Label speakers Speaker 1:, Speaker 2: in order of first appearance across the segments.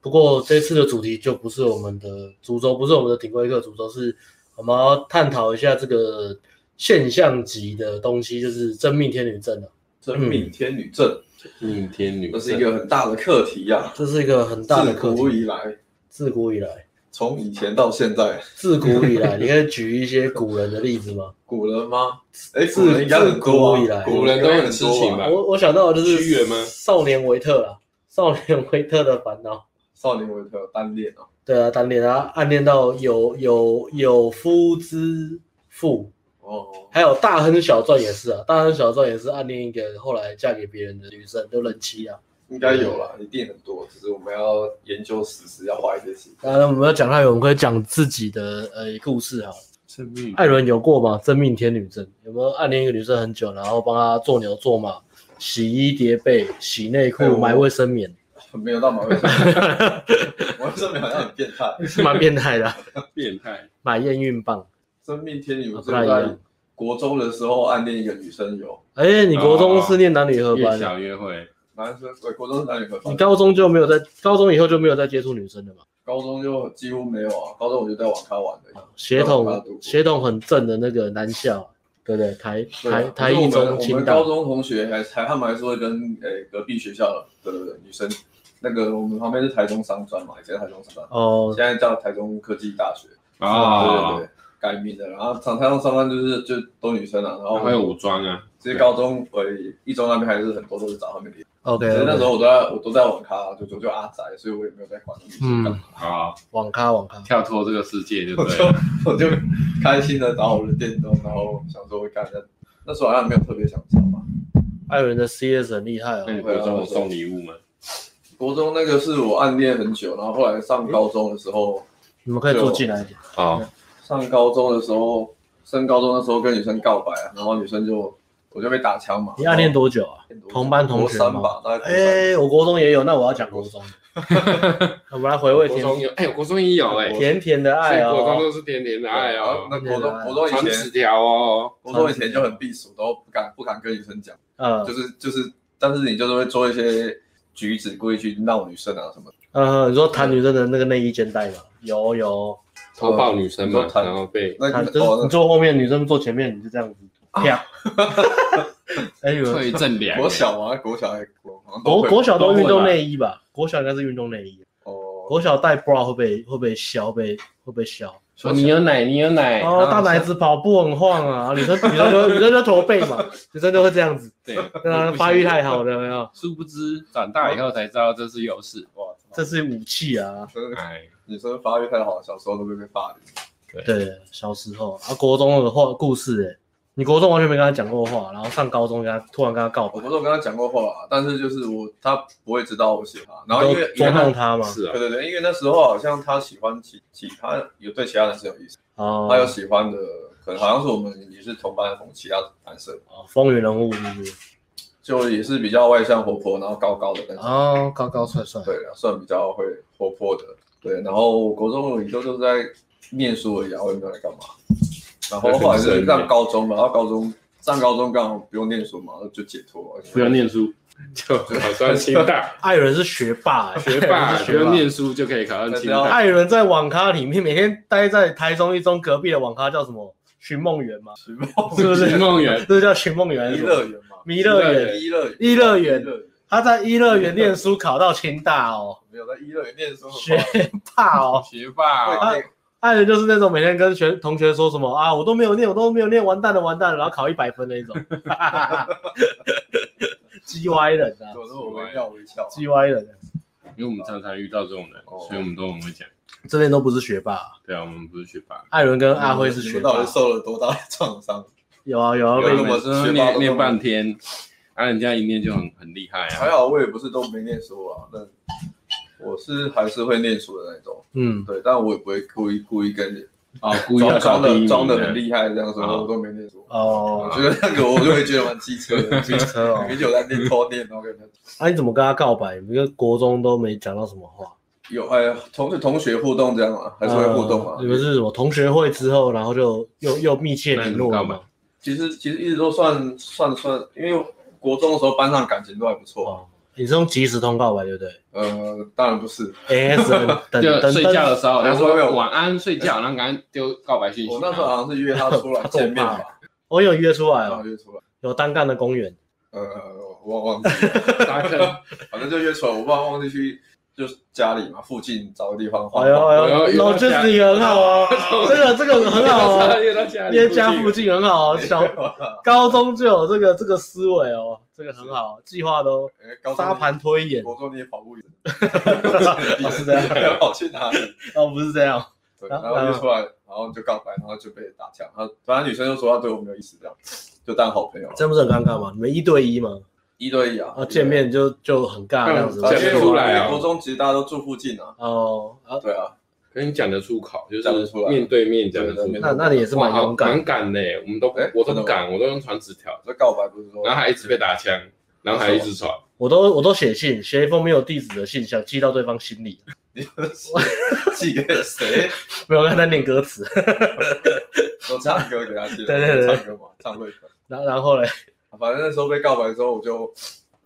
Speaker 1: 不过这次的主题就不是我们的主轴，不是我们的顶规课主轴，是我们要探讨一下这个现象级的东西，就是真命天女症啊。
Speaker 2: 真命天女症，
Speaker 3: 逆天女
Speaker 2: 这
Speaker 3: 神，
Speaker 2: 是一个很大的课题呀、
Speaker 1: 这是一个很大
Speaker 2: 自
Speaker 1: 的课
Speaker 2: 古
Speaker 1: 题，
Speaker 2: 以来，
Speaker 1: 自古以来，
Speaker 2: 从以前到现在，
Speaker 1: 自古以来，你可以举一些古人的例子 吗？
Speaker 2: 古人吗？哎，
Speaker 1: 自
Speaker 2: 古人应该很多
Speaker 1: 自古以
Speaker 2: 啊
Speaker 1: 来，
Speaker 3: 古人都很痴情
Speaker 2: 吧？
Speaker 3: 吧？
Speaker 1: 我我想到的就是
Speaker 3: 屈原吗
Speaker 1: 少年维特啦，少年维特的烦恼。
Speaker 2: 少年维特单恋哦，
Speaker 1: 对啊，单恋啊，暗恋到有有有夫之妇，
Speaker 2: 哦，
Speaker 1: 还有大亨小传也是啊，大亨小传也是暗恋一个后来嫁给别人的女生，就人妻啊。
Speaker 2: 应该有啦，一定很多，只是我们要研究史实，要花一些时间。
Speaker 1: 当然我们要讲太远，我们可以讲自己的呃故事啊。
Speaker 3: 真命
Speaker 1: 艾伦有过吗？真命天女症有没有暗恋一个女生很久，然后帮她做牛做马，洗衣叠被、洗内裤、
Speaker 2: 哎我
Speaker 1: 买卫生 棉，
Speaker 2: 没有 到马尾山，我这边好像很变态。
Speaker 1: 是蛮变态的啊、
Speaker 3: 变态，
Speaker 1: 买验孕棒。
Speaker 2: 真命天女
Speaker 1: 啊
Speaker 2: 症
Speaker 1: 不太一
Speaker 2: 在
Speaker 1: 样
Speaker 2: 国中的时候暗恋一个女生有，
Speaker 1: 哎、你国中是念男女合
Speaker 2: 啊
Speaker 3: 越
Speaker 1: 班的，
Speaker 3: 小越会，
Speaker 2: 男生对国中是男女合
Speaker 1: 你
Speaker 2: 班，
Speaker 1: 高中就没有在，高中以后就没有再接触女生了嘛？
Speaker 2: 高中就几乎没有啊，高中我就在网咖玩的。
Speaker 1: 血
Speaker 2: 高中没有读
Speaker 1: 统
Speaker 2: 过
Speaker 1: 血统很正的那个男校，对不对？台
Speaker 2: 对啊
Speaker 1: 台台
Speaker 2: 可是
Speaker 1: 一
Speaker 2: 我们
Speaker 1: 中、
Speaker 2: 我
Speaker 1: 清
Speaker 2: 们高
Speaker 1: 大，
Speaker 2: 中同学还还他们还是会跟诶、隔壁学校的女生，那个我们旁边是台中商专嘛，以前台中商专，
Speaker 1: 哦
Speaker 2: 现，在叫台中科技大学，
Speaker 3: 啊
Speaker 2: 对对对，改名的。然后台中商专就是就都女生啊，然后
Speaker 3: 还有武装啊，
Speaker 2: 其实高中我一中那边还是很多都是找他们联系。
Speaker 1: OK，
Speaker 2: 其实那时候我都在我都在网咖，啊就就就阿宅，所以我也没有在管女
Speaker 1: 嗯
Speaker 2: 生干嘛。
Speaker 3: 好
Speaker 1: 网咖网咖，
Speaker 3: 哦跳脱这个世界，对不
Speaker 2: 我
Speaker 3: 对
Speaker 2: 就？我就开心的打我的电动，然后想说会干一下。那时候好像没有特别想找嘛。
Speaker 1: 艾伦的 CS 很厉害哦
Speaker 3: 那，你国中有送礼物吗？
Speaker 2: 国中那个是我暗恋很久，然后后来上高中的时候，
Speaker 1: 你们可以
Speaker 2: 就
Speaker 1: 坐进来一点。
Speaker 3: 哦，
Speaker 2: 上高中的时候，升高中的时候跟女生告白啊，然后女生就我就被打枪嘛。
Speaker 1: 你暗恋多久啊？同班同学
Speaker 2: 国
Speaker 1: 吗
Speaker 2: 三吧，大概国三。
Speaker 1: 哎，我国中也有，那我要讲国中。 我们来回味
Speaker 3: 国
Speaker 1: 甜
Speaker 3: 中有，哎，我国中也有，哎，
Speaker 1: 甜甜的爱
Speaker 3: 所以国中
Speaker 1: 哦。
Speaker 3: 都是甜甜的爱哦，
Speaker 2: 那国
Speaker 1: 啊
Speaker 2: 中国中
Speaker 3: 传
Speaker 2: 以
Speaker 3: 纸
Speaker 2: 前，
Speaker 3: 条哦，
Speaker 2: 国中以前就很避暑，都不敢不敢跟女生讲，
Speaker 1: 嗯
Speaker 2: 就是就是，但是你就是会做一些举止，故意去闹女生啊什么的。
Speaker 1: 呃，你说谈女生的那个内衣肩带嘛？有有，
Speaker 3: 偷抱女生嘛，然后被
Speaker 2: 那
Speaker 1: 谈
Speaker 2: 那
Speaker 1: 就是你
Speaker 2: 哦
Speaker 1: 坐后面，女生坐前面，你就这样子 啪。哎呦，
Speaker 3: 退正
Speaker 2: 那
Speaker 3: 两，
Speaker 2: 国小啊，国小还国好像都
Speaker 1: 国
Speaker 2: 会
Speaker 1: 国小都
Speaker 3: 都会
Speaker 1: 运动
Speaker 3: 吧
Speaker 1: 内衣吧？国小应该是运动内衣。
Speaker 2: 哦，
Speaker 1: 国小带 bra 会被会被削，被会被削。
Speaker 2: 哦
Speaker 3: 说你有奶，你有奶，
Speaker 1: 哦，大奶子跑步很晃啊，女生女生就女生就驼背嘛，女生就会这样子，
Speaker 3: 对，
Speaker 1: 对啊，发育太好了，有没有？
Speaker 3: 殊不知长大以后才知道这是优势。
Speaker 2: 哇，
Speaker 1: 这是武器啊。
Speaker 2: 真的
Speaker 3: 哎，
Speaker 2: 女生发育太好，小时候都会被霸凌。
Speaker 1: 对，小时候啊，国中的话故事哎、你国中完全没跟他讲过话，然后上高中跟他突然跟他告白
Speaker 2: 我，不是我跟他讲过话、啊，但是就是我他不会知道我喜欢他，然后
Speaker 1: 都
Speaker 2: 因为因
Speaker 1: 捉
Speaker 2: 为他
Speaker 1: 弄他嘛。
Speaker 3: 是啊
Speaker 2: 对，对对，因为那时候好像他喜欢其其他有对其他男生有意思，
Speaker 1: 哦
Speaker 2: 他，有喜欢的，可能好像是我们也是同班同其他男生，
Speaker 1: 哦风云人物是不是？
Speaker 2: 就也是比较外向活泼，然后高高的那
Speaker 3: 啊
Speaker 2: 种，
Speaker 1: 哦，高高帅帅。
Speaker 2: 对，啊算比较会活泼的，对。然后国中我就就是在念书而已、啊，我也没有在干嘛。然后后来就是上高中嘛，然后高中上高中刚好不用念书嘛，就解脱了，
Speaker 3: 不 用念书就考上清 大，
Speaker 1: 艾伦是学霸、欸，
Speaker 3: 学
Speaker 1: 艾伦
Speaker 3: 霸
Speaker 1: 是
Speaker 3: 不
Speaker 1: 学
Speaker 3: 用
Speaker 1: 霸。
Speaker 3: 念书就可以考上清
Speaker 2: 但是
Speaker 3: 大。
Speaker 1: 艾伦在网咖里面每天待在台中一中隔壁的网咖叫什么？寻梦园吗？
Speaker 2: 时 髦
Speaker 1: 是不是
Speaker 3: 寻梦园，
Speaker 1: 这叫寻梦园还
Speaker 2: 一
Speaker 1: 是什么，
Speaker 2: 乐园嘛，
Speaker 1: 弥勒园。
Speaker 2: 一乐园，
Speaker 1: 一乐园
Speaker 2: 一乐园
Speaker 1: 他在一乐园念书，考到清大哦，
Speaker 2: 没有在一乐园念书，
Speaker 1: 学霸哦。
Speaker 3: 学霸，
Speaker 2: 会
Speaker 1: 艾伦就是那种每天跟学同学说什么啊，我都没有念，我都没有念，完蛋了，完蛋了，然后考一百分那种， 鸡歪人啊，
Speaker 2: 我说我微笑微笑啊，
Speaker 1: 鸡歪人啊、
Speaker 3: 因为我们常常遇到这种人，
Speaker 2: 哦
Speaker 3: 所以我们都很会讲。
Speaker 1: 这边都不是学霸，
Speaker 3: 对啊，我们不是学霸，
Speaker 1: 艾伦跟阿辉是
Speaker 2: 你
Speaker 1: 学
Speaker 2: 们
Speaker 1: 霸
Speaker 2: 到，底受了多大的创 伤？
Speaker 1: 有啊有啊，
Speaker 2: 有
Speaker 1: 被
Speaker 2: 啊
Speaker 1: 你
Speaker 2: 我
Speaker 1: 们
Speaker 2: 是学霸
Speaker 3: 说念
Speaker 2: 都
Speaker 3: 念半天，啊，人家一念就很很厉害
Speaker 2: 还
Speaker 3: 啊。
Speaker 2: 好我也不是都没念书啊，那我是还是会念书的那种，
Speaker 1: 嗯，
Speaker 2: 对，但我也不会故意故意跟
Speaker 3: 啊，故意要
Speaker 2: 装
Speaker 3: 考
Speaker 2: 装
Speaker 3: 第一
Speaker 2: 的
Speaker 3: 名
Speaker 2: 装的很厉害这样
Speaker 3: 啊
Speaker 2: 说，我都没念书。我
Speaker 1: 哦，
Speaker 2: 觉得那个我就会觉得蛮机车的，
Speaker 1: 机 车哦，
Speaker 2: 明明有在念偷念，然后跟人家
Speaker 1: 啊，你怎么跟他告白？你跟国中都没讲到什么话，
Speaker 2: 有哎同学同学互动这样啊，还是会互动啊
Speaker 1: 呃。你们是什么同学会之后，然后就又又密切
Speaker 3: 那你
Speaker 1: 联
Speaker 3: 们
Speaker 1: 络了
Speaker 3: 干嘛
Speaker 1: 吗？
Speaker 2: 其实其实一直都算算算，因为国中的时候班上感情都还不错啊，
Speaker 1: 哦，哎、你是用即时通告吧，对不对
Speaker 2: 呃，当然不是，
Speaker 1: ？ASN 等
Speaker 3: 就
Speaker 1: 等
Speaker 3: 睡觉
Speaker 1: 等，
Speaker 3: 的时
Speaker 2: 等
Speaker 3: 候，
Speaker 2: 哎等
Speaker 3: 他说晚安睡觉，然后赶快丢告白信息。
Speaker 2: 我那时候好像是约他出 来
Speaker 1: 他够
Speaker 2: 见面
Speaker 1: 怕
Speaker 2: 吧，
Speaker 1: 我有约出来
Speaker 2: 然后
Speaker 3: 嗯
Speaker 1: 哦，
Speaker 2: 约出来，
Speaker 1: 有单干的公园，
Speaker 2: 呃，我忘记了，
Speaker 3: 大家 看，
Speaker 2: 反正就约出来，我不知道忘记去就是家里嘛，附近找个地方晃
Speaker 1: 哎呦
Speaker 2: 晃。
Speaker 1: 哎呦
Speaker 3: 哦有，有
Speaker 1: 老
Speaker 3: 到家
Speaker 1: Jesse 也很好 啊，这个这个很好啊，
Speaker 3: 约到家里，
Speaker 1: 因为家附，近很好 哦，小
Speaker 2: 哎
Speaker 1: 高中就有这个这个思维哦，这个很好，计划都
Speaker 2: 高中
Speaker 1: 沙
Speaker 2: 你
Speaker 1: 盘推演
Speaker 2: 我说你也跑步远，
Speaker 1: 哦是这样 啊
Speaker 2: 你要跑去哪里？
Speaker 1: 哦，不是这样，
Speaker 2: 对，
Speaker 1: 然
Speaker 2: 然
Speaker 1: 后
Speaker 2: 后就出来，然后就告白，然后就被打枪。然后反正女生就说她对我没有意思，这样就当好朋友，
Speaker 1: 这样不是很尴尬吗？你们一对一吗？
Speaker 2: 一对一啊，
Speaker 1: 啊，见面就就很尬这样子，
Speaker 2: 啊。
Speaker 3: 讲
Speaker 2: 因
Speaker 3: 得
Speaker 2: 为
Speaker 3: 嗯出来啊
Speaker 2: 我国中其实大家都住附近啊，
Speaker 1: 哦，啊，
Speaker 2: 对啊，
Speaker 3: 可是你讲得出口，就
Speaker 2: 讲得出
Speaker 3: 是
Speaker 2: 来
Speaker 3: 面对面讲得出
Speaker 2: 对
Speaker 1: 那那你也是蛮勇
Speaker 3: 哇好嗯
Speaker 1: 敢
Speaker 3: 蛮敢呢。我们都
Speaker 2: 哎
Speaker 3: 我都不敢，我都用传纸条，
Speaker 2: 这告白不是说
Speaker 3: 然后还一直被打枪，然后还一直传。。
Speaker 1: 我都我都写信，写一封没有地址的信箱，寄到对方心里。
Speaker 2: 你寄给谁？
Speaker 1: 没有，我刚才念歌词。
Speaker 2: 我唱歌给他听，
Speaker 1: 对对对
Speaker 2: 唱歌嘛，唱瑞粉。
Speaker 1: 然然后嘞，
Speaker 2: 反正那时候被告白之后，我就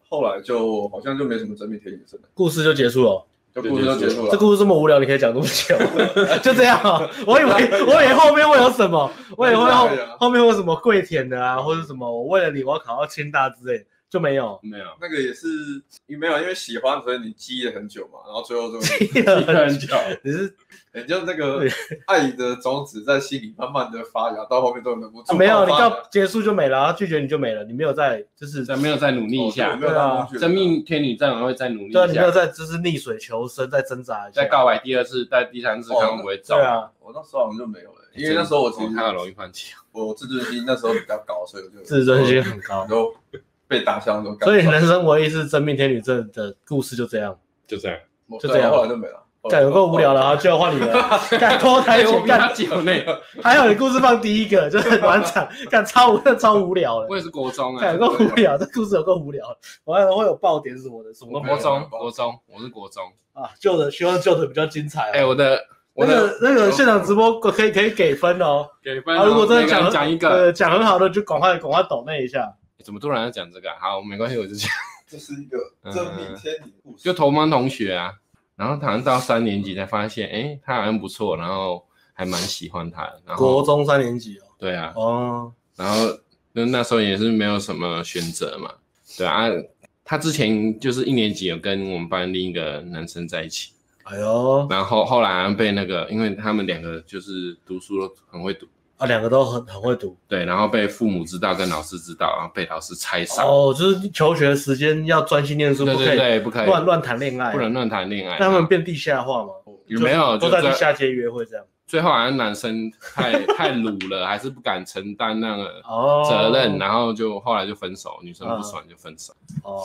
Speaker 2: 后来就好像就没什么真命天女生了，
Speaker 1: 故事就结束了。
Speaker 2: 就故事就结束
Speaker 1: 这
Speaker 2: 了。
Speaker 1: 故事这么无聊，你可以讲这么久， 就这样啊。我以为我以为后面会有什么，我以为后
Speaker 2: 对啊
Speaker 1: 后面会有什么跪舔的啊，或者什么我为了你我要考到清大之类的，就没有
Speaker 3: 没有，
Speaker 2: 那个也是因为没有，因为喜欢，所以你记了很久嘛，然后最后就
Speaker 3: 一个人讲，
Speaker 1: 你是
Speaker 2: 你就那个爱的种子在心里慢慢的发芽，到后面都忍不住、
Speaker 1: 啊没有，你
Speaker 2: 爆发
Speaker 1: 到
Speaker 2: 了
Speaker 1: 结束就没了，他拒绝你就没了，你没有再就是
Speaker 3: 再没有再努力一
Speaker 2: 哦
Speaker 3: 下，
Speaker 2: 对没有让他去
Speaker 3: 真命天女战王会再努力
Speaker 1: 啊对啊，
Speaker 3: 一
Speaker 1: 你没有
Speaker 3: 下，
Speaker 1: 再就是逆水求生，再挣扎一下。
Speaker 3: 再告白第二次，再第三次
Speaker 2: 哦
Speaker 3: 看会不会中
Speaker 1: 对。啊，
Speaker 2: 我那时候好像就没有了，因为那时候我其
Speaker 3: 哦
Speaker 2: 实
Speaker 3: 看到容易放弃，
Speaker 2: 我自尊心那时候比较高，所以我就
Speaker 1: 自尊心很
Speaker 2: 我
Speaker 1: 高，
Speaker 2: 就被打枪都 干
Speaker 1: 所以人生唯一是真命天女症的故事就这样。
Speaker 3: 就这样。
Speaker 2: 我啊
Speaker 1: 就这样
Speaker 2: 后来就没了，
Speaker 3: 哦
Speaker 2: 后来
Speaker 1: 干有够无聊了，好，就要换你 了。干脱胎
Speaker 3: 哎我
Speaker 1: 前
Speaker 3: 比
Speaker 1: 干
Speaker 3: 他久内，
Speaker 1: 还好你故事放第一个，就是很完 整，干超无超无聊
Speaker 3: 我
Speaker 1: 的，
Speaker 3: 也是国中
Speaker 1: 干有，
Speaker 3: 啊
Speaker 1: 够无聊，这故事有够无聊的，我还会有爆点什么的，什么
Speaker 3: 我
Speaker 1: 都没
Speaker 3: 国
Speaker 1: 有
Speaker 3: 中，国中，我是国中。
Speaker 1: 啊。旧的希望旧的比较精彩、哦。
Speaker 3: 哎，我的我
Speaker 1: 那
Speaker 3: 的
Speaker 1: 个那个现场直播可以可以给分哦，
Speaker 3: 给分
Speaker 1: 啊，
Speaker 3: 哦，
Speaker 1: 如果真的
Speaker 3: 每个
Speaker 1: 讲
Speaker 3: 人讲一个，哎
Speaker 1: 呃，讲很好的就赶快赶快抖那一下。
Speaker 3: 怎么突然要讲这个啊？好，没关系，我就讲，
Speaker 2: 这是一个真命天女故事，
Speaker 3: 就同班同学啊。然后好像到三年级才发现，哎，他好像不错，然后还蛮喜欢他的。然
Speaker 1: 国
Speaker 3: 后
Speaker 1: 中三年级哦，
Speaker 3: 对啊，
Speaker 1: 哦，
Speaker 3: 然后那那时候也是没有什么选择嘛，对啊。他之前就是一年级有跟我们班另一个男生在一起，
Speaker 1: 哎呦，
Speaker 3: 然后后来好像被那个，因为他们两个就是读书都很会读，
Speaker 1: 啊，两个都很很会读
Speaker 3: 对，然后被父母知道跟老师知道，然后被老师拆散，
Speaker 1: 哦，就是求学时间要专心念书，
Speaker 3: 对
Speaker 1: 不可
Speaker 3: 对
Speaker 1: 以
Speaker 3: 对，不可以
Speaker 1: 乱乱谈恋爱，
Speaker 3: 不能乱谈恋爱，
Speaker 1: 让他们变地下化嘛，
Speaker 3: 有没有
Speaker 1: 都
Speaker 3: 就
Speaker 1: 在地
Speaker 3: 最
Speaker 1: 下街约会这样。
Speaker 3: 最后好像男生 太太鲁了，还是不敢承担那个
Speaker 1: 哦，嗯
Speaker 3: 责任，啊然后就后来就分手，女生不爽就分手，
Speaker 1: 哦，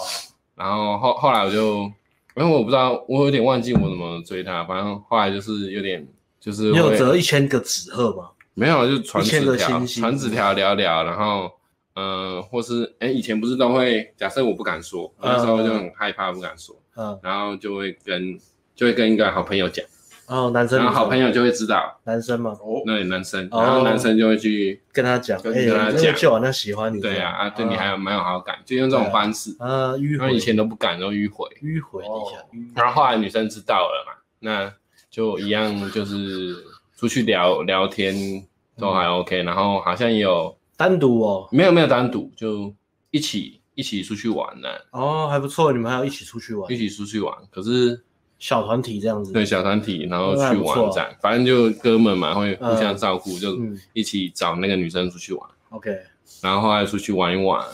Speaker 3: 然后后后来我就，因为我不知道，我有点忘记我怎么追她，反正后来就是有点就是
Speaker 1: 你有
Speaker 3: 会
Speaker 1: 折一千个纸鹤吗？
Speaker 3: 没有，就传
Speaker 1: 一千
Speaker 3: 纸
Speaker 1: 个
Speaker 3: 条，
Speaker 1: 星星
Speaker 3: 传纸条聊聊，然后，呃，或是，哎、以前不是都会，假设我不敢说，
Speaker 1: 嗯
Speaker 3: 那时候就很害怕不敢说，
Speaker 1: 嗯，
Speaker 3: 然后就会跟就会跟一个好朋友讲，
Speaker 1: 然后哦男生
Speaker 3: 然
Speaker 1: 女
Speaker 3: 后
Speaker 1: 生
Speaker 3: 好朋友就会知道
Speaker 1: 男生嘛，
Speaker 2: 哦，
Speaker 3: 那里男生，
Speaker 1: 哦
Speaker 3: 然后男生就会去，
Speaker 1: 跟他讲，哎，
Speaker 2: 跟跟他
Speaker 1: 那个
Speaker 3: 讲
Speaker 1: 就好像喜欢你这样，
Speaker 3: 对啊，啊，对你还有蛮有好感，就用
Speaker 1: 嗯
Speaker 3: 这
Speaker 1: 对
Speaker 3: 种
Speaker 1: 啊
Speaker 3: 方式，
Speaker 1: 啊迂
Speaker 3: 因为
Speaker 1: 回
Speaker 3: 以前都不敢，都迂回，
Speaker 1: 迂回一下
Speaker 2: 哦，
Speaker 1: 迂
Speaker 3: 然后后来女生知道了嘛，那就一样就是出去聊聊天都还
Speaker 1: 嗯
Speaker 3: OK，、然后好像也有。
Speaker 1: 单独哦，
Speaker 3: 没有没有单独，就一起一起出去玩呢、
Speaker 1: 哦还不错，你们还要一起出去玩
Speaker 3: 一，起出去玩。可是
Speaker 1: 小团体这样子，
Speaker 3: 对小团体，然后去
Speaker 1: 那还不
Speaker 3: 玩
Speaker 1: 错
Speaker 3: 这样，反正就哥们嘛会互相照顾，就
Speaker 1: 嗯
Speaker 3: 一起找那个女生出去玩。
Speaker 1: ，OK，
Speaker 3: 然后后来出去玩一玩，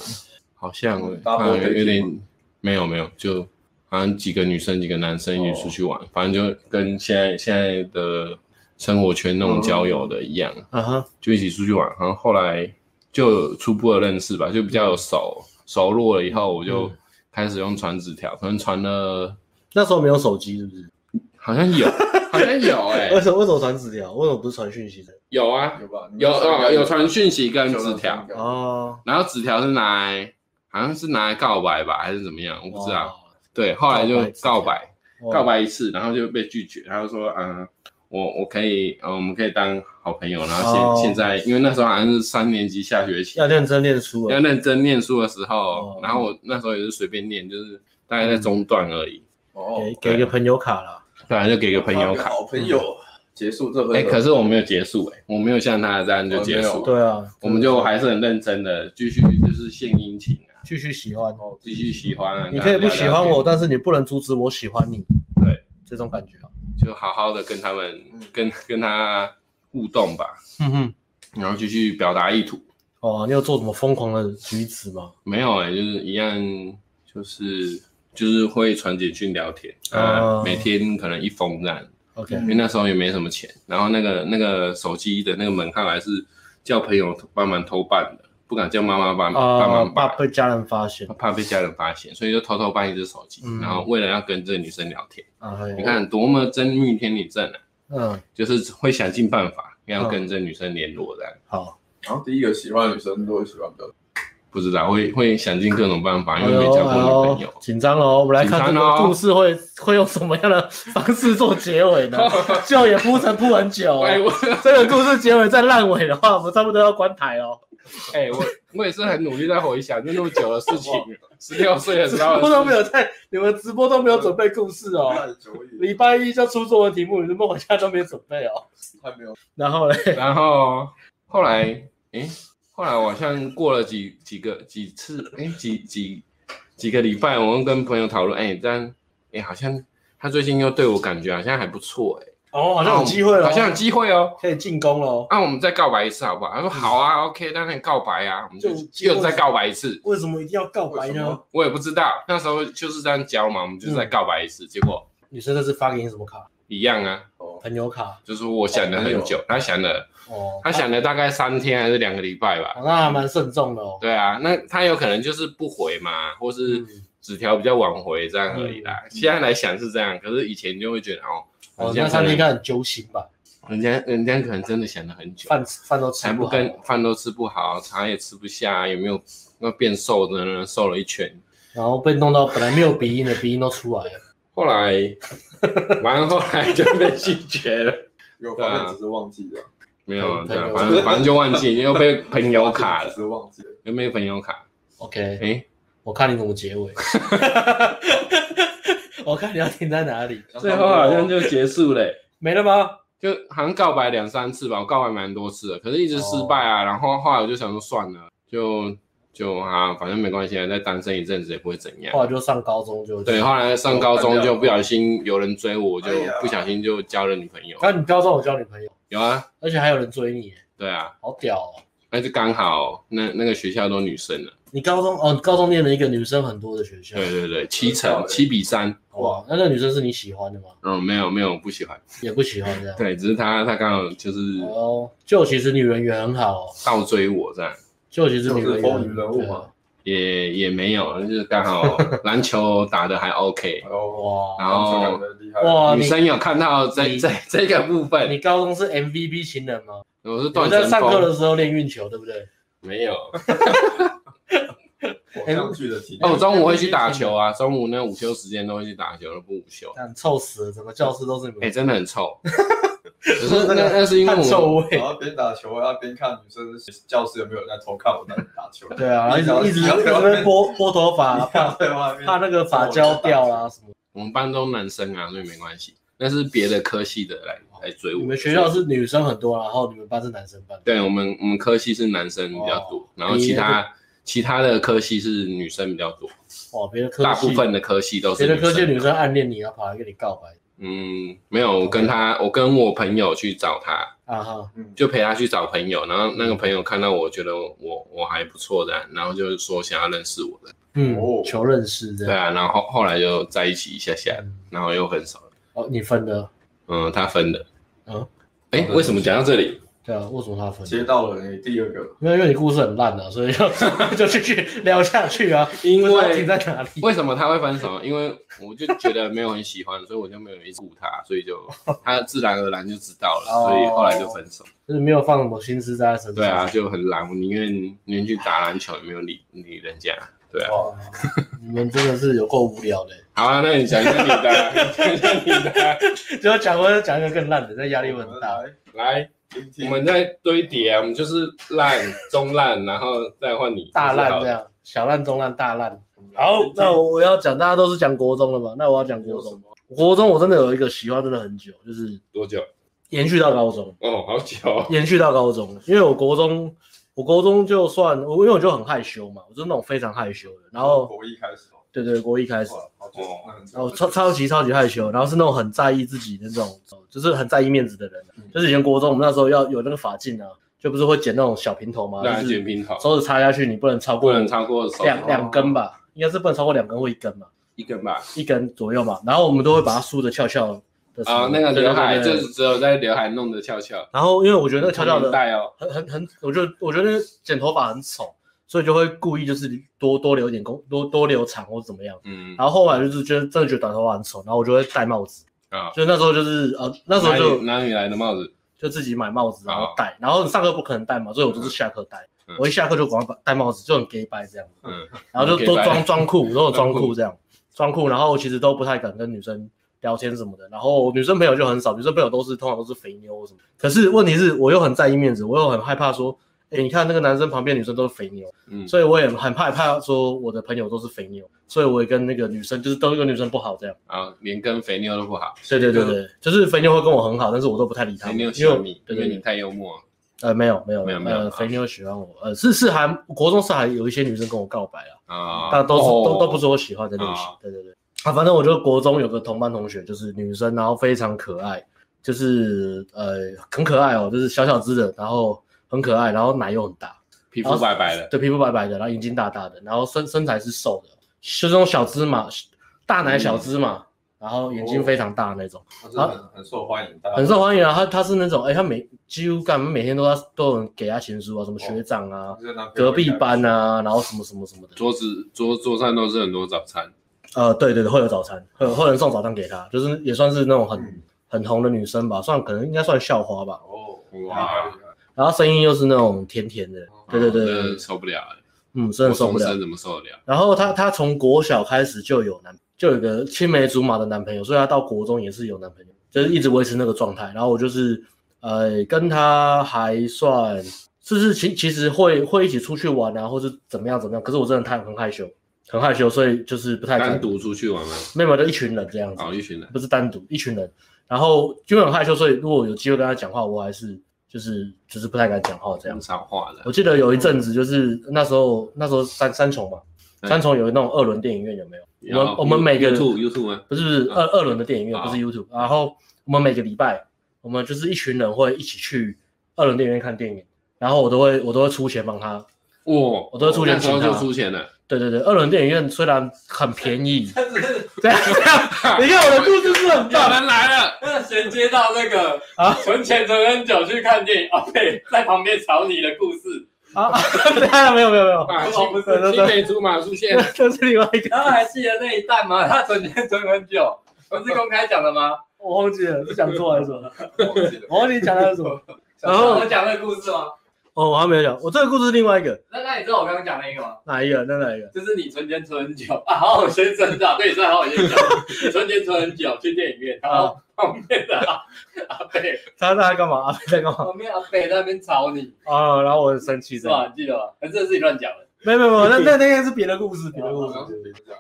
Speaker 3: 好像欸
Speaker 2: 嗯
Speaker 3: 好
Speaker 2: double
Speaker 3: 像有
Speaker 2: dating
Speaker 3: 有
Speaker 2: 吗
Speaker 3: 点没有没有，就好像几个女生几个男生一起出去玩，反正就跟现在现在的生活圈那种交友的一样，
Speaker 1: 嗯哼，
Speaker 3: 就一起出去玩。然后后来就有初步的认识吧，就比较有熟熟络了以后，我就开始用传纸条，可能传了
Speaker 1: 那时候没有手机是不是？
Speaker 3: 好像 有，好像有哎、
Speaker 1: 为什么为什么传纸条？为什么不是传讯息的？
Speaker 3: 有啊，
Speaker 2: 有吧？你们
Speaker 3: 有
Speaker 2: 三个
Speaker 3: 有有传讯息跟纸条，，
Speaker 1: 哦，
Speaker 3: 然后纸条是拿来好像是拿来告白吧，还是怎么样，我不知道。对，后来就
Speaker 1: 告
Speaker 3: 告
Speaker 1: 白哦
Speaker 3: 白
Speaker 1: 哇，
Speaker 3: 告白一次，然后就被拒绝，然后说嗯、呃我我可以，呃，我们可以当好朋友。然后现、
Speaker 1: 哦
Speaker 3: 现在，因为那时候好像是三年级下学期，
Speaker 1: 要认真念书
Speaker 3: 要
Speaker 1: 啊，
Speaker 3: 认真念书的时
Speaker 1: 哦
Speaker 3: 候，然后我那时候也是随便念，就是大概在中段而已，
Speaker 2: 哦，
Speaker 1: 给给一个朋友卡啦。
Speaker 3: 不然就给个朋
Speaker 1: 哦
Speaker 3: 友卡。
Speaker 2: 好朋友结束这回合。
Speaker 3: 哎，可是我没有结束哎，我没有像他这样就结
Speaker 2: 哦
Speaker 3: 束，
Speaker 1: 对啊，
Speaker 3: 我们就还是很认真的继续就是献殷勤啊，
Speaker 1: 继续喜欢。
Speaker 2: 哦
Speaker 3: 继续喜欢啊。
Speaker 1: 你可以不喜欢我，
Speaker 3: 的，
Speaker 1: 但是你不能阻止我喜欢你。
Speaker 3: 对，
Speaker 1: 这种感觉啊。
Speaker 3: 就好好的跟他们
Speaker 1: 嗯
Speaker 3: 跟跟他互动吧，
Speaker 1: 哼哼，
Speaker 3: 然后继续表达意图。
Speaker 1: 哦，你有做什么疯狂的举止吗？
Speaker 3: 没有哎、就是一样，就是就是会传简讯聊天，
Speaker 1: 哦
Speaker 3: 啊，每天可能一封这样，
Speaker 1: OK，
Speaker 3: 因为那时候也没什么钱，然后那个那个手机的那个门看来是叫朋友帮忙偷办的，不敢叫妈妈帮帮
Speaker 1: 啊，
Speaker 3: 忙嗯
Speaker 1: 怕
Speaker 3: 办，
Speaker 1: 被家人发现
Speaker 3: 怕被家人发现，所以就偷偷办一只手机，
Speaker 1: 嗯
Speaker 3: 然后为了要跟这个女生聊天，
Speaker 1: 啊，嘿
Speaker 3: 你，看多么真命天女症啊，
Speaker 1: 嗯，
Speaker 3: 就是会想尽办法要跟这女生联络这样。
Speaker 1: 好，
Speaker 2: 然后第一个喜欢的女生都会喜欢比较多，
Speaker 3: 不知道会会想尽各种办法，
Speaker 1: 哎
Speaker 3: 因为没交过女朋友
Speaker 1: 哎呦，紧张喽。我们来看这
Speaker 3: 紧张哦
Speaker 1: 个
Speaker 3: 咯
Speaker 1: 故事会会用什么样的方式做结尾 呢？就也铺陈铺很久哦、
Speaker 3: 哎我
Speaker 1: 这个故事结尾再烂尾的话，我们差不多要关台哦。
Speaker 3: 哎、我我也是很努力在回想，就那么久的事情，十六岁的
Speaker 1: 直
Speaker 3: 时候
Speaker 1: 播都没
Speaker 3: 的事，
Speaker 1: 有在，你们直播都没有准备故事哦。
Speaker 2: 太久也
Speaker 1: 礼拜一就出作文题目，你们回家都没有准备哦。
Speaker 2: 太没有。
Speaker 1: 然后嘞，
Speaker 3: 然后后来，哎、后来我好像过了几几个几次，哎、几几几个礼拜，我们跟朋友讨论，哎、这样，哎、好像他最近又对我感觉好像还不错、哎，
Speaker 1: 哦，好
Speaker 3: 好
Speaker 1: 像有机会了，
Speaker 3: 好像有机会哦。
Speaker 1: 可以进攻喽。
Speaker 3: 那、我们再告白一次好不好？他说好啊，OK，当然告白啊，我们就
Speaker 1: 就
Speaker 3: 又再告白一次。
Speaker 1: 为什么一定要告白
Speaker 2: 为什
Speaker 1: 呢
Speaker 2: 么？？
Speaker 3: 我也不知道，那时候就是这样教嘛，我们就
Speaker 1: 嗯
Speaker 3: 再告白一次，结果
Speaker 1: 女生这是发给你什么卡？
Speaker 3: 一样啊，
Speaker 2: 哦，
Speaker 1: 朋友卡
Speaker 3: 就是我想了很
Speaker 1: 哎
Speaker 3: 久，他想了。
Speaker 1: 哦。
Speaker 3: 他想了大概三天还是两个礼拜吧。
Speaker 1: 哦，那还蛮慎重的哦。
Speaker 3: 对啊，那他有可能就是不回嘛，或是
Speaker 1: 嗯
Speaker 3: 纸条比较晚回这样而已啦。现在来想是这样，可是以前就会觉得哦，
Speaker 1: 哦，
Speaker 3: 人
Speaker 1: 那
Speaker 3: 家
Speaker 1: 三
Speaker 3: 可
Speaker 1: 天应
Speaker 3: 能
Speaker 1: 该很揪心吧？
Speaker 3: 人家人家可能真的想了很久，
Speaker 1: 饭饭都吃
Speaker 3: 才
Speaker 1: 不
Speaker 3: 不
Speaker 1: 好
Speaker 3: 跟饭都吃不好，茶也吃不下，有没有那变瘦的呢？瘦了一圈，
Speaker 1: 然后被弄到本来没有鼻音的鼻音都出来了。
Speaker 3: 后 来完后来就被拒绝了。
Speaker 2: 有方面只是忘记了，
Speaker 3: 没有啊，
Speaker 1: 朋
Speaker 3: 对啊
Speaker 1: 友
Speaker 3: 反正反正就忘记，又被朋友卡了
Speaker 2: 只，是忘记了。
Speaker 3: 又被朋友卡。
Speaker 1: OK，
Speaker 3: 诶，
Speaker 1: 我看你怎么结 尾。我看你要停在哪里？
Speaker 3: 最后好像就结束了欸、
Speaker 1: 没了吗？
Speaker 3: 就好像告白两三次吧，我告白蛮多次的，可是一直失败啊。然后后来我就想说算了，就就啊，反正没关系，啊，再单身一阵子也不会怎样。
Speaker 1: 后来就上高中就
Speaker 3: 对，后来上高中就不小心有人追我，我就
Speaker 2: 哎呀
Speaker 3: 不小心就交了女朋友。
Speaker 1: 那啊你高中有交女朋友，
Speaker 3: 有啊，
Speaker 1: 而且还有人追你耶，
Speaker 3: 对啊，
Speaker 1: 好屌哦！
Speaker 3: 那就刚好那那个学校都女生了，
Speaker 1: 你高中哦，你高中念了一个女生很多的学校，
Speaker 3: 对对对，七
Speaker 2: 很
Speaker 3: 成
Speaker 2: 好欸
Speaker 3: 七比三，
Speaker 1: 哇，那那女生是你喜欢的 吗？
Speaker 3: 嗯，没有没有不喜欢，
Speaker 1: 也不喜欢这样。
Speaker 3: 对，只是他他刚好就是
Speaker 1: 哦，就其实女人缘很好哦，
Speaker 3: 倒追我这样，
Speaker 1: 就其实女人
Speaker 2: 就是
Speaker 1: 缘
Speaker 2: 风云人物嘛。
Speaker 3: 也也没有，就是刚 好篮球打的还 OK，
Speaker 2: 然
Speaker 1: 对
Speaker 2: 后
Speaker 1: 哇
Speaker 3: 然后
Speaker 2: 感觉厉害，
Speaker 1: 哇，
Speaker 3: 女
Speaker 1: 哦你
Speaker 3: 生有看到这
Speaker 1: 你
Speaker 3: 这这个部分，
Speaker 1: 你高中是 MVP 情人吗？
Speaker 3: 我是
Speaker 1: 你们
Speaker 3: 段
Speaker 1: 在
Speaker 3: 成
Speaker 1: 上课
Speaker 3: 峰，
Speaker 1: 的时候练运球，对不对？
Speaker 3: 没有。
Speaker 2: 偶像剧的题材
Speaker 1: 哎
Speaker 3: 哦，中午会去打球啊，中午那午休时间都会去打球，都不午休。
Speaker 1: 但臭死了，整个教室都是你
Speaker 3: 哎，
Speaker 1: 们
Speaker 3: 真的 很臭。可是那那是因为
Speaker 1: 汗
Speaker 3: 我
Speaker 1: 臭
Speaker 2: 然
Speaker 1: 味。
Speaker 2: 后边打球，然后边看女生教室有没有人在偷看我在打 球。
Speaker 1: 对啊，然后一直一直一直被拨拨头发，怕
Speaker 2: 在外面
Speaker 1: 怕那个发胶掉啦什么。
Speaker 3: 我们班都男生啊，所以没关系。那是别的科系的来来追我。
Speaker 1: 你们学校是女生很多，啊然后你们班是男生班。
Speaker 3: 对我们我们科系是男生比较
Speaker 1: 哦
Speaker 3: 多，然后其
Speaker 1: 哎
Speaker 3: 他其他的科系是女生比较多，
Speaker 1: 哇，别的科系
Speaker 3: 大部分的科系都是
Speaker 1: 别的科系女
Speaker 3: 女生。
Speaker 1: 生暗恋你，然后跑来跟你告白
Speaker 3: 嗯，没有，我跟他，我跟我朋友去找他，
Speaker 1: 啊哈，
Speaker 3: 就陪他去找朋友，然后那个朋友看到我觉得我我还不错的，然后就是说想要认识我的，
Speaker 1: 嗯
Speaker 2: 哦，
Speaker 1: 求认识这
Speaker 3: 对
Speaker 1: 样。
Speaker 3: 啊，然后后后来就在一起一下下，然后又分手了。
Speaker 1: 哦，你分的，
Speaker 3: 嗯，他分的。
Speaker 1: 嗯，
Speaker 3: 哎，为什么讲到这里？
Speaker 1: 对啊，为什么他分？
Speaker 2: 接到了你第二个，
Speaker 1: 因为因为你故事很烂啊，所以就 就继续聊下去啊。
Speaker 3: 因为
Speaker 1: 不知道停在哪里？
Speaker 3: 为什么他会分手？因为我就觉得没有很喜欢，所以 我就没有一直顾他，所以就他自然而然就知道了，
Speaker 1: 哦
Speaker 3: 所以后来就分手。
Speaker 1: 就是没有放什么心思在他身上。
Speaker 3: 对啊，，就很懒，我宁愿宁愿去打篮球，也没有理理人家。对啊，
Speaker 1: 哇，你们真的是有够无聊的。
Speaker 3: 好啊，那你讲一下你的啊，讲一下你的啊，
Speaker 1: 就要讲，我要讲一个更烂的，这压力会很大。。
Speaker 3: 来。
Speaker 2: 听听
Speaker 3: 我们在堆叠啊，我们就是烂、中烂，然后再换你
Speaker 1: 大
Speaker 3: 就是
Speaker 1: 烂
Speaker 3: 好
Speaker 1: 这样，小烂、中烂、大烂。好，那我要讲，大家都是讲国中了嘛，那我要讲国中。国中我真的有一个喜欢，真的很久，就是
Speaker 3: 多久？
Speaker 1: 延续到高中，
Speaker 3: 哦，好久哦，
Speaker 1: 延续到高中，因为我国中，我国中就算我，因为我就很害羞嘛，我就是那种非常害羞的，然后
Speaker 2: 国一开始哦，
Speaker 1: 对对，国一开始，
Speaker 2: 哇，好久
Speaker 3: 哦，
Speaker 2: 那很
Speaker 1: 然后
Speaker 2: 久。
Speaker 1: 超超级超级害羞，然后是那种很在意自己的那种，就是很在意面子的人，啊
Speaker 3: 嗯
Speaker 1: 就是以前国中我们那时候要有那个发镜啊，就不是会剪那种小平头嘛，
Speaker 3: 那
Speaker 1: 就
Speaker 3: 啊剪
Speaker 1: 是
Speaker 3: 平头，
Speaker 1: 手指插下去，你不能超
Speaker 3: 不
Speaker 1: 过
Speaker 3: 能超过手
Speaker 1: 两
Speaker 2: 哦
Speaker 1: 两根吧，应该是不能超过两根或一根嘛，
Speaker 3: 一根吧。
Speaker 1: 一根左右嘛，然后我们都会把它梳的翘翘的时候
Speaker 3: 啊，那个刘海
Speaker 1: 对对
Speaker 3: 就
Speaker 1: 对
Speaker 3: 是只有在刘海弄得翘翘，
Speaker 1: 然后因为我觉得那个翘翘的
Speaker 3: 带哦，
Speaker 1: 很很很，我就我觉得剪头发很丑，所以就会故意就是多多留一点工，多多留长或者怎么样。
Speaker 3: 嗯
Speaker 1: 然后后来就是觉得真的觉得短头发很丑，然后我就会戴帽子，
Speaker 3: 啊，
Speaker 1: 就那时候就是呃那时候
Speaker 3: 哪里
Speaker 1: 就
Speaker 3: 哪里来的帽子？
Speaker 1: 就自己买帽子然后
Speaker 3: 啊
Speaker 1: 戴，然后你上课不可能戴嘛，所以我就是下课戴
Speaker 3: 嗯，
Speaker 1: 我一下课就赶快把戴帽子，就很 gay 白这样，
Speaker 3: 嗯，
Speaker 1: 然后就都
Speaker 3: 很 gay
Speaker 1: 装
Speaker 3: 掰
Speaker 1: 装酷，都有装
Speaker 3: 装
Speaker 1: 酷
Speaker 3: 酷
Speaker 1: 这样装酷，然后其实都不太敢跟女生。聊天什么的，然后女生朋友就很少，女生朋友都是通常都是肥妞什么的。可是问题是我又很在意面子，我又很害怕说，哎，你看那个男生旁边女生都是肥妞，
Speaker 3: 嗯，
Speaker 1: 所以我也很害怕说我的朋友都是肥妞，所以我也跟那个女生就是都跟女生不好这样。
Speaker 3: 啊，连跟肥妞都不好，
Speaker 1: 对对对对，就是肥妞会跟我很好，但是我都不太理她
Speaker 3: 肥
Speaker 1: 们，
Speaker 3: 妞喜
Speaker 1: 因为
Speaker 3: 欢你，
Speaker 1: 对对
Speaker 3: 因为你
Speaker 1: 对，
Speaker 3: 太幽默了。
Speaker 1: 呃没有没有
Speaker 3: 没有没有
Speaker 1: 呃
Speaker 3: 啊
Speaker 1: 肥妞喜欢我，呃是是还国中是还有一些女生跟我告白啊，
Speaker 3: 啊，
Speaker 1: 但都是
Speaker 3: 哦
Speaker 1: 都都不是我喜欢的类型
Speaker 3: 啊。
Speaker 1: 对对对，啊反正我就国中有个同班同学就是女生，然后非常可爱，就是呃很可爱哦，就是小小只的，然后很可爱，然后奶又很大。
Speaker 3: 皮肤白白的，
Speaker 1: 对，皮肤白白的，然后眼睛大大的，然后身身材是瘦的，就是那种小芝麻，大奶
Speaker 3: 嗯
Speaker 1: 小芝麻，然后眼
Speaker 3: 哦
Speaker 1: 睛非常大那种，
Speaker 2: 他真的很很受欢迎，大家
Speaker 1: 很受欢迎啊。他他是那种，哎、他每几乎干每天都要都有人给他情书啊，什么学长啊、
Speaker 2: 就是男朋友
Speaker 1: 隔壁班啊，然后什么什么什么的。
Speaker 3: 桌子桌桌上都是很多早餐，
Speaker 1: 呃，对对对，会有早餐，会有会有人送早餐给他，就是也算是那种很、
Speaker 2: 嗯
Speaker 1: 很红的女生吧，算可能应该算校花吧。
Speaker 2: 哦，
Speaker 3: 哇
Speaker 2: 厉害，厉害
Speaker 1: 然后声音又是那种甜甜的，对对对
Speaker 3: 真
Speaker 1: 对
Speaker 3: 的，受不了欸，
Speaker 1: 嗯，真的受不
Speaker 3: 国中
Speaker 1: 了
Speaker 3: 生。怎么受得了？
Speaker 1: 然后她她从国小开始就有男，就有一个青梅竹马的男朋友，所以她到国中也是有男朋友，就是一直维持那个状态。然后我就是呃跟她还算，就是其其实会会一起出去玩啊，或是怎么样怎么样。可是我真的太很害羞，很害羞，所以就是不太敢
Speaker 3: 单，独出去玩吗？
Speaker 1: 没有没有就一群人这样子，
Speaker 3: 好一群人，
Speaker 1: 不是单独一群人。然后因为很害羞，所以如果有机会跟她讲话，我还是就是就是不太敢讲话这样
Speaker 3: 讲。脏话的
Speaker 1: 我，记得有一阵子，就是那时候那时候三三重嘛，
Speaker 3: 嗯
Speaker 1: 三重有那种二轮电影院，有没有？我
Speaker 3: 然
Speaker 1: 们
Speaker 3: 后
Speaker 1: 我们每个
Speaker 3: YouTube YouTube 吗？
Speaker 1: 不是不是
Speaker 3: 嗯
Speaker 1: 二二轮的电影院，
Speaker 3: 好
Speaker 1: 不
Speaker 2: 啊
Speaker 1: 是 YouTube。然后我们每个礼拜，我们就是一群人会一起去二轮电影院看电影，然后我都会我都会出钱帮他。
Speaker 3: 哇，
Speaker 1: 我都出钱啊
Speaker 3: 那时候
Speaker 1: 请
Speaker 3: 就
Speaker 1: 他
Speaker 3: 出钱了，
Speaker 1: 对对对，二轮电影院虽然很便 宜，
Speaker 4: 但是
Speaker 1: 对啊，你看我的故事是很
Speaker 3: 有
Speaker 1: 棒。
Speaker 3: 人来了，
Speaker 4: 那 衔接到那个
Speaker 1: 啊
Speaker 4: 存钱存很久去看电影，哦对，在旁边吵你的故事，
Speaker 1: 啊，啊对啊，没有没有没有，
Speaker 3: 啊，
Speaker 4: 哦不
Speaker 3: 青
Speaker 4: 是
Speaker 1: 对对
Speaker 3: 青
Speaker 1: 对，
Speaker 3: 梅竹马出现，
Speaker 1: 这是另外一个，
Speaker 4: 然后还记得那一段吗？他存钱存很久，不是公开讲的吗？
Speaker 1: 我忘记了是讲错还是什么？
Speaker 2: 忘记了
Speaker 1: 我忘记讲的是什么？然后
Speaker 4: 我讲那个故事吗？
Speaker 1: 哦，我还没有讲，我这个故事是另外一个，
Speaker 4: 那那你知道我刚刚讲那个吗？
Speaker 1: 哪一个？那哪一个？
Speaker 4: 就是你存钱存很久啊，好好先生啊，对，算好好先生，你存钱存很久去电影院，然后旁边的阿阿贝，
Speaker 1: 他在干嘛？阿飞在干嘛？
Speaker 4: 旁边阿贝在那边吵你，
Speaker 1: 啊，然后我很生气，
Speaker 4: 是吧？？你记得吗？可是这是你乱讲的，
Speaker 1: 没有没有没有，那那那个是别的故事，别的故
Speaker 2: 我
Speaker 1: 事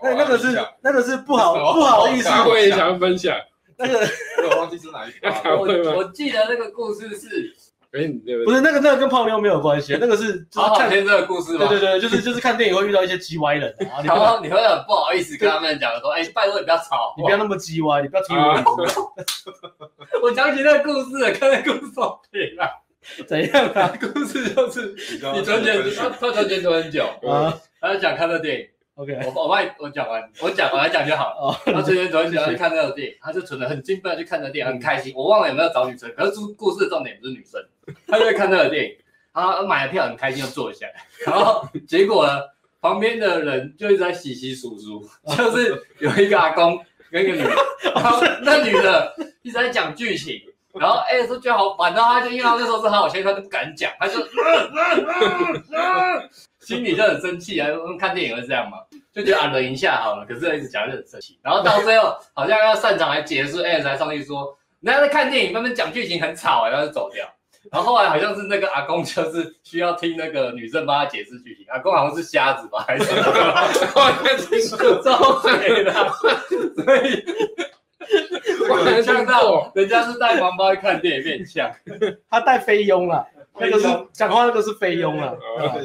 Speaker 2: 刚。刚是讲
Speaker 1: 那那个是那个
Speaker 2: 我忘记
Speaker 1: 是不好
Speaker 2: 什么
Speaker 1: 不好意思，
Speaker 3: 大会想要分享，
Speaker 1: 那个
Speaker 2: 讲我忘记是哪一个了。
Speaker 3: 阿贝吗
Speaker 4: 我我记得那个故事是
Speaker 3: 哎，你对不
Speaker 1: 不
Speaker 3: 对？
Speaker 1: 是那个那个跟泡妞没有关系，那个是就是
Speaker 4: 好好
Speaker 1: 看
Speaker 4: 先生的故事
Speaker 1: 对
Speaker 4: 吗？
Speaker 1: 对对，就是就是看电影会遇到一些鸡歪人啊，你
Speaker 4: 然
Speaker 1: 不要
Speaker 4: 后你会很不好意思跟他们讲说，哎，拜托你不要吵，
Speaker 1: 你不要那么鸡歪，你不要踢
Speaker 3: 啊
Speaker 1: 我，
Speaker 4: 我讲起那个故事了，看那个故事好听了。
Speaker 1: 怎样啊？
Speaker 4: 故事就是
Speaker 2: 你
Speaker 4: 你存钱，他他存钱存很久，
Speaker 1: 啊
Speaker 4: 他就讲看那电影。
Speaker 1: ，OK，
Speaker 4: 我我帮你我讲完，我讲我来讲就好了。
Speaker 1: 哦，
Speaker 4: 他存钱存很久，他去看那个电影，他就存的很兴奋，去看那个电影，
Speaker 1: 嗯
Speaker 4: 很开心。我忘了有没有找女生，可是故故事的重点不是女生，他就看那个电影，他买了票很开心就坐下来，然后结果呢，旁边的人就一直在洗洗数数，就是有一个阿公跟一个女的，然后那女的一直在讲剧情。然后哎，说觉得好烦，然后他就因为他那时候是好好先生，他就不敢讲，他就、 心里就很生气啊。嗯看电影会这样吗？就觉得啊忍一下好了，可是一直讲就很生气。然后到最后好像要散场还结束，哎，才上去说，人家在看电影，他们讲剧情很吵、然后就走掉。然后后来好像是那个阿公就是需要听那个女生帮他解释剧情，阿公好像是瞎子吧，还是什么
Speaker 3: 我看听过，
Speaker 4: 遭罪的，所以
Speaker 3: 我好像
Speaker 4: 呛
Speaker 3: 听
Speaker 4: 到
Speaker 3: 过，
Speaker 4: 人家是带盲包去看电影，被你呛。
Speaker 1: 他带菲佣啦，那个是讲话那个是菲佣啦。
Speaker 2: 哦
Speaker 1: 对 吧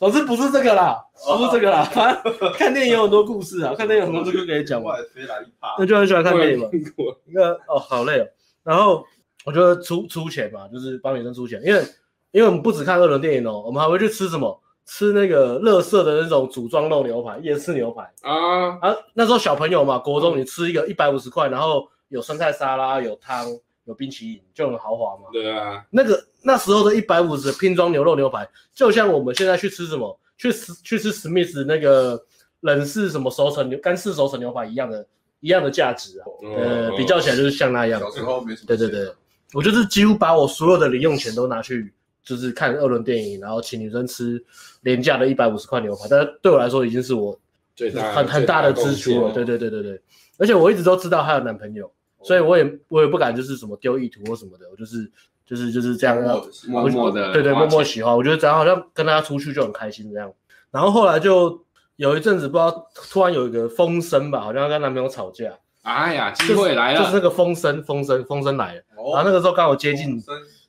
Speaker 1: 总之不是这个啦，不是这个啦。反正看电影有很多故事啊，看电影有很多故事可以讲嘛。
Speaker 2: 飞来一趴，
Speaker 1: 那就很喜欢看电影嘛
Speaker 3: 我。有听过，
Speaker 1: 那哦，好累哦。然后我觉得出出钱嘛，就是帮女生出钱，因为因为我们不只看二轮电影哦，我们还会去吃什么？吃那个乐色的那种组装肉牛排、夜市牛排
Speaker 3: 啊，
Speaker 1: 啊。那时候小朋友嘛，国中你吃一个一百五十块，然后有生菜沙拉、有汤、有冰淇淋，就很豪华嘛。
Speaker 3: 对啊，
Speaker 1: 那个那时候的一百五十拼装牛肉牛排，就像我们现在去吃什么，去吃去吃史密斯那个冷式什么熟成牛干式熟成牛排一样的一样的价值啊。呃，比较起来就是像那样。
Speaker 2: 哦小时候没什么。
Speaker 1: 对对对，，我就是几乎把我所有的零用钱都拿去，就是看二轮电影，然后请女生吃廉价的一百五十块牛排，但是对我来说已经是我
Speaker 3: 最大
Speaker 1: 很很大的支
Speaker 3: 啊
Speaker 1: 出哦了。对对对对对，而且我一直都知道她有男朋友，所以我
Speaker 3: 哦
Speaker 1: 也我也不敢就是什么丢意图或什么的，我就是就是就是这样让
Speaker 2: 我
Speaker 3: 默默的，
Speaker 1: 对对，默默喜欢。我觉得只要好像跟他出去就很开心这样。然后后来就有一阵子不知道，突然有一个风声吧，好像跟男朋友吵架，
Speaker 3: 哎呀，机会来
Speaker 1: 就是那
Speaker 3: 了，哦
Speaker 1: 个风声，风声，风声来了。然后
Speaker 2: 然
Speaker 1: 那个时候刚好接近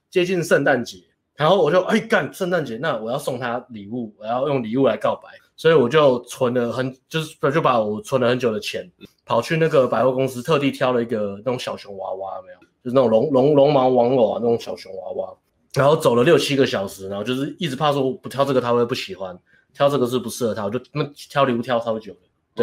Speaker 1: 接近圣诞节，然后我就哎干圣诞节，那我要送他礼物，我要用礼物来告白，所以我就存了很就是就把我存了很久的钱，跑去那个百货公司特地挑了一个那种小熊娃娃，有没有，就是那种龙龙龙毛玩偶啊那种小熊娃娃，然后走了六七个小时，然后就是一直怕说我不挑这个他会不喜欢，挑这个是不适合他，我就那挑礼物挑超久了。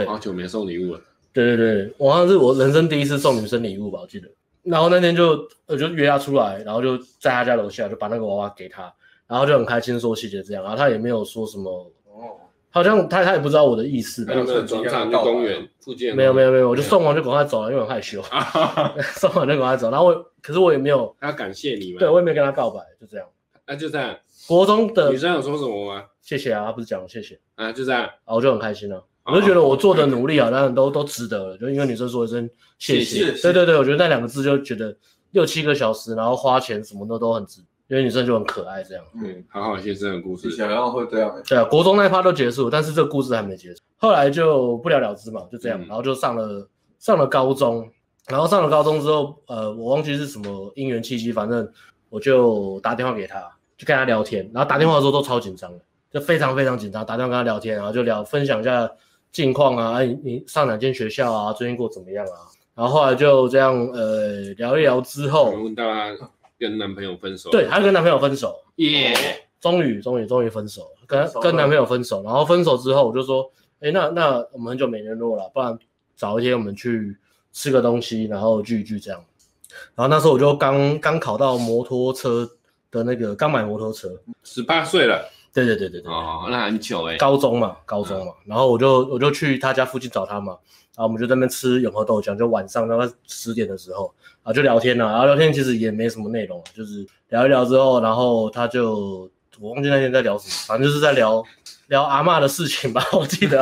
Speaker 3: 好久没送礼物了，
Speaker 1: 对对对，我好像是我人生第一次送女生礼物吧，我记得。然后那天就我就约她出来，然后就在她家楼下就把那个娃娃给她，然后就很开心说谢谢这样，然后她也没有说什么，
Speaker 2: 哦，
Speaker 1: 好像她她也不知道我的意思吧
Speaker 3: 还，有那广场去公园附近，
Speaker 1: 没有没有没有，我就送完就赶快走了，因为很害羞，
Speaker 3: 有，
Speaker 1: 送完就赶快走。然后我可是我也没有，
Speaker 3: 他感谢你们，
Speaker 1: 对我也没跟她告白，就这样。
Speaker 3: 那就这样，
Speaker 1: 国中的
Speaker 3: 女生有说什么吗？
Speaker 1: 谢谢啊，她不是讲谢谢，
Speaker 3: 啊，就这样，
Speaker 1: 啊我就很开心了、我就觉得我做的努力啊，当然都都值得了，就因为女生说一声谢
Speaker 2: 谢谢
Speaker 1: 对对对，我觉得那两个字就觉得六七个小时，然后花钱什么的都很值，因为女生就很可爱这样。
Speaker 3: 嗯，好好先生的故
Speaker 2: 以
Speaker 3: 事，
Speaker 2: 前好像会这样欸，
Speaker 1: 对啊，国中那一趴都结束，但是这个故事还没结束，后来就不了了之嘛，就这样，
Speaker 3: 嗯
Speaker 1: 然后就上了上了高中，然后上了高中之后，呃，我忘记是什么因缘契机，反正我就打电话给他，就跟他聊天，然后打电话的时候都超紧张的，就非常非常紧张，打电话跟他聊天，然后就聊分享一下近况啊，哎，你你上哪间学校啊，最近过得怎么样啊？然后后来就这样，呃，聊一聊之
Speaker 3: 我
Speaker 1: 后，
Speaker 3: 们问到她跟男朋友分手，
Speaker 1: 哦对，，她跟男朋友分手，
Speaker 3: 耶，
Speaker 1: 终于，终于，终于分手了，
Speaker 2: 分
Speaker 1: 跟
Speaker 2: 手了
Speaker 1: 跟男朋友分手，然后分手之后，我就说，哎，那那我们很久没联络了，不然找一天我们去吃个东西，然后聚一聚这样。然后那时候我就刚刚考到摩托车的那个，刚买摩托车，
Speaker 3: 十八岁了，
Speaker 1: 对对对对对，
Speaker 3: 哦，那很久哎，
Speaker 1: 高中嘛，高中嘛，然后我就我就去他家附近找他嘛，然后我们就在那边吃永和豆浆，就晚上大概十点的时候啊就聊天了、然后聊天其实也没什么内容，啊就是聊一聊之后，然后他就我忘记那天在聊什么，反正就是在聊聊阿嬷的事情吧， 我记得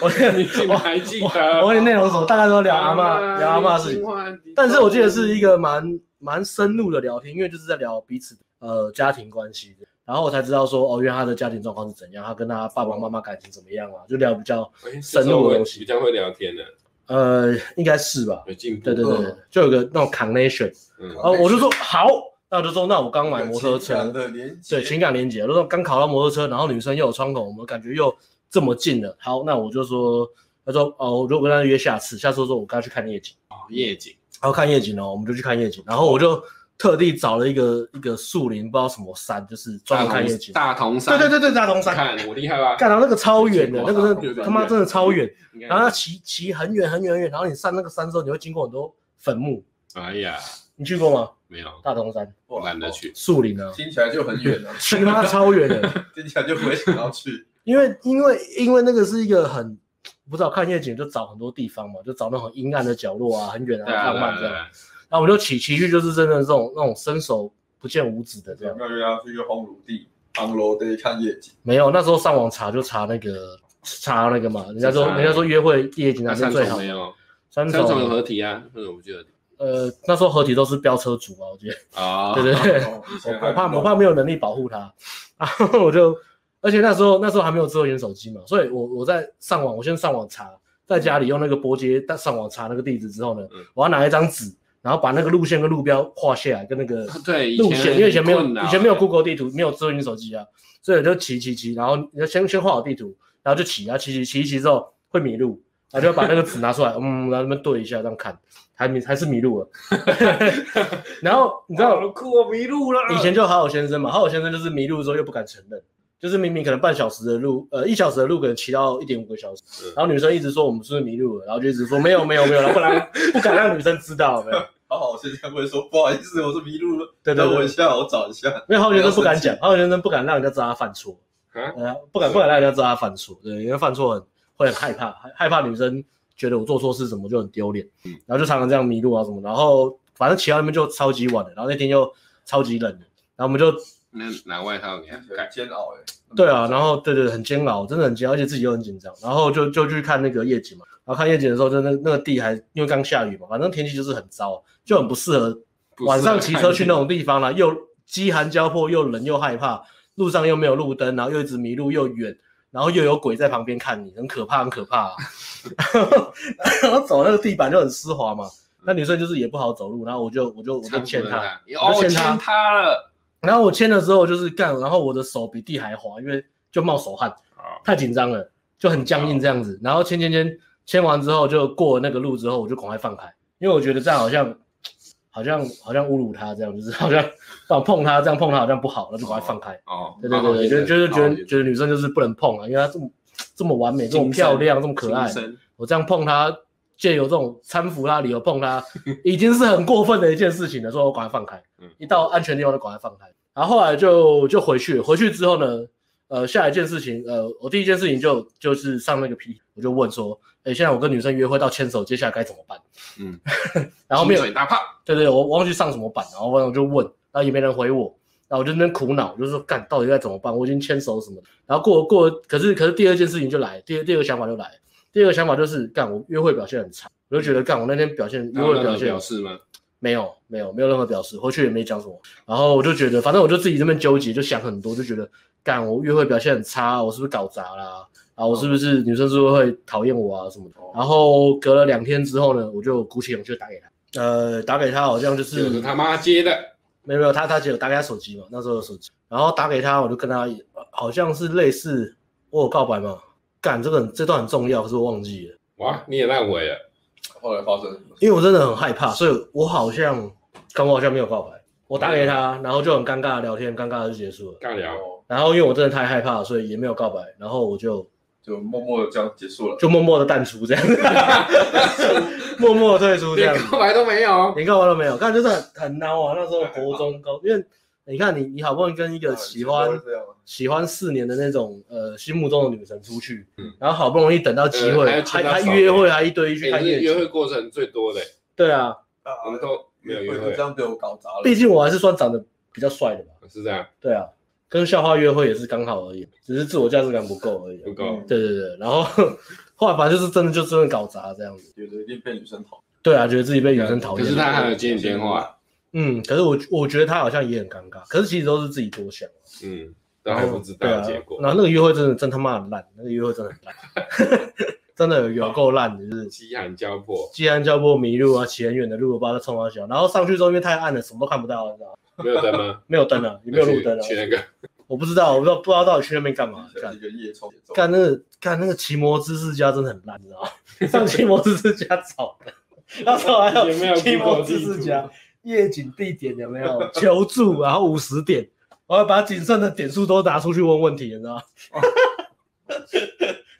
Speaker 1: 我
Speaker 3: 你竟然还记得，
Speaker 1: 我我有点内容是什么，大概都聊阿嬷聊阿嬷的事情，
Speaker 3: 情
Speaker 1: 但是我记得是一个蛮蛮深入的聊天，因为就是在聊彼此的呃家庭关系，然后我才知道说哦，原来他的家庭状况是怎样，他跟他爸爸妈妈感情怎么样啊，就聊比较深入的东西
Speaker 3: 比较会聊天的，
Speaker 1: 呃，应该是吧？
Speaker 3: 有进步，
Speaker 1: 对对对，对
Speaker 2: 嗯
Speaker 1: 就有个那种 connection，
Speaker 3: 嗯
Speaker 1: 然后哦我就说好，那我就说那我刚买摩托
Speaker 2: 有情
Speaker 1: 车，
Speaker 2: 感的连接
Speaker 1: 对情感连接，就说刚考到摩托车，然后女生又有窗口，我们感觉又这么近了，好，那我就说，他说哦，我就跟他约下次，下次我说我跟他去看夜景。
Speaker 3: 哦夜景，
Speaker 1: 然后看夜景哦，我们就去看夜景。然后我就特地找了一个一个树林，不知道什么山，就是专
Speaker 3: 大
Speaker 1: 门看夜
Speaker 3: 同
Speaker 1: 景。
Speaker 3: 大同
Speaker 1: 对
Speaker 3: 山，
Speaker 1: 对对对，大同山。
Speaker 3: 看我厉害吧？
Speaker 1: 干到那个超远的，
Speaker 3: 有
Speaker 1: 那
Speaker 3: 见过
Speaker 1: 个
Speaker 3: 有
Speaker 1: 真
Speaker 3: 见
Speaker 1: 的
Speaker 3: 过
Speaker 1: 他妈真的超远。
Speaker 3: 应该
Speaker 1: 然后它骑骑很远很远很远，然后你上那个山之后，你会经过很多坟墓。
Speaker 3: 哎呀，
Speaker 1: 你去过吗？
Speaker 3: 没有，
Speaker 1: 大同山
Speaker 2: 哇
Speaker 3: 懒得去。
Speaker 1: 树林啊，
Speaker 2: 听起来就很远了，
Speaker 1: 骑妈超远 的，
Speaker 2: 听起来就不会想要 去。
Speaker 1: 因为因为因为那个是一个很不知道看夜景就找很多地方嘛，就找那种很阴暗的角落啊，很远啊，
Speaker 3: 对啊
Speaker 1: 浪
Speaker 3: 对
Speaker 1: 漫
Speaker 3: 啊
Speaker 1: 这
Speaker 3: 对
Speaker 1: 样。
Speaker 3: 啊，
Speaker 1: 然后我们就骑骑去，就是真的这种那种伸手不见五指的这样
Speaker 2: 有。没有约他去一个红炉地、红楼地看夜景？
Speaker 1: 没有，那时候上网查就查那个查那个嘛，人家说
Speaker 3: 查
Speaker 1: 人家说约会夜景
Speaker 3: 那
Speaker 1: 才是
Speaker 3: 三
Speaker 1: 最
Speaker 3: 重
Speaker 1: 好
Speaker 3: 没
Speaker 1: 的。
Speaker 3: 有，
Speaker 1: 三
Speaker 3: 三重有
Speaker 1: 重
Speaker 3: 合体啊，那种我不记得。
Speaker 1: 呃那时候合体都是飙车族啊，我记得，
Speaker 3: 啊，
Speaker 1: 对对 对，
Speaker 2: 哦以前
Speaker 1: 我
Speaker 2: 还
Speaker 1: 我怕
Speaker 2: 不
Speaker 1: 我怕没有能力保护他， 然后我就，而且那时候那时候还没有智慧型手机嘛，所以我我在上网，我先上网查，在家里用那个拨接但上网查那个地址之后呢，
Speaker 3: 嗯
Speaker 1: 我要拿一张纸，然后把那个路线跟路标画下来，跟那个
Speaker 3: 对，以前
Speaker 1: 路线，因为以前没有
Speaker 3: 很困扰啊
Speaker 1: 以前没有 Google 地图，没有智慧型手机啊，所以我就骑骑骑，然后你就先先画好地图，然后就骑啊骑骑骑一骑之后会迷路。然后就把那个纸拿出来， 嗯，然后那边对一下，这样看，还迷还是迷路了。 然后你知道，
Speaker 3: 好酷哦，迷路了。
Speaker 1: 以前就好好先生嘛，好好先生就是迷路的时候又不敢承认，就是明明可能半小时的路，呃，一小时的路可能骑到一点五个小时，
Speaker 3: 嗯
Speaker 1: 然后女生一直说我们是不是迷路了，然后就一直说没有没有没有，然后不然不敢让女生知道，有没有，
Speaker 2: 好好先生会说不好意思，我是迷路了，
Speaker 1: 对对
Speaker 2: 等我
Speaker 1: 对，
Speaker 2: 一下，我找一下。
Speaker 1: 因为好好先生不
Speaker 3: 哎
Speaker 1: 敢
Speaker 2: 不要
Speaker 1: 讲，好好先生不敢让人家知道他犯错，
Speaker 3: 啊
Speaker 1: 呃，不敢不敢让人家知道他犯错，对，因为犯错很会很害怕，害害怕女生觉得我做错事什么就很丢脸，
Speaker 3: 嗯
Speaker 1: 然后就常常这样迷路啊什么，然后反正骑到那边就超级晚了，然后那天又超级冷了，然后我们就
Speaker 3: 那拿外套给他盖
Speaker 2: 很。煎熬哎。
Speaker 1: 对啊，然后对对，对很煎熬，真的很煎熬，而且自己又很紧张。然后就就去看那个夜景嘛，然后看夜景的时候，就那那个地还因为刚下雨嘛，反正天气就是很糟，啊就很不适合
Speaker 3: 不是
Speaker 1: 晚上骑车去那种地方啦，又饥寒交迫，又冷又害怕，路上又没有路灯，然后又一直迷路又远，然后又有鬼在旁边看你，很可怕，很可怕、 啊。然后走那个地板就很湿滑嘛，那女生就是也不好走路，然后我就我就我就
Speaker 3: 搀
Speaker 1: 牵
Speaker 3: 扶着
Speaker 1: 她。
Speaker 3: 他，哦，
Speaker 1: 我就
Speaker 3: 我
Speaker 1: 牵他
Speaker 3: 牵他了，
Speaker 1: 然后我签的时候就是干，然后我的手比地还滑，因为就冒手汗
Speaker 3: 哦，
Speaker 1: 太紧张了，就很僵硬这样子。然后签签签签完之后，就过了那个路之后，我就赶快放开，因为我觉得这样好像好像好像侮辱他这样，就是好像放碰他这样碰他好像不好，那就赶快放开。
Speaker 3: 哦，
Speaker 1: 对对对对，就就是觉得觉得女生就是不能碰啊，因为她这么这么完美，这么漂亮，这么可爱，我这样碰她，借由这种搀扶她、理由碰 她，已经是很过分的一件事情了。所以我赶快放开，
Speaker 3: 嗯
Speaker 1: 一到安全地方就赶快放开。然后后来就就回去，回去之后呢，呃，下一件事情，呃，我第一件事情就就是上那个皮，我就问说，哎，现在我跟女生约会到牵手，接下来该怎么办？
Speaker 3: 嗯，
Speaker 1: 然后没有
Speaker 3: 亲嘴打炮，
Speaker 1: 对对，我我忘记上什么版，然后我就问，然后也没人回我，然后我就在那边苦恼，我就说干到底该怎么办？我已经牵手什么的，然后过过，可是可是第二件事情就来，第二第二个想法就来了，第二个想法就是干我约会表现很差，我就觉得干我那天表现约
Speaker 3: 然后
Speaker 1: 会
Speaker 3: 那
Speaker 1: 表
Speaker 3: 个
Speaker 1: 现
Speaker 3: 表示吗？
Speaker 1: 没有没有没有任何表示，回去也没讲什么，然后我就觉得反正我就自己这边纠结，就想很多，就觉得干我约会表现很差，啊我是不是搞砸啦？啊，我是不是女生是不是会讨厌我啊什么的？然后隔了两天之后呢，我就鼓起勇气打给他。呃，打给他好像就是
Speaker 3: 就是他妈接的，
Speaker 1: 没有没有，他他只有打给他手机嘛，那时候有手机，然后打给他，我就跟他呃好像是类似我有告白嘛，干这个很这段很重要，可是我忘记了，
Speaker 3: 哇，你也烂尾了，
Speaker 2: 后来发生什么事？
Speaker 1: 因为我真的很害怕，所以我好像刚我好像没有告白，我打给他，然后就很尴尬的聊天，尴尬的就结束了，
Speaker 3: 尬聊，
Speaker 2: 哦
Speaker 1: 然后因为我真的太害怕了，所以也没有告白，然后我就
Speaker 2: 就默默的这样结束了。
Speaker 1: 就默默的淡出这样， 默默的退出这样
Speaker 3: 连
Speaker 1: 子。
Speaker 3: 告白都没有，
Speaker 1: 连告白都没有，看就是很很难啊，那时候国中高，因为你看你你好不容易跟一个喜欢
Speaker 2: 啊以前都会这样啊
Speaker 1: 喜欢四年的那种呃心目中的女神出去，然后好不容易等到机会，
Speaker 3: 呃嗯还
Speaker 1: 还
Speaker 3: 要
Speaker 1: 还
Speaker 3: 牵她手
Speaker 1: 约会，还一对一去
Speaker 3: 哎，
Speaker 1: 看
Speaker 3: 这是
Speaker 1: 夜
Speaker 3: 约会
Speaker 1: 景。
Speaker 3: 过程最多的，
Speaker 1: 对啊，
Speaker 2: 啊
Speaker 3: 我们都没有约
Speaker 2: 就这
Speaker 3: 会，
Speaker 2: 样被我搞砸了。
Speaker 1: 毕竟我还是算长得比较帅的嘛。
Speaker 3: 是这样，
Speaker 1: 对啊，跟校花约会也是刚好而已，只是自我价值感不够而已啊。
Speaker 3: 不够
Speaker 2: 嗯，
Speaker 1: 对对对，然后 后来反正就是真的就真的搞砸这样子。
Speaker 2: 觉得一定被女生讨
Speaker 1: 对啊，觉得自己被女生讨
Speaker 3: 可
Speaker 1: 厌。
Speaker 3: 是他还有接你电话，
Speaker 1: 嗯，可是我我觉得他好像也很尴尬，可是其实都是自己多想。
Speaker 3: 嗯，都还不知道
Speaker 1: 然后
Speaker 3: 结
Speaker 1: 对啊。然
Speaker 3: 果，
Speaker 1: 后那个约会真的真他妈很烂，那个约会真的很烂， 真的有有够烂的，就是
Speaker 3: 饥寒交迫，
Speaker 1: 既然交波迷路啊，骑很远的路，我把它冲上小，然后上去之后因为太暗了，什么都看不到，你知道吗？
Speaker 3: 没有 灯吗？
Speaker 1: 没有灯啊，也没有路灯啊，
Speaker 3: 去去那个
Speaker 1: 我不知道，我不知道不知道到底去那边干嘛，
Speaker 2: 厌，
Speaker 1: 干
Speaker 2: 一个夜冲节奏。
Speaker 1: 干那个干那个骑摩知识家真的很烂，你知道吗？ 上骑摩知识家找的，那时候还
Speaker 3: 也没有
Speaker 1: 有骑摩
Speaker 3: Google
Speaker 1: 知
Speaker 3: 地图
Speaker 1: 识家夜景地点有没有求助，然后五十点，我要把仅剩的点数都拿出去问问题，你知道吗？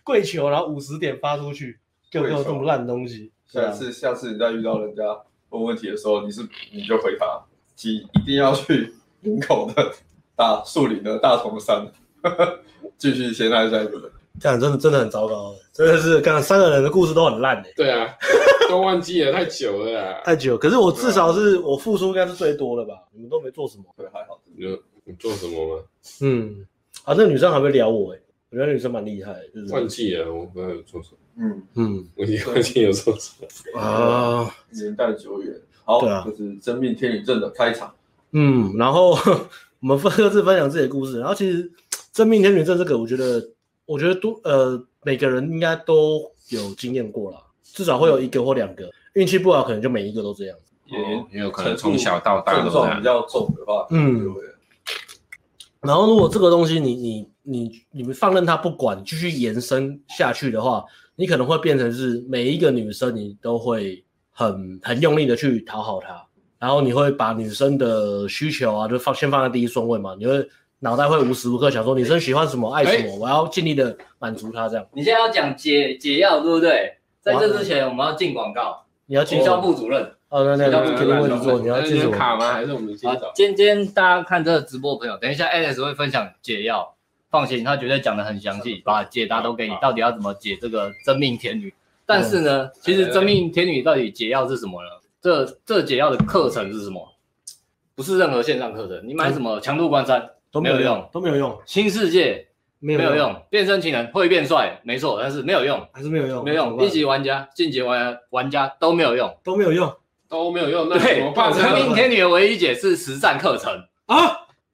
Speaker 1: 跪求，然后五十点发出去，就给我这么烂的东西，对
Speaker 2: 下
Speaker 1: 啊
Speaker 2: 次下次你再遇到人家问问题的时候，你是你就回答，请一定要去林口的大树林的大同山， 继续先爱下一个人。
Speaker 1: 这样真的真的很糟糕，真的是刚三个人的故事都很烂哎、
Speaker 3: 对啊，都忘记了，太久了啦。
Speaker 1: 太久。可是我至少是我付出应该是最多的吧？你们都没做什么。
Speaker 2: 对，还好。
Speaker 3: 你就你做什么吗？
Speaker 1: 嗯，啊，那个女生还会聊我哎、我觉得女生蛮厉害的，就
Speaker 3: 忘
Speaker 1: 是
Speaker 3: 记了，我不知道有做什么，
Speaker 2: 嗯，
Speaker 1: 嗯
Speaker 3: 我已经忘记有做什么。
Speaker 1: 啊，
Speaker 2: 年代久远。好，
Speaker 1: 对啊
Speaker 2: 这是《真命天女症》的开
Speaker 3: 哦
Speaker 2: 场。
Speaker 1: 嗯，然后我们分各自分享自己的故事。然后其实《真命天女症》这个，我觉得，我觉得都呃，每个人应该都有经验过啦，至少会有一个或两个。运气不好，可能就每一个都这样。
Speaker 2: 也
Speaker 3: 哦也有可能从小到大
Speaker 2: 症
Speaker 3: 都这
Speaker 2: 状比
Speaker 3: 样。
Speaker 2: 较重的话，
Speaker 1: 嗯
Speaker 2: 就会
Speaker 1: 然后，如果这个东西你你你你们放任它不管，继续延伸下去的话，你可能会变成是每一个女生你都会很很用力的去讨好她，然后你会把女生的需求啊，就放先放在第一顺位嘛，你会脑袋会无时无刻想说女生喜欢什么爱什么，我要尽力的满足她这样。
Speaker 4: 你现在要讲解解药，对不对？在这之前，我们要进广告，
Speaker 1: 你要
Speaker 4: 行
Speaker 1: 进
Speaker 4: 销部主任。
Speaker 1: 哦，那那
Speaker 4: 请教
Speaker 1: 那
Speaker 4: 部
Speaker 1: 肯定问题做，你要进
Speaker 3: 是
Speaker 1: 什么？
Speaker 3: 卡吗？还是我们先
Speaker 4: 好，
Speaker 3: 走？
Speaker 4: 今天大家看这个直播的朋友，等一下 Alex 会分享解药，放心，他绝对讲的嗯很详细，把解答都给你，到底要怎么解这个真命天女。但是呢，其实真命天女到底解药是什么呢？这这解药的课程是什么？不是任何线上课程，你买什么强度关山
Speaker 1: 都
Speaker 4: 没有用，
Speaker 1: 都没有用，
Speaker 4: 新世界
Speaker 1: 没
Speaker 4: 没有，用，变身情人会变帅，没错，但是没有用，
Speaker 1: 还是没有用，
Speaker 4: 没有
Speaker 1: 怎么
Speaker 4: 用，
Speaker 1: 办
Speaker 4: 一级玩家、晋级玩家玩家都没有用。
Speaker 1: 都没有用
Speaker 3: 都没有用，那怎
Speaker 4: 对
Speaker 3: 么办，
Speaker 4: 真命
Speaker 3: 呢？
Speaker 4: 天女的唯一解是实战课程，
Speaker 1: 啊？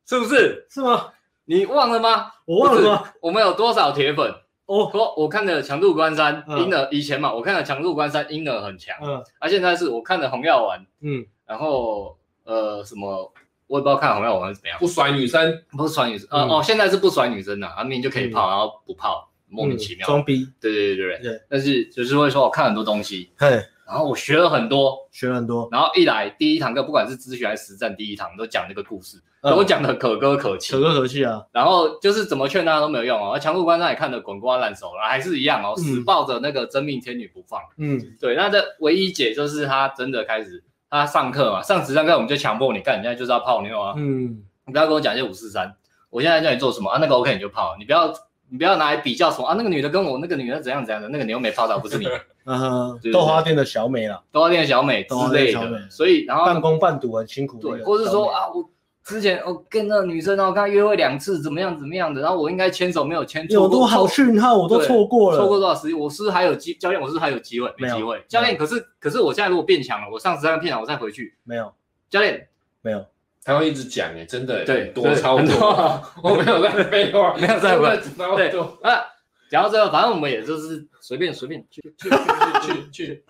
Speaker 4: 是不是？
Speaker 1: 是吗？
Speaker 4: 你忘了吗？
Speaker 1: 我忘了
Speaker 4: 不是
Speaker 1: 吗？
Speaker 4: 我们有多少铁粉？
Speaker 1: 哦，
Speaker 4: 我我看的强度关山
Speaker 1: 嗯
Speaker 4: 婴儿以前嘛，我看的强度关山婴儿很强，
Speaker 1: 嗯
Speaker 4: 啊，现在是我看的红药丸，
Speaker 1: 嗯，
Speaker 4: 然后呃什么我也不知道看红药丸是怎样，
Speaker 3: 不甩女生，
Speaker 4: 不是甩女生，呃、
Speaker 1: 嗯
Speaker 4: 哦，现在是不甩女生的，啊，明明就可以泡，然后不泡，莫名其妙，
Speaker 1: 嗯装逼，
Speaker 4: 对对对对
Speaker 1: 对
Speaker 4: 但是就是会说我看很多东西，
Speaker 1: 嘿，
Speaker 4: 然后我学了很多，
Speaker 1: 学了很多，
Speaker 4: 然后一来第一堂课不管是咨询还是实战，第一堂都讲这个故事，都
Speaker 1: 嗯
Speaker 4: 讲的可歌可泣，
Speaker 1: 可歌可泣啊，
Speaker 4: 然后就是怎么劝大家都没有用哦，而强度关山也看得滚瓜烂熟了，还是一样哦，
Speaker 1: 嗯
Speaker 4: 死抱着那个真命天女不放。
Speaker 1: 嗯，
Speaker 4: 对，那这唯一解就是他真的开始他上课嘛，上实战课我们就强迫你干，你现在就是要泡妞啊，
Speaker 1: 嗯，
Speaker 4: 你不要跟我讲一些五四三，我现在叫你做什么啊，那个 OK 你就泡，你不要你不要拿来比较什么啊，那个女的跟我那个女的怎样怎样的，那个你又没泡到，不 是你，
Speaker 1: 呃
Speaker 4: 对，对
Speaker 1: 豆花店的小美啦，
Speaker 4: 都要练小美之
Speaker 1: 都要
Speaker 4: 类
Speaker 1: 练小美
Speaker 4: 的，所以然后
Speaker 1: 半工半读很辛苦的一
Speaker 4: 啊对，
Speaker 1: 个小美，
Speaker 4: 或是说啊，我之前我跟那个女生，然后跟她约会两次，怎么样怎么样的，然后我应该牵手没有牵，
Speaker 1: 有
Speaker 4: 错过
Speaker 1: 多好讯号我都
Speaker 4: 对
Speaker 1: 错过了，
Speaker 4: 错过多少时间？我是不是还有机教练，我是不是还有机会，没
Speaker 1: 没有
Speaker 4: 机会。教练，可是可是我现在如果变强了，我上十三片场我再回去，
Speaker 1: 没有
Speaker 4: 教练
Speaker 1: 没有，
Speaker 3: 他会一直讲哎，真的欸
Speaker 4: 对
Speaker 3: 很多超
Speaker 4: 很
Speaker 3: 多，
Speaker 4: 多
Speaker 3: 我没有 在废话，
Speaker 4: 没有在废话
Speaker 3: 真的超多，
Speaker 4: 啊。讲到这个，反正我们也就是随便随便去去去去去去，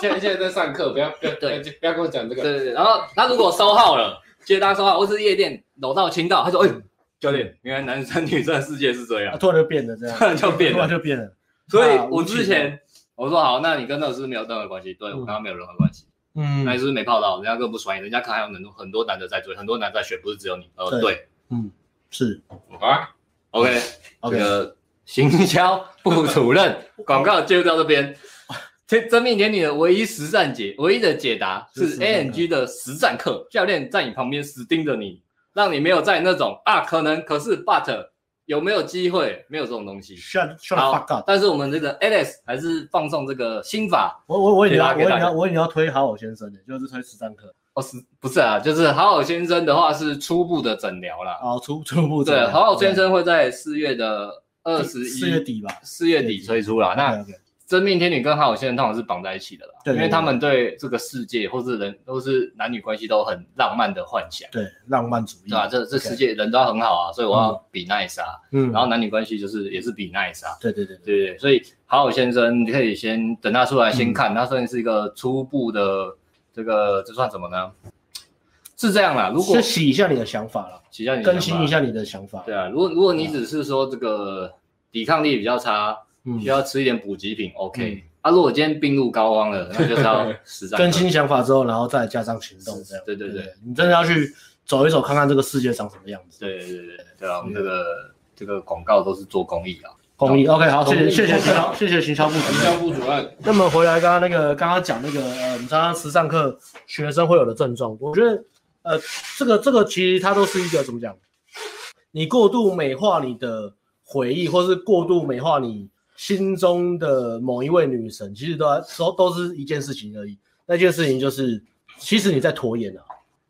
Speaker 3: 现在现在在上课，不要不要不要
Speaker 4: 对
Speaker 3: 不要跟我讲这
Speaker 4: 对
Speaker 3: 个，
Speaker 4: 对对。然后他如果收号了，接单收号，或是夜店楼到青岛，他说：“哎，教练，原来男生女生的世界是这
Speaker 1: 啊
Speaker 4: 样，
Speaker 1: 突然就变了这样
Speaker 4: 突，然就变
Speaker 1: 突
Speaker 4: 了
Speaker 1: 然。就变了，”
Speaker 4: 所以
Speaker 1: 啊
Speaker 4: 我
Speaker 1: 无趣
Speaker 4: 之前我说好，那你跟那个是不是没有任何关系？对我跟他没有任何关系。那你
Speaker 1: 嗯
Speaker 4: 是不是没泡到？人家根本不甩你，人家看还有很多很多男的在追，很多男的在选，不是只有你。呃，
Speaker 1: 对
Speaker 4: 对。
Speaker 1: 嗯是
Speaker 3: 好啊，
Speaker 4: OK，这
Speaker 1: OK，
Speaker 4: 个行销部主任 广告就到这边。 天真命天女的唯一实战解，唯一的解答
Speaker 1: 是
Speaker 4: 是
Speaker 1: 实战课
Speaker 4: ANG 的实战课，教练在你旁边死盯着你，让你没有在那种啊可能可是 but 有没有机会，没有这种东西。
Speaker 1: shut shut the
Speaker 4: 好
Speaker 1: fuck，up，
Speaker 4: 但是我们这个 Alex 还是放送这个心法
Speaker 1: 我我我以为你要
Speaker 4: 给
Speaker 1: 我以
Speaker 4: 大
Speaker 1: 为
Speaker 4: 家
Speaker 1: 你要我以为你要推好好先生的，就是推实战课，
Speaker 4: 哦，是不是啊？就是好好先生的话是初步的诊疗啦。
Speaker 1: 哦初初步
Speaker 4: 对，好好先生会在四月的二十一
Speaker 1: 四月底吧，
Speaker 4: 四月底推出啦。那
Speaker 1: OK，OK
Speaker 4: 真命天女跟好友先生通常是绑在一起的啦，
Speaker 1: 对
Speaker 4: 因为他们对这个世界或是人都是男女关系都很浪漫的幻想，
Speaker 1: 对浪漫主义
Speaker 4: 对吧、这这
Speaker 1: OK
Speaker 4: 世界人都很好啊，所以我要比 nice 啊，
Speaker 1: 嗯，
Speaker 4: 然后男女关系就是也是比 nice 啊，
Speaker 1: 对对对对
Speaker 4: 对对对，所以好友先生你可以先等他出来先看，
Speaker 1: 嗯
Speaker 4: 他算是一个初步的这个这算什么呢？是这样啦，如果
Speaker 1: 先洗一下你的想法了，
Speaker 4: 请教你
Speaker 1: 更新一
Speaker 4: 想法，
Speaker 1: 下你的想法，
Speaker 4: 对啊，如果如果你只是说这个抵抗力比较差，
Speaker 1: 嗯
Speaker 4: 需。要吃一点补给品，OK。啊，如果今天病入膏肓了，那就是要实战
Speaker 1: 更新想法之后，然后再加上行动，
Speaker 4: 是
Speaker 1: 这样。
Speaker 4: 对对对
Speaker 1: 对，你真的要去走一走，看看这个世界长什么样子。
Speaker 4: 对对对对对啊，我们这个这个广告都是做公益啊。
Speaker 1: 公益，OK，好，谢
Speaker 3: 公益
Speaker 1: 谢谢谢行销，谢谢行销部
Speaker 3: 行
Speaker 1: 主
Speaker 3: 销
Speaker 1: 任。
Speaker 3: 部主任，
Speaker 1: 那么回来刚刚那个刚刚讲那个呃，我们常常时尚课学生会有的症状，我觉得呃，这个这个其实它都是一个怎么讲？你过度美化你的回忆，或是过度美化你心中的某一位女神，其实都在都都是一件事情而已。那件事情就是，其实你在拖延啊，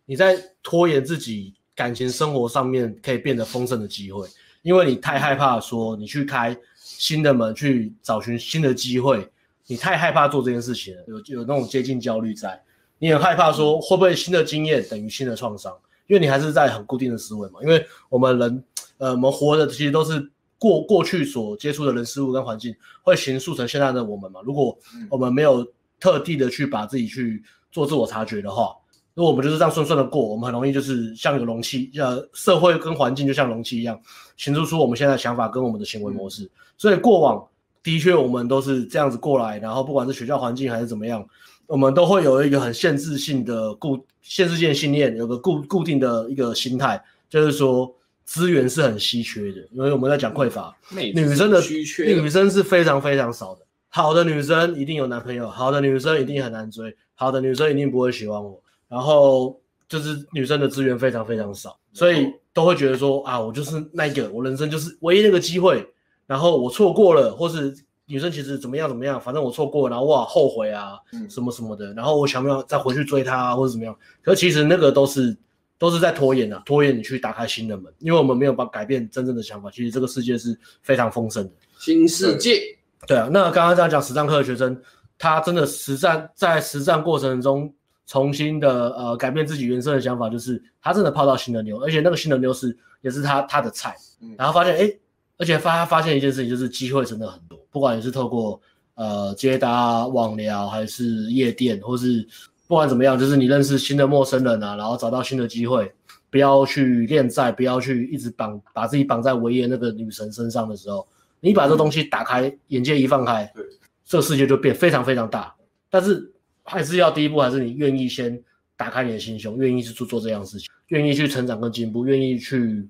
Speaker 1: 你在拖延自己感情生活上面可以变得丰盛的机会，因为你太害怕说你去开新的门，去找寻新的机会，你太害怕做这件事情了，有有那种接近焦虑在，你很害怕说会不会新的经验等于新的创伤，因为你还是在很固定的思维嘛。因为我们人，呃，我们活的其实都是过过去所接触的人事物跟环境，会形塑成现在的我们嘛。如果我们没有特地的去把自己去做自我察觉的话，如果我们就是这样顺顺的过，我们很容易就是像一个容器，呃，社会跟环境就像容器一样，形塑出我们现在的想法跟我们的行为模式。所以过往的确我们都是这样子过来，然后不管是学校环境还是怎么样，我们都会有一个很限制性的固限制性的信念，有个固固定的一个心态，就是说资源是很稀缺的，因为我们在讲匮乏，
Speaker 3: 妹子
Speaker 1: 女生的
Speaker 3: 嗯稀缺
Speaker 1: 女生是非常非常少的。好的女生一定有男朋友，好的女生一定很难追，好的女生一定不会喜欢我。然后就是女生的资源非常非常少，所以都会觉得说啊，我就是那个，我人生就是唯一那个机会，然后我错过了，或是女生其实怎么样怎么样，反正我错过了，然后哇后悔啊，
Speaker 2: 嗯
Speaker 1: 什么什么的，然后我想不想再回去追她、啊、或者怎么样？可是其实那个都是都是在拖延啊，拖延你去打开新的门，因为我们没有把改变真正的想法。其实这个世界是非常丰盛的。
Speaker 3: 新世界，
Speaker 1: 对啊，那刚刚这样讲实战课的学生，他真的实战在实战过程中重新的呃改变自己原生的想法，就是他真的泡到新的妞，而且那个新的妞是也是他他的菜
Speaker 2: 嗯，
Speaker 1: 然后发现哎，诶而且发发现一件事情就是机会真的很多，不管你是透过呃接搭网聊还是夜店，或是不管怎么样，就是你认识新的陌生人啊，然后找到新的机会，不要去恋债，不要去一直绑把自己绑在唯一的那个女神身上的时候，你把这东西打开，眼界一放开
Speaker 2: 对，
Speaker 1: 这个世界就变非常非常大。但是还是要第一步，还是你愿意先打开你的心胸，愿意去做做这样的事情，愿意去成长跟进步，愿意去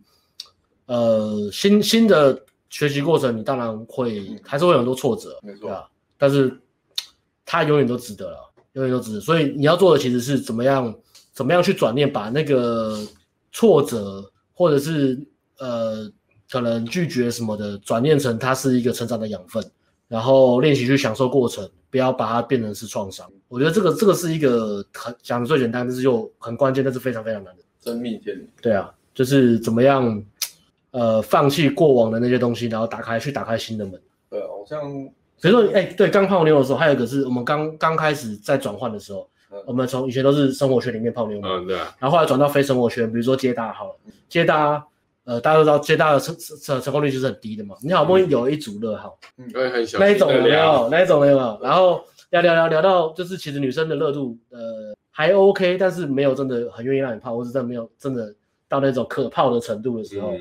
Speaker 1: 呃新新的学习过程，你当然会还是会有很多挫折，
Speaker 2: 没错
Speaker 1: 对啊，但是他永远都值得了，永远都值得。所以你要做的其实是怎么样，怎么样去转念，把那个挫折或者是呃可能拒绝什么的，转念成它是一个成长的养分，然后练习去享受过程，不要把它变成是创伤。我觉得这个这个是一个很讲的最简单，但是又很关键，但是非常非常难的。
Speaker 2: 真命天女，
Speaker 1: 对啊，就是怎么样，呃，放弃过往的那些东西，然后打开去打开新的门。
Speaker 2: 对啊，好像
Speaker 1: 比如说，哎、对，刚泡妞的时候，还有一个是我们刚刚开始在转换的时候，
Speaker 2: 嗯
Speaker 1: 我们从以前都是生活圈里面泡妞嘛，
Speaker 3: 嗯，对啊，
Speaker 1: 然后后来转到非生活圈，比如说接搭好了，接搭，呃，大家都知道接搭的成成成功率就是很低的嘛。你好不容易有一组热好，
Speaker 3: 会很小
Speaker 1: 那一
Speaker 3: 心
Speaker 1: 种有
Speaker 3: 的
Speaker 1: 没
Speaker 3: 聊，
Speaker 1: 有？那一种有没有？然后聊聊聊聊到就是其实女生的热度，呃，还 OK，但是没有真的很愿意让你泡，或是真的没有真的到那种可泡的程度的时候，
Speaker 3: 嗯，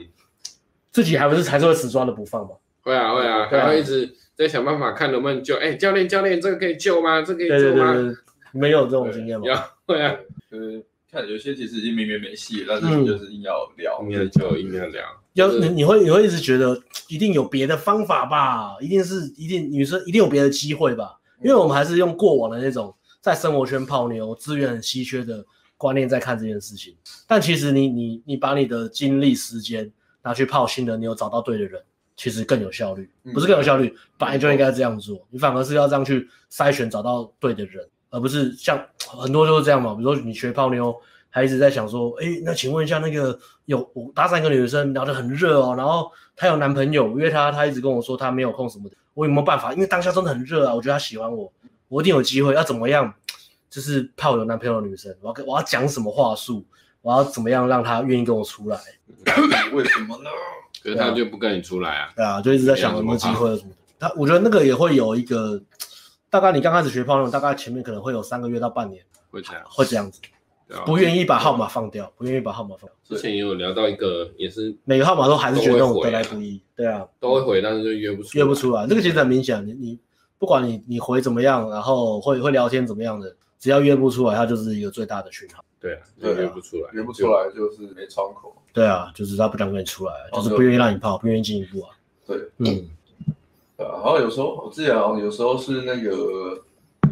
Speaker 1: 自己还不是还是会死抓着不放嘛。
Speaker 3: 会啊会啊，
Speaker 1: 对啊
Speaker 3: 还会一直在想办法看能不能救，哎，教练教练，这个可以救吗？这个可以
Speaker 1: 对对
Speaker 3: 救
Speaker 1: 对
Speaker 3: 吗？
Speaker 1: 对，你们有这种
Speaker 3: 对
Speaker 1: 经验吗？
Speaker 3: 要会啊，
Speaker 2: 就是呃看有些其实已经明明没戏了，但
Speaker 1: 嗯
Speaker 2: 是就是硬要聊，
Speaker 3: 硬要救，硬要聊，
Speaker 1: 有
Speaker 3: 就是
Speaker 1: 你你会你会一直觉得一定有别的方法吧？一定是一定女生一定有别的机会吧？因
Speaker 3: 嗯
Speaker 1: 为我们还是用过往的那种在生活圈泡妞、资源很稀缺的观念在看这件事情。但其实你你你把你的精力、时间拿去泡新的妞，找到对的人，其实更有效率，
Speaker 2: 嗯
Speaker 1: 不是更有效率，本来就应该这样做。你反而是要这样去筛选找到对的人，而不是像很多就是这样嘛。比如说你学泡妞，还一直在想说，哎，那请问一下，那个有我搭讪一个女生，聊得很热哦，然后她有男朋友，我约她，她一直跟我说她没有空什么的，我有没有办法？因为当下真的很热啊，我觉得她喜欢我，我一定有机会。要怎么样，就是泡有男朋友的女生，我要跟我要讲什么话术，我要怎么样让她愿意跟我出来？
Speaker 2: 为什么呢？
Speaker 3: 可是他就不跟你出来啊，
Speaker 1: 对啊，就一直在想有没有机会什么的。他我觉得那个也会有一个，大概你刚开始学泡妞，大概前面可能会有三个月到半年
Speaker 3: 会这样，
Speaker 1: 会这样子，
Speaker 3: 对吧？
Speaker 1: 不愿意把号码放掉，不愿意把号码放掉，
Speaker 3: 之前也有聊到一个，也是
Speaker 1: 每个号码都还是觉得那种得来
Speaker 3: 都会
Speaker 1: 不易，对啊。
Speaker 3: 都会回，但是就约不出，
Speaker 1: 约不，出来。这个其实很明显，你你不管你你回怎么样，然后会会聊天怎么样的，只要约不出来，它就是一个最大的讯号。
Speaker 3: 对啊，
Speaker 2: 对啊
Speaker 3: 就约不出来，
Speaker 2: 约不出来就是没窗口，
Speaker 1: 对啊，就是他不想跟你出来，
Speaker 2: 哦
Speaker 1: 就是不愿意让你泡，不愿意进一步啊。
Speaker 2: 对，
Speaker 1: 嗯，
Speaker 2: 对啊，然后有时候我之前好像有时候是那个，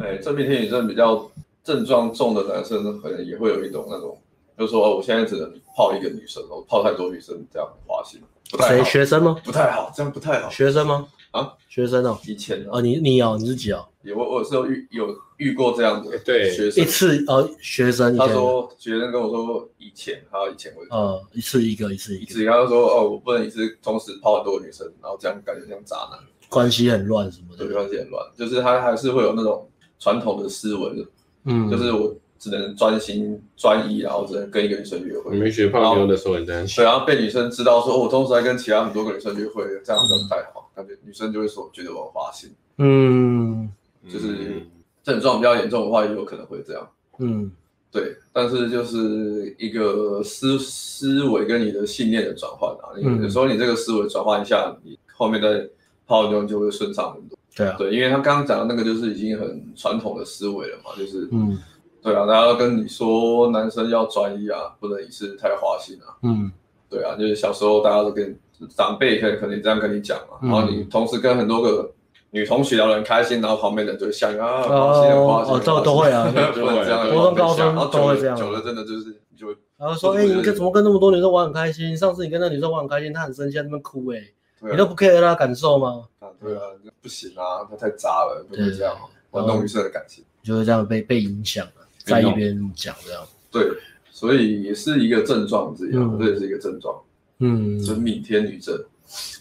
Speaker 2: 哎，这边天女症比较症状重的男生，可能也会有一种那种，就是说哦我现在只能泡一个女生，我泡太多女生这样很花心，不太
Speaker 1: 谁
Speaker 2: 好，
Speaker 1: 学生吗？
Speaker 2: 不太好，这样不太好。
Speaker 1: 学生吗？
Speaker 2: 啊，
Speaker 1: 学生哦。
Speaker 2: 以前啊，
Speaker 1: 哦，你你哦，你自己哦，
Speaker 2: 有我我是有遇有遇过这样的
Speaker 3: 对
Speaker 2: 学
Speaker 1: 一
Speaker 2: 生，
Speaker 1: 次哦，学生一
Speaker 2: 他
Speaker 1: 天，
Speaker 2: 说学生跟我说以前，他以前我
Speaker 1: 呃，一次一个，一次一
Speaker 2: 一
Speaker 1: 个，
Speaker 2: 直他就说哦，我不能一直同时泡很多女生，然后这样感觉像渣男。
Speaker 1: 关系很乱什么
Speaker 2: 对啊
Speaker 1: 的，
Speaker 2: 关系很乱，就是他还是会有那种传统的思维，
Speaker 1: 嗯，
Speaker 2: 就是我只能专心专一，然后只能跟一个女生约
Speaker 3: 你
Speaker 2: 会。
Speaker 3: 没学泡妞的时候很担心，
Speaker 2: 对，然后被女生知道说，哦，我同时还跟其他很多个女生约会，这样子不太好，感觉女生就会说，觉得我有花心。
Speaker 1: 嗯
Speaker 2: 就是症状比较严重的话，也有可能会这样。
Speaker 1: 嗯
Speaker 2: 对，但是就是一个思思维跟你的信念的转换啊，
Speaker 1: 嗯
Speaker 2: 有时候你这个思维转换一下，你后面的泡妞就会顺畅很多。
Speaker 1: 对啊，
Speaker 2: 对，因为他刚刚讲的那个就是已经很传统的思维了嘛，就是
Speaker 1: 嗯
Speaker 2: 对啊，然后跟你说男生要专一啊，不能一次太花心啊。
Speaker 1: 嗯
Speaker 2: 对啊，就是小时候大家都跟长辈可能可能这样跟你讲嘛，
Speaker 1: 嗯
Speaker 2: 然后你同时跟很多个女同学聊得很开心，然后旁边的人就会笑你啊，花心很花
Speaker 1: 哦
Speaker 2: 心，
Speaker 1: 哦，都都
Speaker 2: 花
Speaker 1: 会
Speaker 2: 心
Speaker 1: 啊，
Speaker 3: 对
Speaker 2: 不能这样，
Speaker 1: 国中高中
Speaker 2: 然后久了
Speaker 1: 都会这样
Speaker 2: 久了真的就是你就会
Speaker 1: 然后说，哎，你跟怎么跟那么多女生玩很开心？上次你跟那女生玩很开心，她很生气，在那边哭，哎，
Speaker 2: 对
Speaker 1: 你
Speaker 2: 啊
Speaker 1: 都不 care 她感受吗？
Speaker 2: 对啊，不行啊，他太渣了，不能这样，啊玩
Speaker 1: 哦
Speaker 2: 弄女生的感情。
Speaker 1: 就会这样被被影响了，在一边讲这样，
Speaker 2: 对，所以也是一个症状之一啊
Speaker 1: 嗯，
Speaker 2: 这也是一个症状，
Speaker 1: 嗯，
Speaker 2: 就是敏天女症。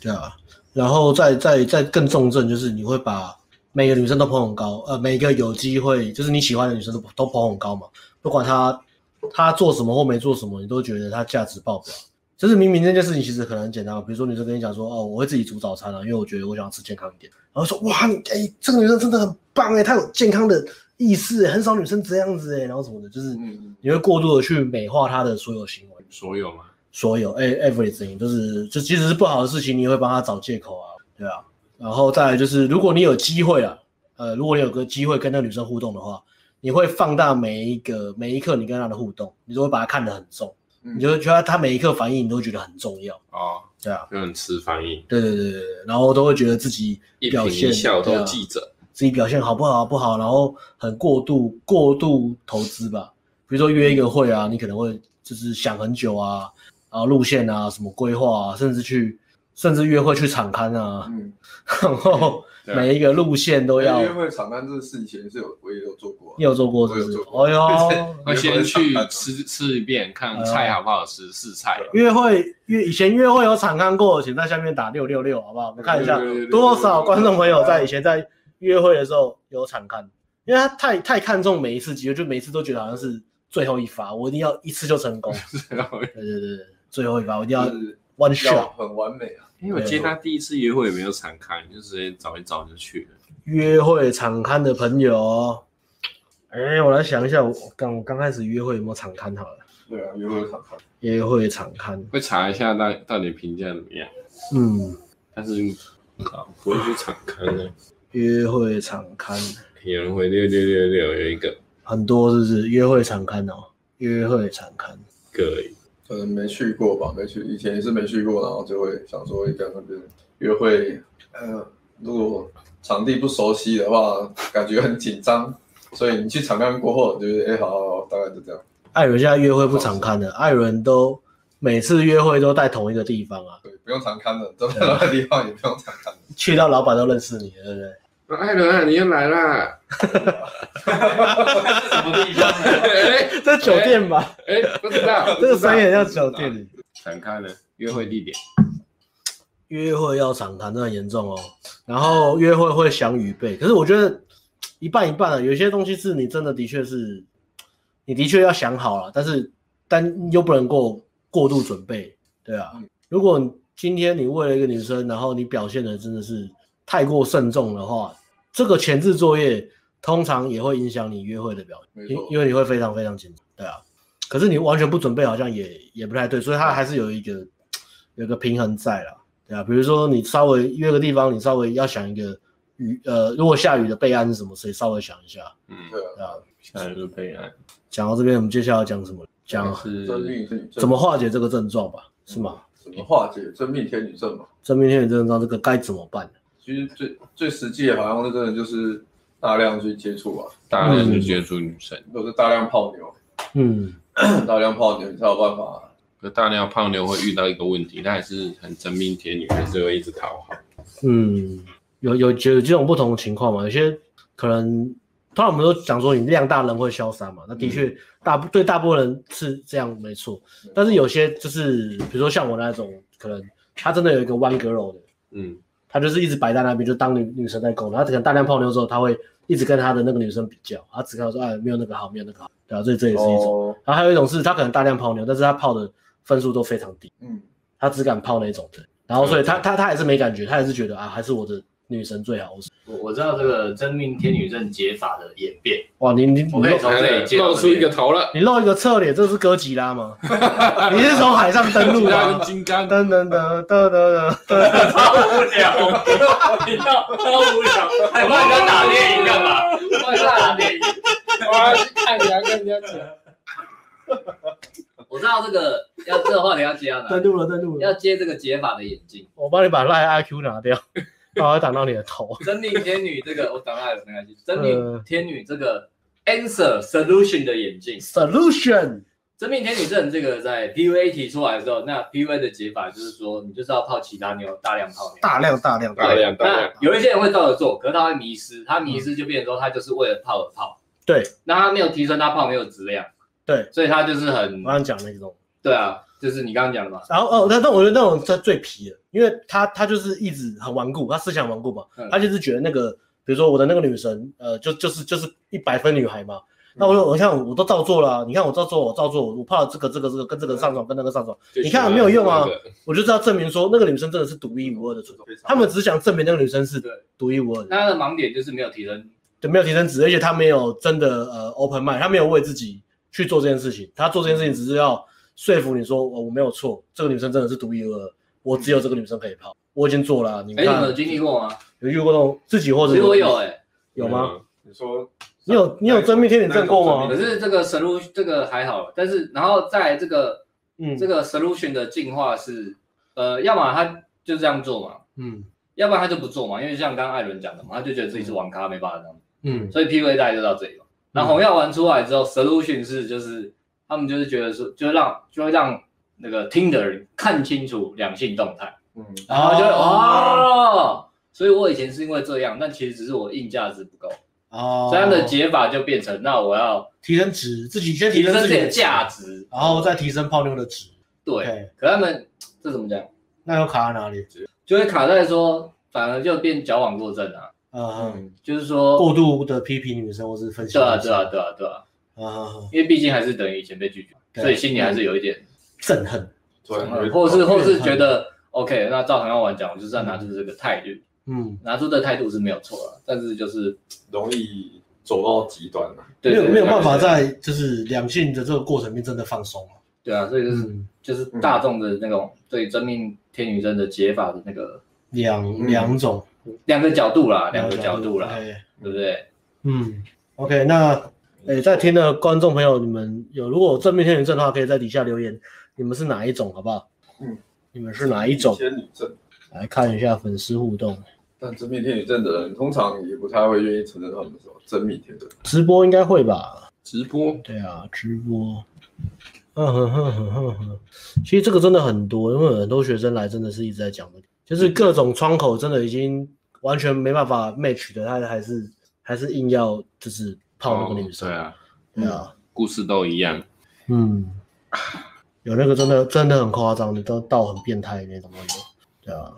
Speaker 1: 对啊，然后再再再更重症就是你会把每个女生都捧很高，呃，每个有机会就是你喜欢的女生都都捧很高嘛，不管她她做什么或没做什么，你都觉得她价值爆表。就是明明这件事情其实可能很简单，比如说女生跟你讲说，哦，我会自己煮早餐啊，因为我觉得我想要吃健康一点。然后说，哇，你哎、这个女生真的很棒哎、她有健康的意识、哎很少女生这样子哎、然后什么的，就是
Speaker 2: 嗯，
Speaker 1: 你会过度的去美化她的所有行为。
Speaker 3: 所有嘛，
Speaker 1: 所有哎 everything，就是就即使是不好的事情，你也会帮他找借口啊，对啊。然后再来就是，如果你有机会啊，呃，如果你有个机会跟那个女生互动的话，你会放大每一个每一刻你跟她的互动，你都会把她看得很重，
Speaker 2: 嗯
Speaker 1: 你就会觉得她每一刻反应你都觉得很重要，
Speaker 3: 哦，
Speaker 1: 对啊，
Speaker 3: 就很吃反应，
Speaker 1: 对对对对对，然后都会觉得自己
Speaker 3: 一颦
Speaker 1: 表现
Speaker 3: 一笑
Speaker 1: 对
Speaker 3: 都
Speaker 1: 啊
Speaker 3: 记着，
Speaker 1: 自己表现好不好不好，然后很过度过度投资吧。比如说约一个会啊，你可能会就是想很久啊，然后路线啊，什么规划啊，甚至去甚至约会去场刊啊，
Speaker 2: 嗯，
Speaker 1: 然后
Speaker 3: 对啊
Speaker 1: 每一个路线都要。
Speaker 2: 因为哎约会场刊这个事情是有我也有做过啊
Speaker 1: 你，有做过是不
Speaker 2: 我
Speaker 1: 是
Speaker 2: 有做？过
Speaker 1: 哎 呦，
Speaker 3: 会先去
Speaker 2: 有很
Speaker 3: 吃吃一遍，看
Speaker 1: 哎呦
Speaker 3: 菜好不好吃，试菜，
Speaker 1: 约会约以前约会有场刊过，请在下面打六六六，好不好？我们看一下
Speaker 3: 对对对对
Speaker 1: 多少观众朋友在以前在约会的时候有场刊，因为他太太看重每一次机会，就每一次都觉得好像是最后一发，我一定要一次就成功。
Speaker 3: 然后
Speaker 1: 对对对，对最后一发我一定要
Speaker 2: 就是
Speaker 1: one
Speaker 2: 要
Speaker 1: shot。
Speaker 2: 很完美啊。
Speaker 3: 因为我接他第一次约会也没有敞开，就直接找一找就去了。
Speaker 1: 约会场刊的朋友，哎、我来想一下，我我刚我刚开始约会有没有场刊好了？
Speaker 2: 对啊，约会场刊。
Speaker 1: 约会场刊，
Speaker 3: 会查一下到到底评价怎么样，
Speaker 1: 嗯，
Speaker 3: 但是啊不会去敞开的。
Speaker 1: 约会场刊
Speaker 3: 有人回六六六六，有一个
Speaker 1: 很多是不是？约会场刊哦，约会场刊。
Speaker 3: 个而已
Speaker 2: 可能没去过吧，没去，以前也是没去过，然后就会想说一个人那边约会，呃，如果场地不熟悉的话，感觉很紧张，所以你去场刊过后，你就是哎、好好，好大概就这样。
Speaker 1: 艾伦现在约会不常看的，艾伦都每次约会都在同一个地方啊，
Speaker 2: 对，不用场刊了，真的 那个地方也不用场刊了。
Speaker 1: 去到老板都认识你了，对不对？
Speaker 3: 啊艾伦啊，你又来啦！
Speaker 4: 什么地方呢？
Speaker 3: 哎
Speaker 1: 这酒店吧，
Speaker 3: 哎，不知 道，
Speaker 1: 这个声音很像酒店里。
Speaker 3: 敞开了约会地点，
Speaker 1: 约会要常看，那很严重哦。然后约会会想预备，可是我觉得一半一半啊，有些东西是你真的的确是，你的确要想好了，但是但又不能够过度准备，对啊
Speaker 2: 嗯。
Speaker 1: 如果你今天你为了一个女生，然后你表现的真的是太过慎重的话，这个前置作业通常也会影响你约会的表现，
Speaker 2: 没
Speaker 1: 因
Speaker 2: 错
Speaker 1: 因为你会非常非常紧张，对啊。可是你完全不准备，好像也也不太对，所以它还是有一个有一个平衡在啦，对啊。比如说你稍微约个地方，你稍微要想一个雨，呃，如果下雨的备案是什么，所以稍微想一下，
Speaker 3: 嗯，
Speaker 2: 对
Speaker 1: 对
Speaker 2: 啊，
Speaker 1: 啊。
Speaker 3: 下一个备案
Speaker 1: 讲到这边，我们接下来要讲什么？讲
Speaker 3: 是
Speaker 2: 真命天女症
Speaker 1: 怎么化解这个症状吧，是吗？
Speaker 2: 怎么化解真命天女症嘛？
Speaker 1: 真命天女症状这个该怎么办？
Speaker 2: 其实最最实际的，好像是真的就是大量去接触啊，
Speaker 3: 大量去接触女生，
Speaker 2: 都是大量泡妞，
Speaker 1: 嗯，
Speaker 2: 大量泡妞你才有办法
Speaker 3: 可大量泡妞会遇到一个问题，她还是很真命天女，还是会一直讨好。
Speaker 1: 嗯，有有有这种不同的情况嘛？有些可能，通常我们都讲说你量大人会消散嘛，那的确大部、对大部分人是这样没错，但是有些就是比如说像我那种，可能他真的有一个 one girl 的，
Speaker 3: 嗯，
Speaker 1: 他就是一直摆在那边，就当女女生在攻。他可能大量泡妞之后，他会一直跟他的那个女生比较，他只看到说，哎，没有那个好，没有那个好，对啊，这这也是一种。
Speaker 2: 哦，
Speaker 1: 然后还有一种是他可能大量泡妞，但是他泡的分数都非常低，
Speaker 2: 嗯，
Speaker 1: 他只敢泡那种的。然后所以他他他还是没感觉，他还是觉得啊，还是我的女神最好。我是
Speaker 4: 我我知道这个真命天女症解法的演变，
Speaker 1: 哇，你你你
Speaker 4: 我可以从这里
Speaker 3: 哎
Speaker 4: 接
Speaker 3: 露出一个头了，
Speaker 1: 你露一个侧脸，这是哥吉拉吗？你是从海上登 陆
Speaker 3: 他
Speaker 1: 吗
Speaker 3: 跟？金刚，
Speaker 1: 噔噔噔噔噔噔，
Speaker 4: 超无聊，频道超无聊，还哎帮人家打电影干嘛？帮人家打电影。
Speaker 3: 哇，看起来跟人家讲，
Speaker 4: 我知道这个要这个话题要接到哪
Speaker 1: 登
Speaker 4: 里，
Speaker 1: 陆了登陆了
Speaker 4: 要！接这个解法的眼睛。
Speaker 1: 我帮你把赖 IQ 拿掉，然后挡到你的头。
Speaker 4: 真命天女这个我挡到了没关系，真
Speaker 1: 呃
Speaker 4: 命天女这个 answer solution 的眼镜，
Speaker 1: Solution，
Speaker 4: 真命天女症这个在 PUA 提出来之后，那 PUA 的解法就是说，你就是要泡其他妞，大量泡妞。
Speaker 1: 大量大量
Speaker 3: 大量大
Speaker 4: 那
Speaker 3: 量，
Speaker 4: 有一些人会照着做，可是他会迷失，他迷失就变成说他就是为了泡而泡。
Speaker 1: 对，
Speaker 4: 那他没有提升他泡妞的质量，
Speaker 1: 对，
Speaker 4: 所以他就是很
Speaker 1: 我刚刚讲那种，
Speaker 4: 对啊，就是你刚刚讲的嘛，
Speaker 1: 然后哦，那那我觉得那种他最皮了，因为他他就是一直很顽固，他思想顽固嘛，
Speaker 4: 嗯
Speaker 1: 他就是觉得那个，比如说我的那个女神，呃，就就是就是一百分女孩嘛。那
Speaker 4: 嗯
Speaker 1: 我说，我像我都照做了啊、你看我照做，我照做，我怕这个这个这个跟这个
Speaker 4: 嗯
Speaker 1: 上床，跟那个上床，你看没有用啊我就是要证明说那个女生真的是独一无二的存在。他们只想证明那个女生是
Speaker 4: 对
Speaker 1: 独一无二的，
Speaker 4: 那他的盲点就是没有提升，
Speaker 1: 对，没有提升值，而且她没有真的呃 open mind，她没有为自己去做这件事情，她做这件事情只是要说服你说哦我没有错，这个女生真的是独一无二，我只有这个女生可以泡，我已经做了啊、你们
Speaker 4: 哎，你们
Speaker 1: 看
Speaker 4: 有经历过吗？
Speaker 1: 有遇过那种自己或者
Speaker 4: 其实我有哎、
Speaker 1: 有吗？？
Speaker 3: 嗯
Speaker 2: 你说
Speaker 1: 你有你有真命天女症过吗
Speaker 4: 可？是这个 solution 这个还好，但是然后在这个、
Speaker 1: 嗯
Speaker 4: 这个 solution 的进化是，呃，要么他就这样做嘛，
Speaker 1: 嗯
Speaker 4: 要不然他就不做嘛，因为像刚刚艾伦讲的嘛，他就觉得自己是网咖，没办法这样，
Speaker 1: 嗯，
Speaker 4: 所以 PUA 大概就到这里嘛。然后红药丸出来之后，solution 是就是他们就是觉得说，就让就会让那个听的人看清楚两性动态，
Speaker 2: 嗯，
Speaker 4: 然后就会
Speaker 1: 哦
Speaker 4: 哦，所以我以前是因为这样，但其实只是我硬价值不够，
Speaker 1: 哦
Speaker 4: 所以他的解法就变成，那我要
Speaker 1: 提升值，自己先
Speaker 4: 提
Speaker 1: 提升
Speaker 4: 升自
Speaker 1: 自己
Speaker 4: 己
Speaker 1: 的
Speaker 4: 的
Speaker 1: 值，
Speaker 4: 价值，
Speaker 1: 然后再提升泡妞的值。
Speaker 4: 对。
Speaker 1: 对，
Speaker 4: 可他们这怎么讲，
Speaker 1: 那又卡在哪里？
Speaker 4: 就会卡在说，反而就变矫枉过正啊，
Speaker 1: 嗯。
Speaker 2: 嗯，
Speaker 4: 就是说，
Speaker 1: 过度的批评女生或是分析
Speaker 4: 对啊，
Speaker 1: 女生，
Speaker 4: 对啊，对啊，对啊，
Speaker 1: 啊啊，啊
Speaker 4: 因为毕竟还是等于以前被拒绝，
Speaker 1: 对
Speaker 4: 所以心里还是有一点，
Speaker 1: 憎恨，
Speaker 2: 对，
Speaker 4: 或是或是
Speaker 1: 嗯
Speaker 4: 觉得 OK，那照常要玩讲，我就是要拿出这个态度，
Speaker 1: 嗯，
Speaker 4: 拿出这态度是没有错了，但是就是
Speaker 2: 容易走到极端啊了。
Speaker 1: 没
Speaker 4: 对
Speaker 1: 有
Speaker 4: 对
Speaker 1: 没有办法
Speaker 4: 对
Speaker 1: 在就是两性的这个过程里面真的放松嘛，
Speaker 4: 对啊，所以就是
Speaker 1: 嗯，
Speaker 4: 就是大众的那种对真命天女症的解法的那个
Speaker 1: 两
Speaker 2: 嗯
Speaker 1: 两种
Speaker 4: 两个角度啦，两个角度啦，
Speaker 1: 哎
Speaker 4: 对不对？
Speaker 1: 嗯，OK，那诶在听的观众朋友，你们有如果有正面天女症的话，可以在底下留言，你们是哪一种，好不好？
Speaker 2: 嗯，
Speaker 1: 你们是哪一种？
Speaker 2: 仙女症，
Speaker 1: 来看一下粉丝互动，
Speaker 2: 但真命天女症的人通常也不太会愿意承认他们是真命天女。
Speaker 1: 直播应该会吧？
Speaker 3: 直播
Speaker 1: 对啊，直播。嗯哼哼哼哼哼，其实这个真的很多，因为很多学生来真的是一直在讲的，就是各种窗口真的已经完全没办法 match 的，他还是还是硬要就是泡那个女生，
Speaker 3: 对啊，
Speaker 1: 对啊，
Speaker 3: 故事都一样，
Speaker 1: 嗯，有那个真的真的很夸张的，都到很变态那种都有，对啊，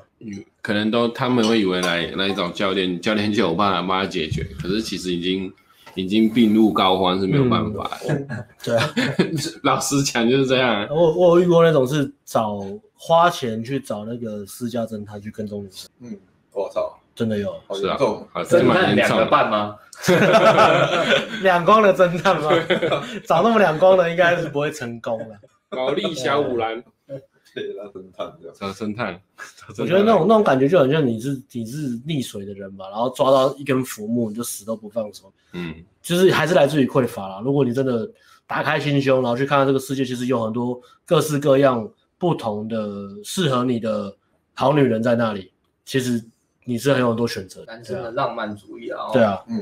Speaker 3: 可能都他们会以为来来找教练，教练就有办法帮他解决，可是其实已经已经病入膏肓是没有办法的。
Speaker 1: 对啊，
Speaker 3: 老实讲就是这样啊，
Speaker 1: 我我有遇过那种是找花钱去找那个私家侦探去跟踪女生，
Speaker 2: 嗯，我操，
Speaker 1: 真的有
Speaker 2: 好
Speaker 3: 是啊
Speaker 2: 严重，，
Speaker 3: 啊，这
Speaker 4: 侦
Speaker 3: 蛮
Speaker 4: 探
Speaker 3: 严
Speaker 4: 两
Speaker 3: 重
Speaker 4: 个
Speaker 3: 的。
Speaker 4: 半吗？
Speaker 1: 两光的侦探吗？长那么两光的应该是不会成功的。
Speaker 3: 保利小五郎，
Speaker 2: 对，那侦探这样。
Speaker 3: 找侦探，找侦探
Speaker 1: 我觉得那种那种感觉就很像你是你是溺水的人吧，然后抓到一根浮木你就死都不放手，
Speaker 3: 嗯，
Speaker 1: 就是还是来自于匮乏啦。如果你真的打开心胸，然后去看看这个世界，其实有很多各式各样不同的适合你的好女人在那里，其实你是很有很多选择的。
Speaker 4: 男
Speaker 1: 对
Speaker 4: 生
Speaker 1: 啊
Speaker 4: 的浪漫主义啊，
Speaker 1: 对，啊，
Speaker 2: 嗯，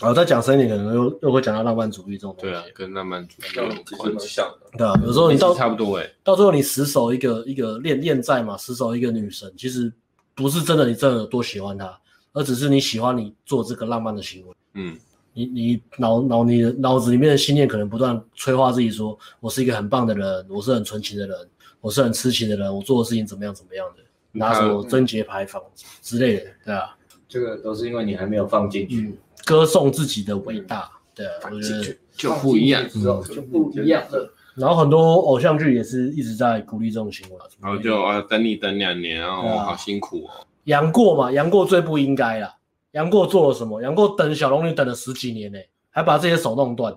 Speaker 1: 然后再讲深一点，可能又又会讲到浪漫主义这种东西。
Speaker 3: 对啊，跟浪漫主义
Speaker 2: 那
Speaker 3: 有
Speaker 2: 我们其实
Speaker 3: 关
Speaker 2: 蛮
Speaker 3: 系。
Speaker 2: 像的。
Speaker 1: 对啊，有时候你到
Speaker 3: 差不多哎，
Speaker 1: 到最后你死守一个一个恋恋战嘛，死守一个女神，其实不是真的你真的有多喜欢她，而只是你喜欢你做这个浪漫的行为。
Speaker 3: 嗯，
Speaker 1: 你你脑脑你的脑子里面的信念可能不断催化自己说，我是一个很棒的人，我是很纯情的人，我是很痴情的人，我做的事情怎么样怎么样的。拿什么贞节牌坊之类的，对啊，
Speaker 5: 这个都是因为你还没有放进去，
Speaker 1: 嗯，歌颂自己的伟大，对啊，我觉得。
Speaker 6: 嗯
Speaker 3: 就不一样
Speaker 5: 放。进去之后就不一样了。
Speaker 1: 然后很多偶像剧也是一直在鼓励这种行为啊，
Speaker 3: 然后就啊，等你等两年啊，
Speaker 1: 对
Speaker 3: 我
Speaker 1: 啊
Speaker 3: 好辛苦哦。
Speaker 1: 杨过嘛，杨过最不应该啦。杨过做了什么？杨过等小龙女等了十几年呢、还把自己的手弄断。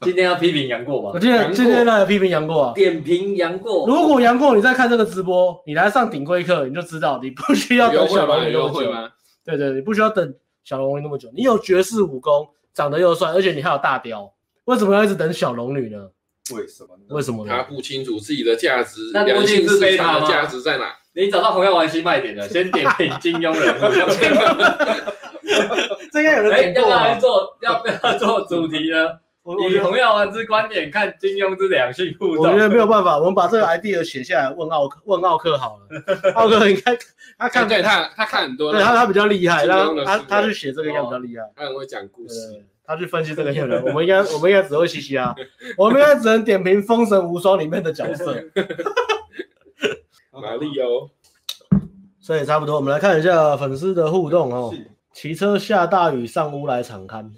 Speaker 5: 今天要批评杨过
Speaker 1: 我
Speaker 5: 吧，
Speaker 1: 今
Speaker 3: 杨
Speaker 1: 天
Speaker 3: 过
Speaker 1: 今天那个批评杨过啊，
Speaker 5: 点评杨过，
Speaker 1: 如果杨过你在看这个直播，你来上顶规课，你就知道你不需要
Speaker 3: 优
Speaker 1: 等
Speaker 3: 惠
Speaker 1: 小龙
Speaker 3: 吗？
Speaker 1: 女
Speaker 3: 优
Speaker 1: 那么
Speaker 3: 惠
Speaker 1: 久。
Speaker 3: 吗？
Speaker 1: 对对，你不需要等小龙女那么久。你有绝世武功，长得又帅，而且你还有大雕，为什么要一直等小龙女呢？
Speaker 2: 为什么呢？
Speaker 1: 为什么
Speaker 3: 他
Speaker 1: 呢？
Speaker 3: 不清楚自己的价值，
Speaker 4: 那
Speaker 3: 良
Speaker 4: 郭靖
Speaker 3: 性
Speaker 4: 是
Speaker 3: 市
Speaker 4: 非
Speaker 3: 场
Speaker 4: 他
Speaker 3: 的
Speaker 4: 吗
Speaker 3: 价值在哪？
Speaker 4: 你找到同样玩心卖 点的，先点评金庸人物。
Speaker 1: 这应该有
Speaker 4: 哎，
Speaker 1: 人点
Speaker 4: 要
Speaker 1: 过
Speaker 4: 不要
Speaker 1: 吧
Speaker 4: 来？ 做？要不要做主题呢？
Speaker 1: 我我
Speaker 4: 以
Speaker 1: 觉得
Speaker 4: 同样玩之观点看金庸之两性互
Speaker 1: 我觉得
Speaker 4: 动。
Speaker 1: 没有办法，我们把这个 idea 写下来问奥克问奥克好了。奥克应该他
Speaker 3: 看
Speaker 1: 看
Speaker 3: 哎对他，他看很多，
Speaker 1: 对他他比较厉害，
Speaker 3: 金
Speaker 1: 他
Speaker 3: 庸的
Speaker 1: 他
Speaker 3: 思维
Speaker 1: 他去写这个应该比较厉害，
Speaker 3: 他很会讲故事。
Speaker 1: 对，他去分析这个应该比较。我们应该我们应该只会嘻嘻 啊，我们应该只能点评《封神无双》里面的角色。
Speaker 2: 哦
Speaker 3: 马里奥，
Speaker 1: 所以差不多，我们来看一下粉丝的互动哦
Speaker 2: 是。
Speaker 1: 骑车下大雨上屋来敞看，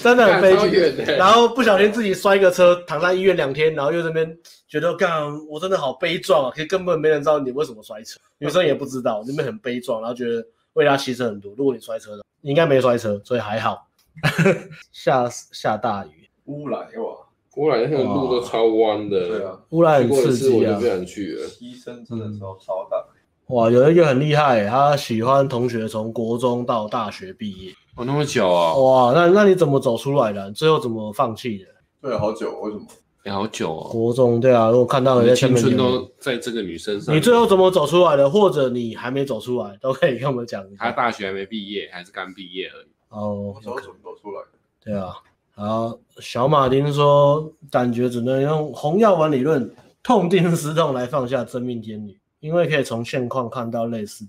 Speaker 1: 真的很
Speaker 3: 看
Speaker 1: 悲
Speaker 3: 超
Speaker 1: 剧。
Speaker 3: 远的，
Speaker 1: 然后不小心自己摔个车，躺在医院两天，然后又这边觉得干，我真的好悲壮啊！可是根本没人知道你为什么摔车，女生也不知道，那边很悲壮，然后觉得为他牺牲很多。如果你摔车的，你应该没摔车，所以还好。 下下大雨，
Speaker 2: 乌来哇，
Speaker 3: 忽然那个路都超弯的。
Speaker 2: 对，啊，
Speaker 1: 污染很
Speaker 3: 去过一
Speaker 1: 刺
Speaker 3: 次我
Speaker 1: 激
Speaker 3: 就
Speaker 1: 啊
Speaker 3: 不！想去了。
Speaker 2: 牺牲真的超超大。
Speaker 1: 哇，有一个很厉害，他喜欢同学从国中到大学毕业。
Speaker 3: 哦，那么久哦，
Speaker 1: 哇，那那你怎么走出来的？最后怎么放弃的？
Speaker 2: 对，啊好久，为什么？
Speaker 3: 也好久哦，
Speaker 1: 国中对啊，如果看到
Speaker 3: 我
Speaker 1: 人
Speaker 3: 的
Speaker 1: 在下
Speaker 3: 青
Speaker 1: 面
Speaker 3: 春
Speaker 1: 留言
Speaker 3: 都在这个女生上。
Speaker 1: 你最后怎么走出来的，或者你还没走出来，都可以跟我们讲一
Speaker 3: 他
Speaker 1: 下。
Speaker 3: 大学还没毕业，还是刚毕业而已。啊
Speaker 1: 哦
Speaker 2: 我，早怎么走出来的？
Speaker 1: 对啊，然后小马丁说，感觉只能用红药丸理论，痛定思痛来放下真命天女，因为可以从现况看到类似。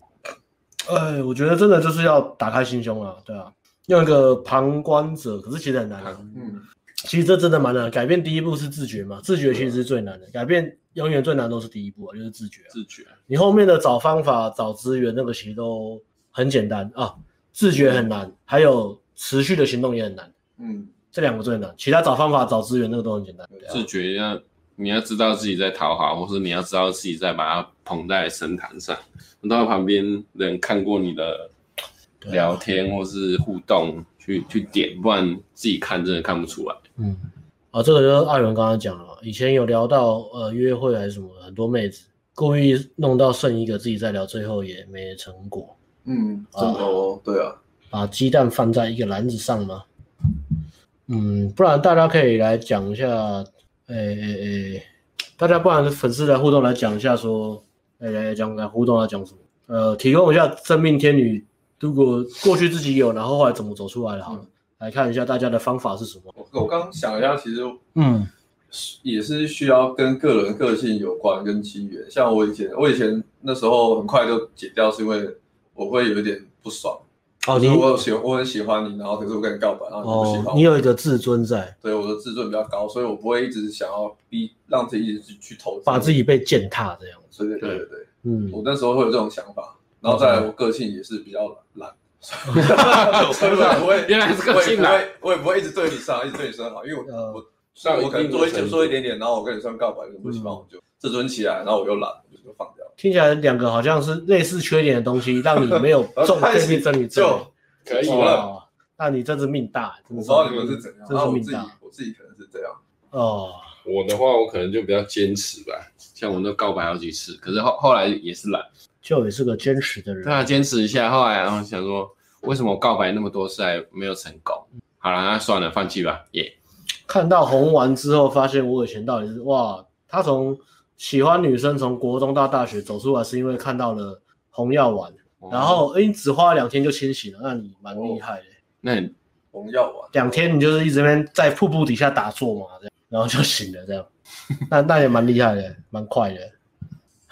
Speaker 1: 哎，我觉得真的就是要打开心胸啊，对啊，用一个旁观者，可是其实很难啊。
Speaker 2: 嗯，
Speaker 1: 其实这真的蛮难的，改变第一步是自觉嘛，自觉其实是最难的，
Speaker 2: 啊
Speaker 1: 改变永远最难都是第一步啊，就是自觉、啊。
Speaker 3: 自觉，
Speaker 1: 你后面的找方法、找资源那个其实都很简单啊，自觉很难，还有持续的行动也很难，
Speaker 2: 嗯，
Speaker 1: 这两个最难，其他找方法、找资源那个都很简单。对啊
Speaker 3: 自觉要你要知道自己在讨好，或是你要知道自己在把它捧在神坛上，到旁边人看过你的
Speaker 1: 对啊
Speaker 3: 聊天或是互动，去去点，不然自己看真的看不出来。
Speaker 1: 嗯，啊，这个就是艾伦刚刚讲了，以前有聊到呃约会还是什么，很多妹子故意弄到剩一个自己在聊，最后也没成果，
Speaker 2: 嗯，真的哦，对啊，
Speaker 1: 把鸡蛋放在一个篮子上吗？嗯，不然大家可以来讲一下，诶诶诶，大家不然粉丝来互动来讲一下说，诶来来讲来互动来讲什么？呃，提供一下真命天女，如果过去自己有，然后后来怎么走出来的，好了，来看一下大家的方法是什么。
Speaker 2: 我我刚刚想了一下，其实
Speaker 1: 嗯，
Speaker 2: 也是需要跟个人个性有关，跟机缘。像我以前，我以前那时候很快就解掉，是因为我会有一点不爽。
Speaker 1: 哦，你
Speaker 2: 就是我喜我很喜欢你，然后可是我跟你告白，然后你不喜
Speaker 1: 哦
Speaker 2: 欢，
Speaker 1: 你
Speaker 2: 我，
Speaker 1: 有一个自尊在，
Speaker 2: 对我的自尊比较高，所以我不会一直想要逼让自己一直去去投资，
Speaker 1: 把自己被践踏这样子。
Speaker 2: 对对对对对，
Speaker 1: 嗯，
Speaker 2: 我那时候会有这种想法，然后再来我个性也是比较懒， 所以我不会，
Speaker 3: 原来是个性懒
Speaker 2: 我也不会，我也不会一直对你上，一直对你上好，因为我
Speaker 1: 呃
Speaker 2: 我
Speaker 3: 到一定
Speaker 2: 我可能做一
Speaker 3: 程
Speaker 2: 就
Speaker 3: 度
Speaker 2: 说一点点，然后我跟你上告白，你不喜欢我就自尊起来，然后我又懒，我就放掉，
Speaker 1: 听起来两个好像是类似缺点的东西，让你没 有
Speaker 2: 然后
Speaker 1: 中
Speaker 2: 开
Speaker 1: 这
Speaker 2: 始
Speaker 1: 命真理之
Speaker 2: 就
Speaker 1: 类。
Speaker 3: 可以
Speaker 2: 我
Speaker 3: 了，
Speaker 1: 哦，那你真是命大，真
Speaker 2: 我
Speaker 1: 的
Speaker 2: 不知
Speaker 1: 是
Speaker 2: 道你们是怎样，
Speaker 1: 真
Speaker 2: 然
Speaker 1: 是
Speaker 2: 后我
Speaker 1: 命
Speaker 2: 自己
Speaker 1: 大
Speaker 2: 我自己可能是这样，
Speaker 1: 哦。
Speaker 3: 我的话，我可能就比较坚持吧。像我都告白好几次，可是后后来也是懒，
Speaker 1: 就也是个坚持的
Speaker 3: 对
Speaker 1: 人，
Speaker 3: 啊，坚持一下。后来然后想说，为什么我告白那么多次还没有成功？好了，那算了，放弃吧，耶、
Speaker 1: 看到红完之后，发现我以前到底是哇，他从喜欢女生从国中到大学走出来，是因为看到了红药丸，
Speaker 3: 哦
Speaker 1: 然后诶你只花了两天就清醒了，那你蛮厉害的。
Speaker 3: 那你
Speaker 2: 红药丸，
Speaker 1: 两天你就是一直在那边在瀑布底下打坐嘛，这样，然后就醒了，这样，那那也蛮厉害的，蛮快的。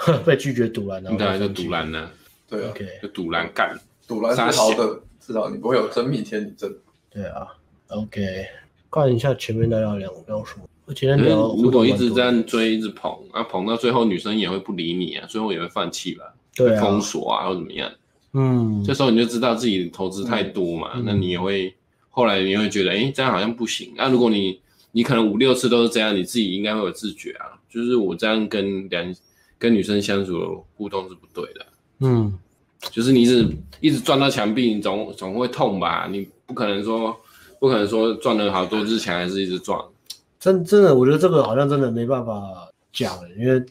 Speaker 1: 被拒绝堵拦，然
Speaker 3: 你
Speaker 1: 后
Speaker 3: 当啊然就堵拦了，
Speaker 2: 对啊。
Speaker 1: OK，
Speaker 3: 就堵拦干。
Speaker 2: 赌蓝
Speaker 3: 傻
Speaker 2: 是好
Speaker 3: 小
Speaker 2: 的，至少你不会有真命天女症。
Speaker 1: 对啊，OK，看一下前面大家聊聊什么。今天
Speaker 3: 可是
Speaker 1: 聊
Speaker 3: 如嗯果一直这
Speaker 1: 在
Speaker 3: 样追，一直捧，啊捧到最后，女生也会不理你啊，最后也会放弃吧，
Speaker 1: 对
Speaker 3: 被
Speaker 1: 啊，
Speaker 3: 封锁啊，或怎么样。
Speaker 1: 嗯，
Speaker 3: 这时候你就知道自己投资太多嘛，
Speaker 1: 嗯
Speaker 3: 那你也会后来你会觉得，哎、这样好像不行。那、如果你你可能五六次都是这样，你自己应该会有自觉啊，就是我这样跟两跟女生相处的互动是不对的，
Speaker 1: 嗯，
Speaker 3: 就是你一直一直撞到墙壁，你总总会痛吧？你不可能说不可能说撞了好多次墙还是一直撞，
Speaker 1: 真真的，我觉得这个好像真的没办法讲、欸，因为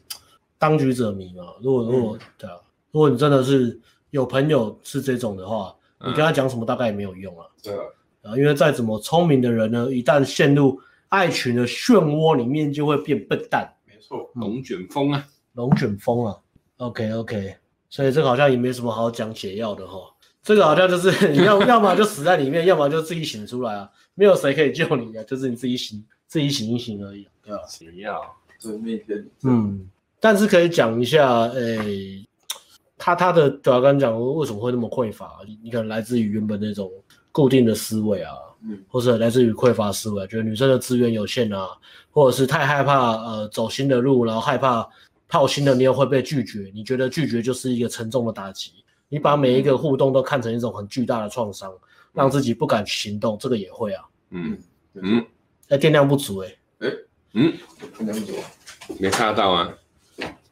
Speaker 1: 当局者迷嘛。如果如果、
Speaker 3: 嗯
Speaker 1: 对啊，如果你真的是有朋友是这种的话，
Speaker 3: 嗯
Speaker 1: 你跟他讲什么大概也没有用啊。
Speaker 2: 对啊，
Speaker 1: 啊，因为再怎么聪明的人呢，一旦陷入爱情的漩涡里面，就会变笨蛋，
Speaker 2: 没错，
Speaker 1: 嗯
Speaker 3: 龙卷风啊，
Speaker 1: 龙卷风啊。OK OK，所以这个好像也没什么好讲解药的哈。这个好像就是 你要要么就死在里面，要么就自己醒出来啊，没有谁可以救你啊，就是你自己醒自己醒一醒而已、啊，对吧、
Speaker 3: 谁要？
Speaker 2: 真的命天。
Speaker 1: 嗯，但是可以讲一下，诶、他他的对啊，刚刚讲为什么会那么匮乏，你你可能来自于原本那种固定的思维啊，
Speaker 2: 嗯，
Speaker 1: 或者来自于匮乏思维，觉得女生的资源有限啊，或者是太害怕呃走新的路，然后害怕泡新的妞会被拒绝，你觉得拒绝就是一个沉重的打击，你把每一个互动都看成一种很巨大的创伤，让自己不敢行动，这个也会啊，
Speaker 3: 嗯
Speaker 2: 嗯
Speaker 3: 嗯，，
Speaker 1: 哎、电量不足哎、
Speaker 2: 看两组，
Speaker 3: 没看到啊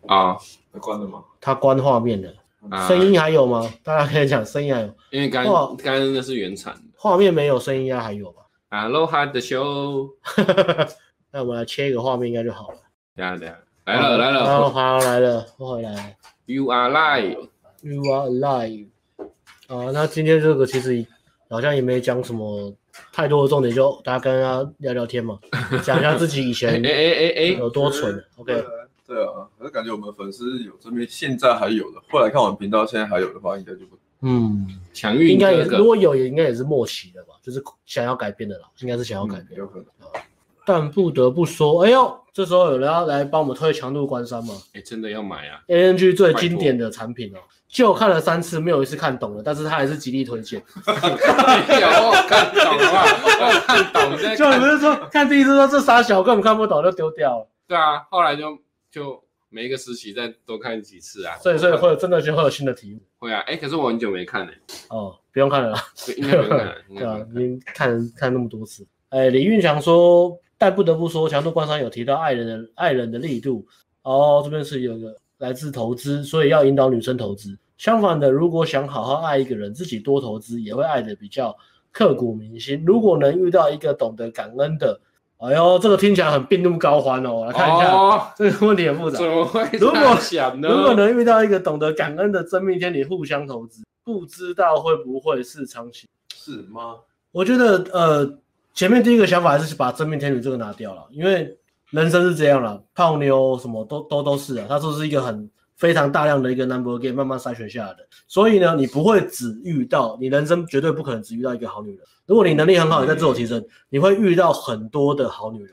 Speaker 3: 啊
Speaker 2: 那关了吗？
Speaker 1: 他关画面了，
Speaker 3: 啊！
Speaker 1: 哦声音还哦有吗？大家可以讲声音还有。
Speaker 3: 因为刚
Speaker 1: 哇
Speaker 3: 刚刚那是原产的。啊
Speaker 1: 画面没有，声音应该还有吧？
Speaker 3: Aloha 的 show，
Speaker 1: 那我们来切一个画面，应该就好了。
Speaker 3: 等一下等一下，来了来
Speaker 1: 然后
Speaker 3: 了
Speaker 1: 好来了，我回来了。
Speaker 3: ，You are live，
Speaker 1: You are alive。啊，那今天这个其实好像也没讲什么太多的重点，就大家跟他聊聊天嘛，讲一下自己以
Speaker 3: 哎
Speaker 1: 前
Speaker 3: 哎哎哎，
Speaker 1: 有多蠢。OK，
Speaker 2: 对啊，我就感觉我们粉丝有这边现在还有的，后来看我们频道现在还有的话，应该就不
Speaker 1: 嗯，
Speaker 3: 强运
Speaker 1: 应该也
Speaker 3: 哥
Speaker 1: 如
Speaker 3: 哥，
Speaker 1: 果有，也应该也是默契的吧，就是想要改变的啦，应该是想要改变。
Speaker 2: 嗯有可能。
Speaker 1: 但不得不说，哎呦，这时候有人要来帮我们推强度关山嘛。
Speaker 3: 哎，真的要买啊！
Speaker 1: A N G 最经典的产品哦，就看了三次，没有一次看懂的，但是他还是极力推荐。
Speaker 3: 哎我看懂了，我看懂，现在
Speaker 1: 就你不
Speaker 3: 看
Speaker 1: 是说看第一次说这傻小根本看不懂就丢掉了，
Speaker 3: 对啊，后来就就每一个实习再多看几次啊，
Speaker 1: 所以所以会有真的就会有新的题目
Speaker 3: 会啊，哎，可是我很久没看了，
Speaker 1: 哦，不用看了啦，
Speaker 3: 应该没看了，应
Speaker 1: 对
Speaker 3: 该没
Speaker 1: 啊
Speaker 3: 看，
Speaker 1: 已经看看那么多次。哎，李运强说，但不得不说，强度关山有提到爱人的爱人的力度哦，这边是有一个来自投资，所以要引导女生投资。相反的，如果想好好爱一个人，自己多投资也会爱的比较刻骨铭心。如果能遇到一个懂得感恩的，哎呦，这个听起来很病入膏肓哦，我来看一下，
Speaker 3: 哦，
Speaker 1: 这个问题很复杂
Speaker 3: 怎。么会
Speaker 1: 如
Speaker 3: 这
Speaker 1: 果
Speaker 3: 样想呢？
Speaker 1: 如果能遇到一个懂得感恩的真命天女，互相投资，不知道会不会是长期？
Speaker 2: 是吗？
Speaker 1: 我觉得呃，前面第一个想法还是把真命天女这个拿掉了，因为人生是这样了，泡妞什么都都都是啊，它就是一个很非常大量的一个 number game 慢慢筛选下来的，所以呢，你不会只遇到，你人生绝对不可能只遇到一个好女人。如果你能力很好，你在自我提升，你会遇到很多的好女人。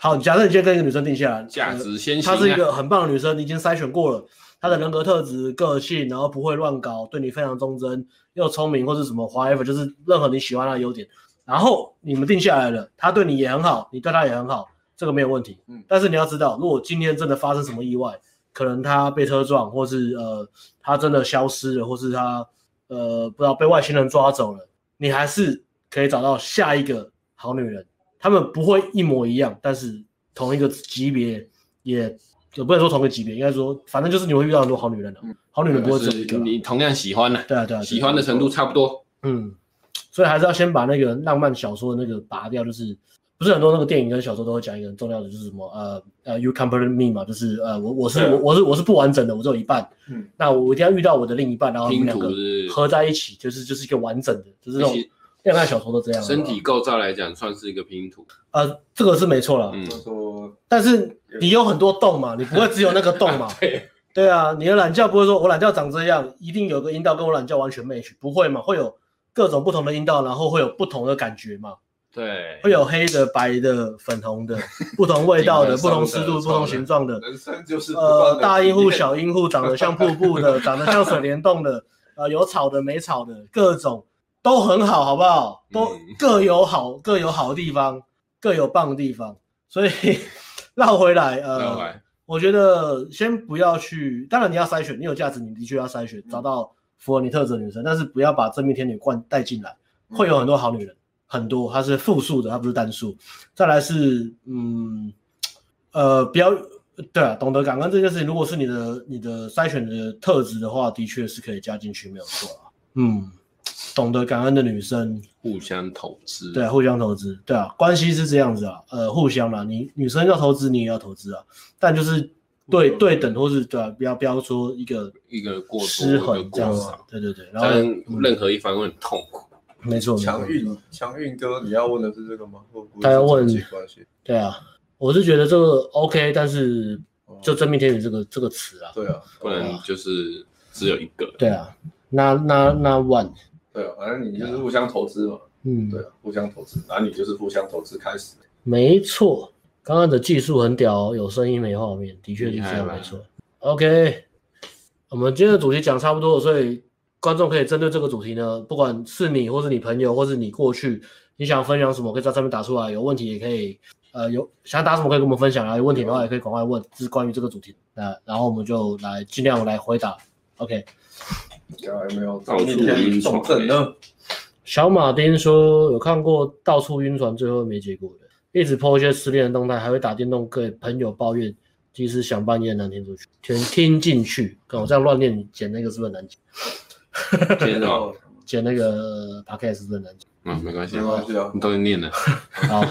Speaker 1: 好，假设你今天跟一个女生定下来，
Speaker 3: 价
Speaker 1: 呃
Speaker 3: 值先行
Speaker 1: 她是一
Speaker 3: 啊，
Speaker 1: 个很棒的女生，你已经筛选过了，她的人格特质、个性，然后不会乱搞，对你非常忠贞，又聪明或是什么 whatever，就是任何你喜欢她的优点。然后你们定下来了，她对你也很好，你对她也很好，这个没有问题。
Speaker 2: 嗯
Speaker 1: 但是你要知道，如果今天真的发生什么意外，可能她被车撞，或是呃她真的消失了，或是她呃不知道被外星人抓走了，你还是可以找到下一个好女人。他们不会一模一样，但是同一个级别也也不能说同个级别，应该说反正就是你会遇到很多好女人的、
Speaker 2: 嗯
Speaker 1: 好女人不会只
Speaker 3: 就
Speaker 1: 有一
Speaker 3: 是
Speaker 1: 个啦。
Speaker 3: 你同样喜欢的，
Speaker 1: 对啊对啊，对啊
Speaker 3: 喜欢的程度差不多，
Speaker 1: 嗯，所以还是要先把那个浪漫小说的那个拔掉，就是不是很多那个电影跟小说都会讲一个很重要的，就是什么呃呃，you complete me 嘛，就是呃我我是
Speaker 2: 对啊
Speaker 1: 我我是我是不完整的，我只有一半，
Speaker 2: 嗯，
Speaker 1: 那我一定要遇到我的另一半，然后你
Speaker 3: 拼
Speaker 1: 哦们两
Speaker 3: 图
Speaker 1: 个
Speaker 3: 是
Speaker 1: 合在一起，就是就是一个完整的，就是那种
Speaker 3: 其实
Speaker 1: 恋爱小说都这样啊。
Speaker 3: 身体构造来讲算是一个拼图，
Speaker 1: 呃，这个是没错了，
Speaker 3: 嗯
Speaker 2: 就，说
Speaker 1: 但是你有很多洞嘛，你不会只有那个洞嘛。
Speaker 3: 对
Speaker 1: 对啊，你的懒觉不会说我懒觉长这样，一定有个阴道跟我懒觉完全 match，不会嘛？会有各种不同的阴道，然后会有不同的感觉嘛，
Speaker 3: 对，
Speaker 1: 会有黑的、白的、粉红 的，不同味道的、
Speaker 3: 顶的
Speaker 1: 不同湿度、
Speaker 3: 松
Speaker 1: 不
Speaker 3: 的
Speaker 1: 同形状的。
Speaker 2: 人生就是不断
Speaker 1: 呃
Speaker 2: 地，
Speaker 1: 大阴
Speaker 2: 体
Speaker 1: 户、
Speaker 2: 验
Speaker 1: 小阴户，长得像瀑布的，长得像水帘洞的，呃，有草的、没草的，各种都很好，好不好？都
Speaker 3: 嗯
Speaker 1: 各有好，各有好地方，各有棒的地方。所以 绕回来，
Speaker 3: 那我
Speaker 1: 呃，
Speaker 3: 来，
Speaker 1: 我觉得先不要去，当然你要筛选，你有价值，你的确要筛选，找到符合你特质的女生，但是不要把真命天女冠带进来，会有很多好女人，很多，它是复数的，它不是单数。再来是，嗯，呃，不要对啊，懂得感恩这件事情，如果是你的你的筛选的特质的话，的确是可以加进去，没有错啊。嗯，懂得感恩的女生，
Speaker 3: 互相投资，
Speaker 1: 对啊，互相投资，对啊，关系是这样子啊，呃，互相啦，你女生要投资，你也要投资啊，但就是对对等或是对啊，不要不要说一个
Speaker 3: 一个过多
Speaker 1: 失
Speaker 3: 一个
Speaker 1: 衡
Speaker 3: 过
Speaker 1: 这样子
Speaker 3: 少，
Speaker 1: 对对对，然后嗯
Speaker 3: 但任何一方会很痛苦。
Speaker 1: 没错，没错
Speaker 2: 强运，强运哥，你要问的是这个吗？会不会
Speaker 1: 他要问
Speaker 2: 是亲戚关系？
Speaker 1: 对啊，我是觉得这个 OK，但是就真命天女这个这个词啊，
Speaker 2: 对啊，
Speaker 3: 不然就是只有一 个。
Speaker 1: 对啊，那那那 one，
Speaker 2: 对啊，反正你就是互相投资嘛，
Speaker 1: 嗯，
Speaker 2: 对啊，互相投资，男女就是互相投资开始。
Speaker 1: 没错，刚刚的技术很屌，哦有声音没画面，的确是这
Speaker 3: 厉害
Speaker 1: 样，
Speaker 3: 吧
Speaker 1: 没错。OK，我们今天的主题讲差不多了，所以观众可以针对这个主题呢，不管是你或是你朋友，或是你过去你想分享什么，可以在上面打出来，有问题也可以，呃，有想打什么可以跟我们分享啊，有问题的话也可以赶快问，这是关于这个主题的。那然后我们就来尽量来回答。OK，
Speaker 2: 刚才没有
Speaker 3: 到处
Speaker 2: 明天重症呢？
Speaker 1: 小马丁说有看过到处晕船，最后没结果的，一直 po 一些失恋的动态，还会打电动给朋友抱怨，即使想半夜也难听出去，全听进去。看我这样乱念，剪那个是不是很难剪？
Speaker 3: 天
Speaker 2: 然
Speaker 1: 啊
Speaker 3: 哦
Speaker 2: 后，
Speaker 1: 剪那个 p o d c a s 是不是很难剪？
Speaker 3: 嗯，没关系，
Speaker 2: 没关系啊
Speaker 3: 你都念了。
Speaker 1: 好，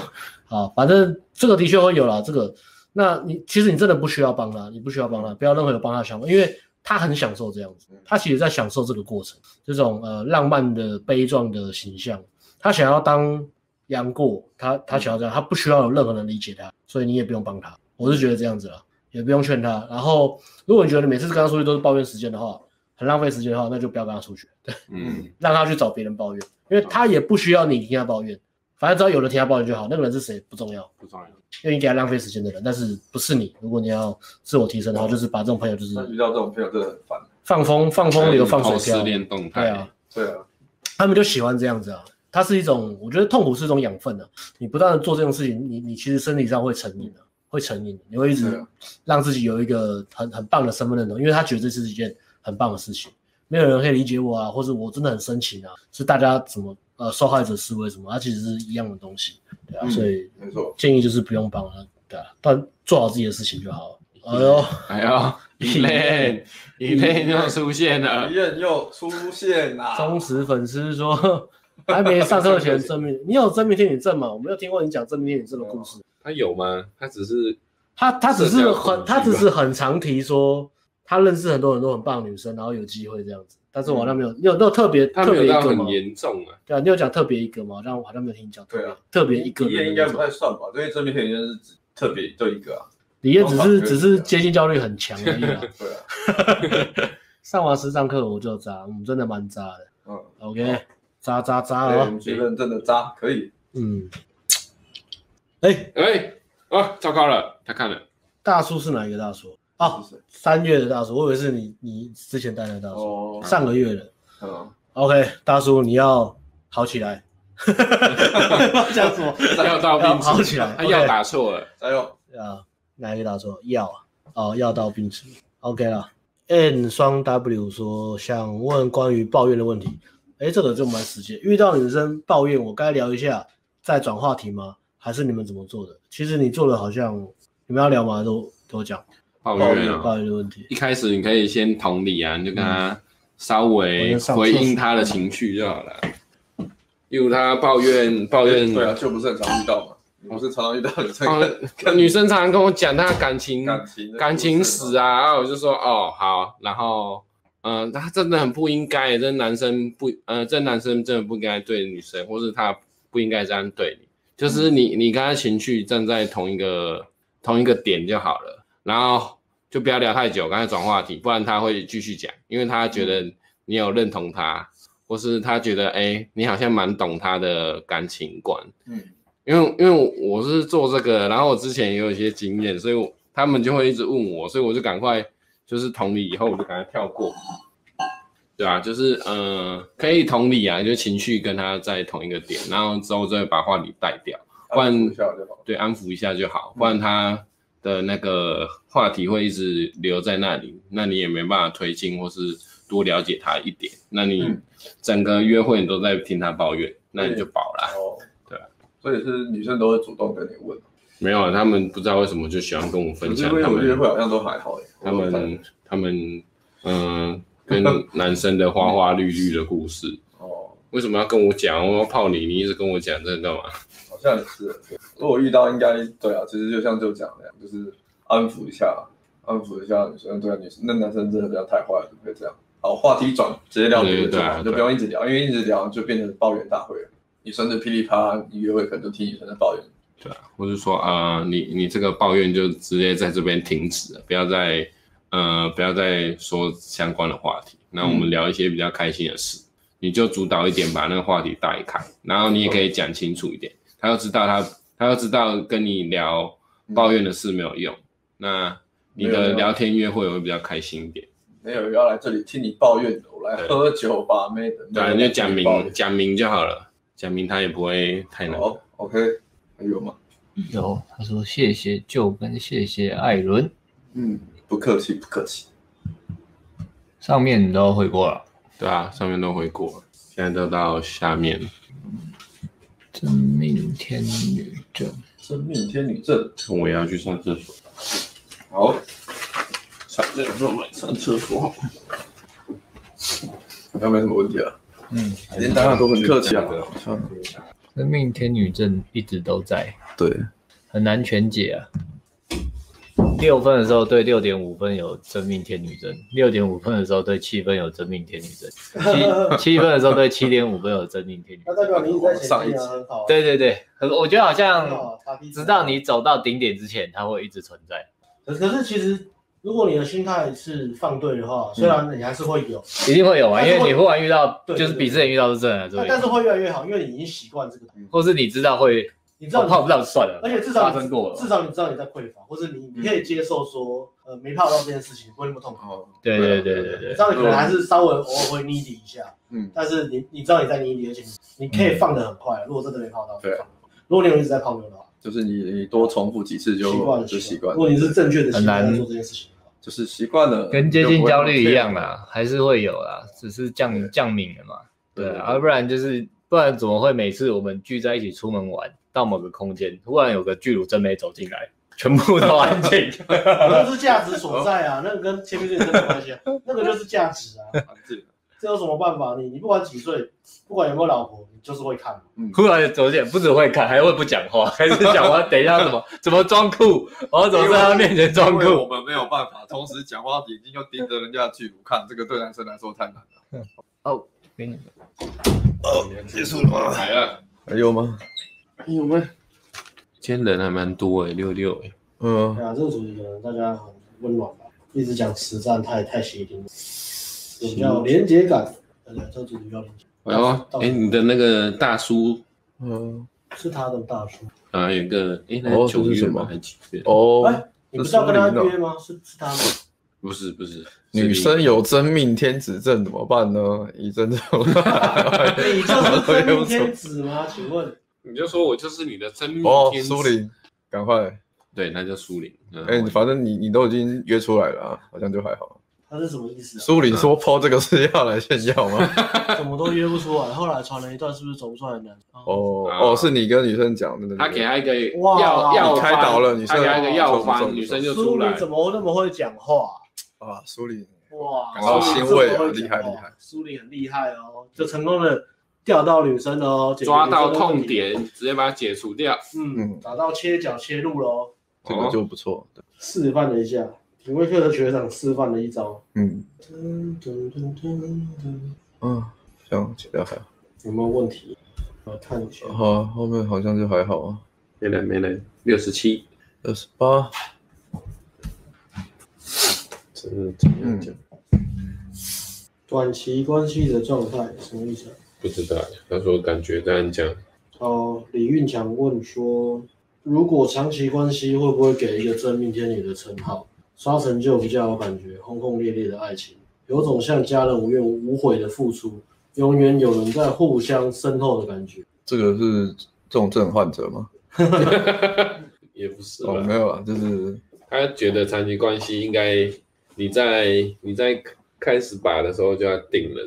Speaker 1: 好，反正这个的确会有啦。这个，那你其实你真的不需要帮他，你不需要帮他，不要任何有帮他的想法，因为他很享受这样子，他其实在享受这个过程，这种呃浪漫的悲壮的形象，他想要当杨过，他他想要这样，他不需要有任何人理解他，所以你也不用帮他，我是觉得这样子啦，也不用劝他。然后，如果你觉得每次跟他出去都是抱怨时间的话，很浪费时间的话，那就不要跟他出去。
Speaker 3: 嗯，
Speaker 1: 让他去找别人抱怨，因为他也不需要你听他抱怨，反正只要有人听他抱怨就好。那个人是谁不重要，
Speaker 3: 不重要。
Speaker 1: 愿意给他浪费时间的人，但是不是你。如果你要自我提升的话，就是把这种朋友就是
Speaker 2: 那遇到这种朋友真的很烦。
Speaker 1: 放风、放风流、放
Speaker 3: 抛
Speaker 1: 水
Speaker 3: 失
Speaker 1: 漂，
Speaker 3: 恋动
Speaker 1: 对
Speaker 3: 态
Speaker 1: 啊，
Speaker 2: 对啊，
Speaker 1: 他们就喜欢这样子啊。它是一种，我觉得痛苦是一种养分啊。你不断的做这种事情，你你其实身体上会成瘾的、会成瘾的，你会一
Speaker 2: 对
Speaker 1: 直
Speaker 2: 啊
Speaker 1: 让自己有一个很很棒的身份认同，因为他觉得这是一件很棒的事情，没有人可以理解我啊，或者我真的很深情啊，是大家怎么呃受害者思维什么，它其实是一样的东西，对啊，
Speaker 2: 嗯
Speaker 1: 所以
Speaker 2: 没错。
Speaker 1: 建议就是不用帮了，对啊，但做好自己的事情就好了。哎呦，
Speaker 3: 哎呦，一类一类又出现 了
Speaker 2: 李。艳又出现啊啦！
Speaker 1: 忠实粉丝说。还没上车 前证明，你有证明天女症吗？我没有听过你讲证明天女症的故事。
Speaker 3: 他有吗？他只是
Speaker 1: 他他只
Speaker 3: 社
Speaker 1: 是
Speaker 3: 交
Speaker 1: 很
Speaker 3: 恐惧
Speaker 1: 他只
Speaker 3: 吧
Speaker 1: 是很常提说他认识很多很多很棒的女生，然后有机会这样子。但是我好像没有，你有你有特别
Speaker 3: 嗯他
Speaker 1: 特
Speaker 3: 没
Speaker 1: 别
Speaker 3: 有
Speaker 1: 一
Speaker 3: 到
Speaker 1: 个
Speaker 3: 很
Speaker 1: 吗？
Speaker 3: 严重啊。
Speaker 1: 对啊，你有讲特别一个吗？让我好像没有听你讲特
Speaker 2: 对
Speaker 1: 别
Speaker 2: 啊
Speaker 1: 特别一个
Speaker 2: 李艳
Speaker 1: 人
Speaker 2: 应
Speaker 1: 的
Speaker 2: 该
Speaker 1: 那
Speaker 2: 不
Speaker 1: 种。
Speaker 2: 太算吧？因为这边应该是只特别就一个啊。
Speaker 1: 李艳只是
Speaker 2: 通常
Speaker 1: 只
Speaker 2: 就
Speaker 1: 是
Speaker 2: 是这
Speaker 3: 啊
Speaker 2: 样
Speaker 1: 接近焦虑很强而已 啦。
Speaker 2: 对啊，
Speaker 1: 上完十堂课我就渣，我们真的蛮渣的。
Speaker 2: 嗯，
Speaker 1: OK，渣渣渣
Speaker 2: 对，我
Speaker 1: 啊
Speaker 2: 们，去认证的渣可以。
Speaker 1: 嗯。哎，
Speaker 3: 哎，啊，糟糕了，他看了，
Speaker 1: 大叔是哪一个大叔？哦，
Speaker 2: 是不是
Speaker 1: 三月的大叔，我以为是你你之前带的大叔，
Speaker 2: 哦，
Speaker 1: 上个月的。
Speaker 2: 嗯，
Speaker 1: OK，大叔，你要好起来。讲什么？
Speaker 3: 药到
Speaker 1: 要
Speaker 3: 病
Speaker 1: 好
Speaker 3: 除，
Speaker 1: 起来。
Speaker 3: 他药打错了。
Speaker 2: 加油！
Speaker 1: OK，啊，哪一个打错？药啊，哦，药到病除。OK 啦。N 双 W 说想问关于抱怨的问题，哎，这个就蛮实际。遇到女生抱怨，我该聊一下再转话题吗？还是你们怎么做的？其实你做的好像你们要聊吗？都都讲
Speaker 3: 抱
Speaker 1: 抱
Speaker 3: 怨
Speaker 1: 怨
Speaker 3: 啊！
Speaker 1: 抱怨的问题。
Speaker 3: 一开始你可以先同理啊，你就跟他稍微回应他的情绪就好了。例如他抱怨抱怨，
Speaker 2: 对啊，就不是很常遇到嘛。你不是常常遇到你这
Speaker 3: 哦
Speaker 2: 个，
Speaker 1: 啊
Speaker 3: 女生常常跟我讲她的感情
Speaker 2: 感情的
Speaker 3: 感情
Speaker 2: 故事
Speaker 3: 史啊，然后我就说哦好，然后嗯、他真的很不应该，这男生不呃，这男生真的不应该对女生，或是他不应该这样对你，就是你
Speaker 2: 嗯
Speaker 3: 你跟他情绪站在同一个同一个点就好了，然后就不要聊太久，刚才转话题，不然他会继续讲，因为他觉
Speaker 2: 嗯
Speaker 3: 得你有认同他，或是他觉得哎、你好像蛮懂他的感情观，
Speaker 2: 嗯，
Speaker 3: 因为因为我是做这个，然后我之前也有一些经验，所以我他们就会一直问我，所以我就赶快就是同理以后我就赶快跳过，对啊，就是呃可以同理啊，就情绪跟他在同一个点，然后之后再把话题带掉，换
Speaker 2: 安抚一下就好。
Speaker 3: 对，安抚一下就好，不然他的那个话题会一直留在那里，那你也没办法推进或是多了解他一点，那你
Speaker 2: 嗯
Speaker 3: 整个约会你都在听他抱怨，那你就饱啦。
Speaker 2: 哦，
Speaker 3: 对
Speaker 2: 啊，所以是女生都会主动跟你问，
Speaker 3: 没有啊，他们不知道为什么就喜欢跟我分享
Speaker 2: 可是
Speaker 3: 他
Speaker 2: 我觉得
Speaker 3: 们
Speaker 2: 会好像都还好耶。
Speaker 3: 他们他们嗯、跟男生的花花绿绿的故事。
Speaker 2: 哦，
Speaker 3: 为什么要跟我讲？我要泡你，你一直跟我讲，这你知道吗？
Speaker 2: 好像也是。如果遇到应该对啊，其实就像就讲那样，就是安抚一下，安抚一下女生。对啊，女生那男生真的不要太坏了，怎么会这样？好，话题转，直接聊别的就
Speaker 3: 对对
Speaker 2: 好，
Speaker 3: 啊
Speaker 2: 就不用一直聊，因为一直聊就变成抱怨大会了。女生的噼里啪啦，你约会可能就听女生在抱怨。
Speaker 3: 或是说啊、呃你你这个抱怨就直接在这边停止了，不要再呃不要再说相关的话题。那我
Speaker 2: 嗯
Speaker 3: 们聊一些比较开心的事，你就主导一点，把那个话题带开，然后你也可以讲清楚一点，他要知道他他要知道跟你聊抱怨的事没有用，那你
Speaker 2: 嗯没有
Speaker 3: 的
Speaker 2: 用
Speaker 3: 聊天约会会比较开心一点。
Speaker 2: 没有要来这里听你抱怨的，我来
Speaker 3: 对
Speaker 2: 喝酒吧，妹的。
Speaker 3: 对啊，
Speaker 2: 没
Speaker 3: 你
Speaker 2: 有
Speaker 3: 就讲
Speaker 2: 来听抱怨哦
Speaker 3: 明嗯讲明就好了，讲明他也不会太难。
Speaker 2: 好，OK，还有吗？
Speaker 6: 有，他说谢谢舅跟谢谢艾伦，
Speaker 2: 嗯，不客气，不客气。
Speaker 6: 上面你都会过了。
Speaker 3: 对啊，上面都回过了，现在都到下面了，
Speaker 6: 真命天女症，
Speaker 2: 真命天女症，
Speaker 3: 我也要去上厕所。
Speaker 2: 好，
Speaker 3: 上厕所，上厕所。
Speaker 2: 好像没什么问题了。
Speaker 6: 嗯，
Speaker 2: 今天大家都很客气啊，
Speaker 6: 真命天女症一直都在，
Speaker 2: 对，
Speaker 6: 很难全解啊。六分的时候对六点五分有真命天女症，六点五分的时候对七分有真命天女症， 七七分的时候对七点五分有真命天女
Speaker 1: 那
Speaker 6: 症。
Speaker 1: 代表你一直在
Speaker 2: 上
Speaker 1: 前
Speaker 2: 一
Speaker 1: 进
Speaker 2: 集
Speaker 1: 啊，很好啊。
Speaker 6: 对对对，很我觉得好
Speaker 1: 很好
Speaker 6: 像
Speaker 1: 啊，擦屁股
Speaker 6: 直到你走到顶点之前，它会一直存在。
Speaker 1: 可可是其实，如果你的心态是放对的话，虽然你还是会有，
Speaker 6: 一定会有啊，
Speaker 1: 但
Speaker 6: 因
Speaker 1: 是
Speaker 6: 为
Speaker 1: 会
Speaker 6: 你忽然遇到，
Speaker 1: 对
Speaker 6: 就是
Speaker 1: 对
Speaker 6: 比之前遇到是真的，对
Speaker 1: 但
Speaker 6: 不
Speaker 1: 但
Speaker 6: 对？
Speaker 1: 是会越来越好，因为你已经习惯这个，
Speaker 6: 或是你知道会
Speaker 1: 你知道
Speaker 6: 哦
Speaker 1: 你
Speaker 6: 泡不到就算了，
Speaker 1: 而且至
Speaker 4: 发
Speaker 1: 少
Speaker 4: 生过了
Speaker 1: 至。少你知道你在匮乏，或者你你可以接受说，呃，没泡到这件事情不会那么痛苦。
Speaker 2: 哦，
Speaker 6: 对对对对
Speaker 1: 你
Speaker 6: 对
Speaker 1: 知，道你可能还是稍微偶尔会 needy 一下，
Speaker 2: 嗯，
Speaker 1: 但是你你知道你在 needy，而且你你可以放的很快。如果真的没泡到，
Speaker 2: 对
Speaker 1: 放得快如果你有一直在泡妞的话，
Speaker 2: 就是你你多重复几次就
Speaker 1: 习惯了
Speaker 2: 就习惯
Speaker 1: 如果
Speaker 2: 了，
Speaker 1: 你是正确的习惯
Speaker 6: 很难
Speaker 1: 做这件事情的话，
Speaker 2: 就是习惯了，
Speaker 6: 跟接近焦虑一样
Speaker 2: 的。
Speaker 6: 啦，还是会有啦，只是
Speaker 2: 对
Speaker 6: 降降敏了嘛。对
Speaker 2: 对对
Speaker 6: 啊，啊不然就是不然怎么会每次我们聚在一起出门玩，到某个空间，忽然有个巨乳真美走进来，全部都 安静。
Speaker 1: 那就是价值所在啊，那个跟前面这个真的没关系啊，那个就是价值啊。这有什么办法？你你不管几岁，不管有没有老婆，你就是会看嘛。
Speaker 6: 忽然走进来，不只会看，还会不讲话，还是讲话。等一下怎么怎么装酷，我要怎么在他面前装
Speaker 2: 因 为我
Speaker 6: 酷？
Speaker 2: 们没有办法同时讲话，眼睛又盯着人家的巨乳看，这个对男生来说太难了。
Speaker 6: 给你
Speaker 2: 结束了吗？
Speaker 3: 来啊了，
Speaker 2: 还有吗？
Speaker 3: 今天人还蛮多哎、六六哎、
Speaker 2: 嗯
Speaker 1: 对，啊，这个主题可能大家很温暖吧，一直讲实战太太血腥了，我们要连接感。对对，这个主题要连接，
Speaker 3: 然后
Speaker 1: 到
Speaker 3: 哎、你的那个大叔，
Speaker 2: 嗯，
Speaker 1: 是他的大叔。
Speaker 3: 啊，有一个哎，那、
Speaker 2: 哦这
Speaker 3: 九
Speaker 2: 是
Speaker 3: 月
Speaker 2: 什
Speaker 3: 吗？
Speaker 2: 么
Speaker 3: 还几月？
Speaker 2: 哦
Speaker 1: 哎，你不是要跟他约吗？是是他吗？
Speaker 3: 不是不是，
Speaker 2: 女生有真命天子症怎么办呢？ 以真这种，
Speaker 1: 哎你就是真命天子吗？请问，
Speaker 3: 你就说我就是你的真命
Speaker 2: 哦，
Speaker 3: 天子
Speaker 2: 苏，林，赶快，
Speaker 3: 对，那叫苏林。嗯
Speaker 2: 哎、反正你你都已经约出来了、啊，好像就还好。
Speaker 1: 他是什么意思
Speaker 2: 苏林说抛这个是要来炫耀吗？
Speaker 1: 啊？怎么都约不出来，后来传了一段，是不是走不出来的男？哦，
Speaker 2: 哦
Speaker 3: 啊
Speaker 2: 哦，是你跟女生讲的，
Speaker 3: 他给他一个
Speaker 1: 哇
Speaker 3: 药药
Speaker 1: 你
Speaker 3: 方
Speaker 2: 开导了女生
Speaker 3: 他给他一个药
Speaker 2: 不错不
Speaker 3: 方，
Speaker 2: 错
Speaker 3: 女生就
Speaker 1: 苏
Speaker 3: 出来
Speaker 1: 你。怎么那么会讲话？
Speaker 2: 啊，苏林，
Speaker 1: 哇，
Speaker 3: 感到
Speaker 1: 苏
Speaker 2: 欣
Speaker 1: 林这么
Speaker 2: 慰啊
Speaker 1: 会
Speaker 2: 厉
Speaker 1: 讲
Speaker 2: 害
Speaker 1: 话
Speaker 2: 厉害，
Speaker 1: 苏林很厉害哦，就成功的钓到女生了哦，解决
Speaker 3: 抓
Speaker 1: 女生
Speaker 3: 到
Speaker 1: 的问
Speaker 3: 痛
Speaker 1: 题，
Speaker 3: 点，直接把它解除掉。
Speaker 1: 嗯，
Speaker 2: 嗯
Speaker 1: 找到切角切入哦喽，
Speaker 2: 这
Speaker 3: 哦
Speaker 2: 个就不错。对
Speaker 1: 示范了一下，品味课的学长示范了一招，
Speaker 2: 嗯
Speaker 1: 噔噔噔噔噔，
Speaker 2: 嗯，这样其他还好，
Speaker 1: 有没有问题？呃我看一下，
Speaker 2: 然后后面好像就还好啊。
Speaker 3: 没人没人，六十七。
Speaker 2: 二十八，
Speaker 3: 这怎么
Speaker 2: 样
Speaker 3: 讲？
Speaker 1: 短期关系的状态什么意思啊？
Speaker 3: 不知道，他说感觉这样讲，
Speaker 1: 哦，李运强问说，如果长期关系会不会给一个真命天女的称号？刷成就比较有感觉，轰轰烈烈的爱情，有种向家人无怨无悔的付出，永远有人在互相渗透的感觉。
Speaker 2: 这个是重症患者吗？
Speaker 3: 也不是
Speaker 2: 哦，
Speaker 3: 吧？
Speaker 2: 没有啊，就是
Speaker 3: 他觉得长期关系应该你在你在开始把的时候就要定了，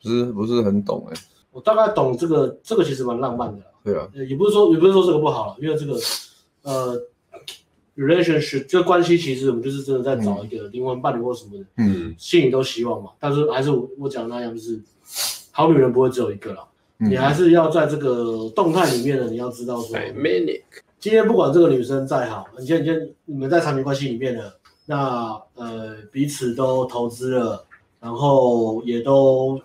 Speaker 3: 是不是？
Speaker 2: 不是不是很懂哎、
Speaker 1: 我大概懂这个，这个其实蛮浪漫的啦。
Speaker 2: 对啊，
Speaker 1: 呃，也不是说也不是说这个不好了，因为这个呃，relationship 就关系，其实我们就是真的在找一个灵魂伴侣或什么的，
Speaker 3: 嗯，
Speaker 1: 心里都希望嘛。但是还是我我讲的那样，就是好女人不会只有一个啦，
Speaker 2: 嗯
Speaker 1: 你还是要在这个动态里面呢，你要知道说，
Speaker 3: 哎 m a n i
Speaker 1: 今天不管这个女生再好，你今天你今天你们在长期关系里面呢，那呃彼此都投资了，然后也都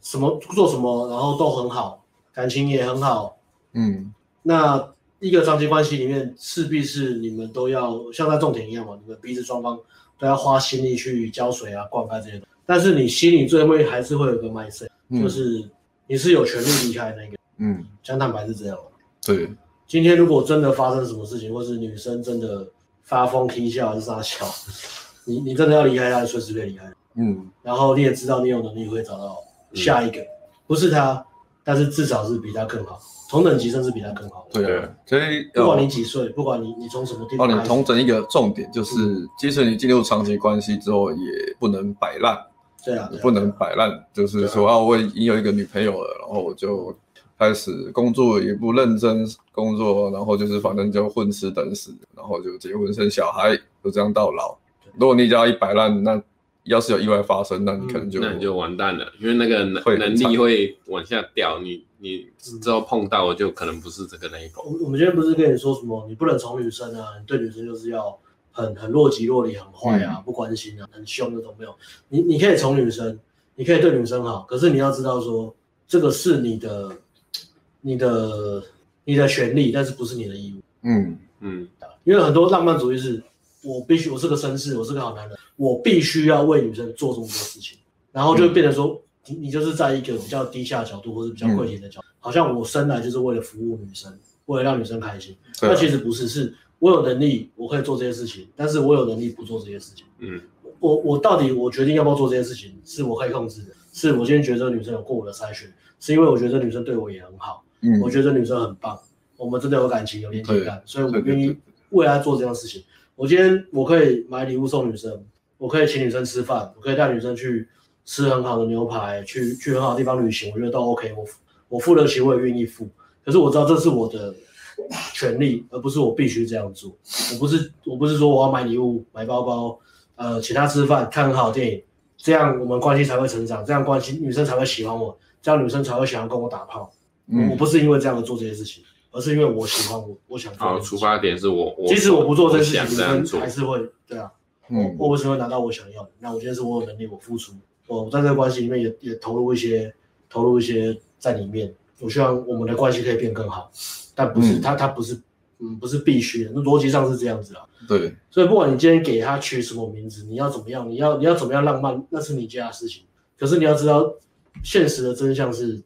Speaker 1: 什么做什么，然后都很好，感情也很好，
Speaker 2: 嗯，
Speaker 1: 那一个长期关系里面，势必是你们都要像在种田一样嘛，你们彼此双方都要花心力去浇水啊、灌溉这些东西。但是你心里最后还是会有个 mindset，、
Speaker 2: 嗯
Speaker 1: 就是你是有权利离开那个。
Speaker 2: 嗯，
Speaker 1: 讲坦白是这样。
Speaker 2: 对，
Speaker 1: 今天如果真的发生什么事情，或是女生真的发疯啼笑还是傻笑，你你真的要离开她，随时可以离开。
Speaker 2: 嗯
Speaker 1: 然后你也知道你有能力会找到下一个，不是她，但是至少是比她更好，同等级甚至比她更好。
Speaker 2: 对啊，所以
Speaker 1: 不管
Speaker 2: 要
Speaker 1: 你几岁，不管你你从什么地
Speaker 2: 帮
Speaker 1: 方
Speaker 2: 你
Speaker 1: 开始，
Speaker 2: 同整一个重点，
Speaker 3: 嗯
Speaker 2: 就是即使你进入长期关系之后，也不能摆烂。
Speaker 1: 对啊，对啊
Speaker 2: 不能摆烂，就是说啊，我已经有一个女朋友了，然后我就开始工作，也不认真工作，然后就是反正就混吃等死，然后就结婚生小孩，就这样到老。如果你只要一摆烂，那要是有意外发生，那你可
Speaker 1: 嗯
Speaker 2: 能就、
Speaker 3: 那你就完蛋了，因为那个能
Speaker 2: 会
Speaker 3: 能
Speaker 2: 很惨
Speaker 3: 力会往下掉，你你之后碰到就可能不是这个 level。
Speaker 1: 我们我们今天不是跟你说什么，你不能宠女生啊，你对女生就是要很很若即若离，很坏
Speaker 2: 嗯
Speaker 1: 啊，不关心啊，很凶那种没有。你你可以宠女生，你可以对女生好，可是你要知道说，这个是你的、你的、你的权利，但是不是你的义务。
Speaker 2: 嗯
Speaker 3: 嗯，
Speaker 1: 因为很多浪漫主义是，我必须我是个绅士，我是个好男人，我必须要为女生做这么多事情，然后就变成说，你你就是在一个比较低下的角度，或者比较跪舔的角度，好像我生来就是为了服务女生，为了让女生开心。
Speaker 2: 对啊
Speaker 1: 那其实不是，是我有能力，我可以做这些事情，但是我有能力不做这些事情。
Speaker 3: 嗯，
Speaker 1: 我我到底我决定要不要做这些事情，是我可以控制的，是我今天觉得这个女生有过我的筛选，是因为我觉得这个女生对我也很好，
Speaker 2: 嗯
Speaker 1: 我觉得这女生很棒，我们真的有感情，有连接感，所以我
Speaker 2: 对对
Speaker 1: 愿意
Speaker 2: 对
Speaker 1: 为她做这样的事情。我今天我可以买礼物送女生，我可以请女生吃饭，我可以带女生去吃很好的牛排，去去很好的地方旅行，我觉得都 OK，我付我付得起，我也愿意付。可是我知道这是我的权利，而不是我必须这样做。我不是我不是说我要买礼物、买包包，呃，请她吃饭、看很好的电影，这样我们关系才会成长，这样关系女生才会喜欢我，这样女生才会想要跟我打炮。我
Speaker 2: 嗯
Speaker 1: 不是因为这样的做这些事情，而是因为我喜欢我，我想做这
Speaker 3: 好，
Speaker 1: 件事
Speaker 3: 出
Speaker 1: 情。
Speaker 3: 发点是我我
Speaker 1: 即使我不做这件事
Speaker 3: 我想
Speaker 1: 情，
Speaker 3: 这样
Speaker 1: 女
Speaker 3: 做
Speaker 1: 生还，是会对啊，
Speaker 2: 嗯
Speaker 1: 我为什么会拿到我想要的？那我今天是我有能力，我付出，我在这个关系里面也也投入一些，投入一些在里面。我希望我们的关系可以变更好，但不是
Speaker 2: 嗯
Speaker 1: 他他不是嗯不是必须的，那逻辑上是这样子啊。
Speaker 2: 对，
Speaker 1: 所以不管你今天给他取什么名字，你要怎么样，你要你要怎么样浪漫，那是你家的事情。可是你要知道，现实的真相是，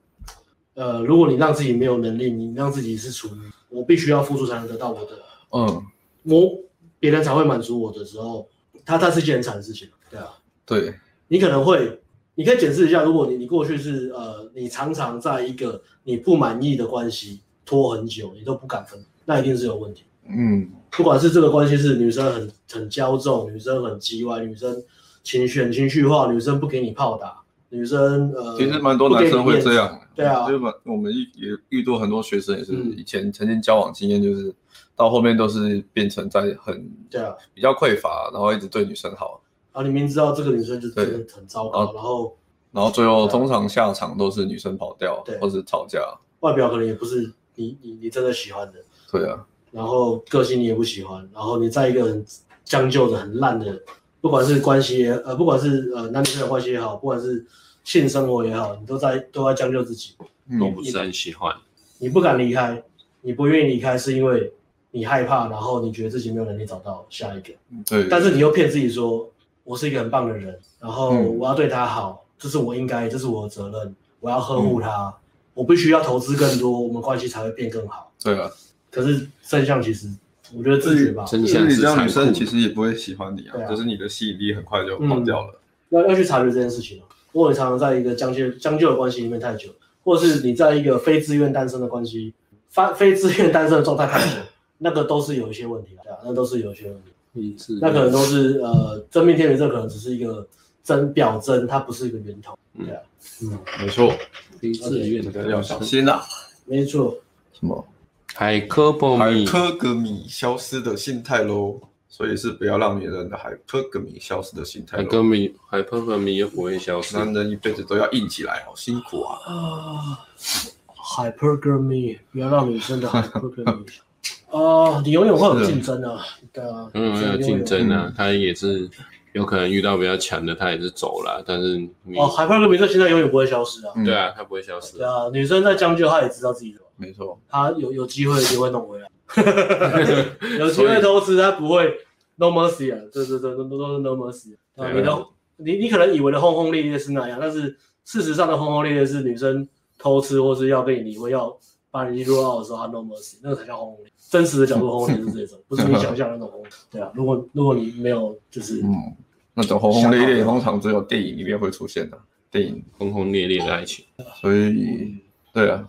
Speaker 1: 呃，如果你让自己没有能力，你让自己是处于我必须要付出才能得到我的，
Speaker 2: 嗯
Speaker 1: 我别人才会满足我的时候，它它是一件很惨的事情，对啊。
Speaker 2: 对，
Speaker 1: 你可能会，你可以检视一下，如果你你过去是呃，你常常在一个你不满意的关系拖很久，你都不敢分，那一定是有问题。
Speaker 2: 嗯
Speaker 1: 不管是这个关系是女生很很骄纵，女生很叽歪，女生情绪很情绪化，女生不给你炮打，女生呃，
Speaker 2: 其实蛮多男生会这样，
Speaker 1: 不给你面子对啊
Speaker 2: 就是蛮我们遇也遇到很多学生也是
Speaker 1: 嗯
Speaker 2: 以前曾经交往经验，就是到后面都是变成在
Speaker 1: 不
Speaker 2: 很
Speaker 1: 给你面子，对啊，
Speaker 2: 比较匮乏，然后一直对女生好，
Speaker 1: 然后你明知道这个女生就
Speaker 2: 对啊
Speaker 1: 真的很糟糕，然后
Speaker 2: 然后最后通常下场都是女生跑掉
Speaker 1: 对，
Speaker 2: 或是吵架。
Speaker 1: 外表可能也不是你你你真的喜欢的，
Speaker 2: 对啊，
Speaker 1: 然后个性你也不喜欢，然后你在一个很将就的、很烂的，不管是关系也呃，不管是呃男女朋友关系也好，不管是性生活也好，你都在都在将就自己，
Speaker 3: 我
Speaker 2: 嗯
Speaker 3: 不是很喜欢。
Speaker 1: 你不敢离开，你不愿意离开，是因为你害怕，然后你觉得自己没有能力找到下一个，
Speaker 2: 对，
Speaker 1: 但是你又骗自己说我是一个很棒的人，然后
Speaker 2: 嗯
Speaker 1: 我要对他好，这是我应该，这是我的责任，我要呵护
Speaker 2: 嗯
Speaker 1: 他，我必须要投资更多，我们关系才会变更好。
Speaker 2: 对啊，
Speaker 1: 可是真相其实，我觉得自觉吧，
Speaker 3: 真
Speaker 2: 就是
Speaker 3: 相
Speaker 2: 你
Speaker 3: 是
Speaker 2: 这样
Speaker 3: 残
Speaker 2: 女
Speaker 3: 酷的
Speaker 2: 生其实也不会喜欢你
Speaker 1: 对啊
Speaker 2: 啊，就是你的吸引力很快就跑掉了。
Speaker 1: 要要去察觉这件事情啊。如果你常常在一个将就将就的关系里面太久，或者是你在一个非自愿单身的关系发非自愿单身的状态看起来，那个都是有一些问题的，对啊，那都是有一些问题。
Speaker 3: 一次
Speaker 1: 那可能都是呃，真命天女这可能只是一个真表征，它不是一个源头。对啊，嗯，
Speaker 6: 没错，
Speaker 3: 一次愿
Speaker 2: 真的要小心啊！
Speaker 1: 没错。
Speaker 2: 什么？
Speaker 3: 海科波
Speaker 2: 海
Speaker 3: 米，
Speaker 2: 科格米消失的心态喽，所以是不要让女人的海科格米消失的心态
Speaker 3: 海
Speaker 2: 咯。
Speaker 3: 科米，海科波米也不会消失。
Speaker 2: 男人一辈子都要硬起来，好辛苦啊！
Speaker 1: 啊，hypergamy，不要让女生的 hypergamy。啊，你永远会有竞争啊，对啊，
Speaker 3: 嗯，要
Speaker 1: 永远
Speaker 3: 竞争啊，他也是有可能遇到比较强的，他也是走了，啊但是你
Speaker 1: 哦，hypergamy 这现在永远不会消失啊，
Speaker 2: 嗯
Speaker 3: 对，啊，他不会消失
Speaker 1: 对。啊，女生在将就，她也知道自己的，
Speaker 2: 没错，
Speaker 1: 她有有机会一定会弄回 来，有机会偷吃，她不会 no mercy 啊，对对对，都都都是 no mercy 啊。
Speaker 3: 对啊
Speaker 1: 你的你你可能以为的轰轰烈烈是那样，但是事实上的轰轰烈烈是女生偷吃或是要跟你离婚要。把你入奥的时候，她 no mercy，那个才叫轰轰烈烈。真实的角度，轰轰烈烈是这种，不是你想象的那种轰轰烈烈。对啊，如果如果你没有就是
Speaker 2: 嗯，那种轰轰烈烈通常只有电影里面会出现的、电影，
Speaker 3: 轰轰烈烈的爱情，
Speaker 2: 所以对啊，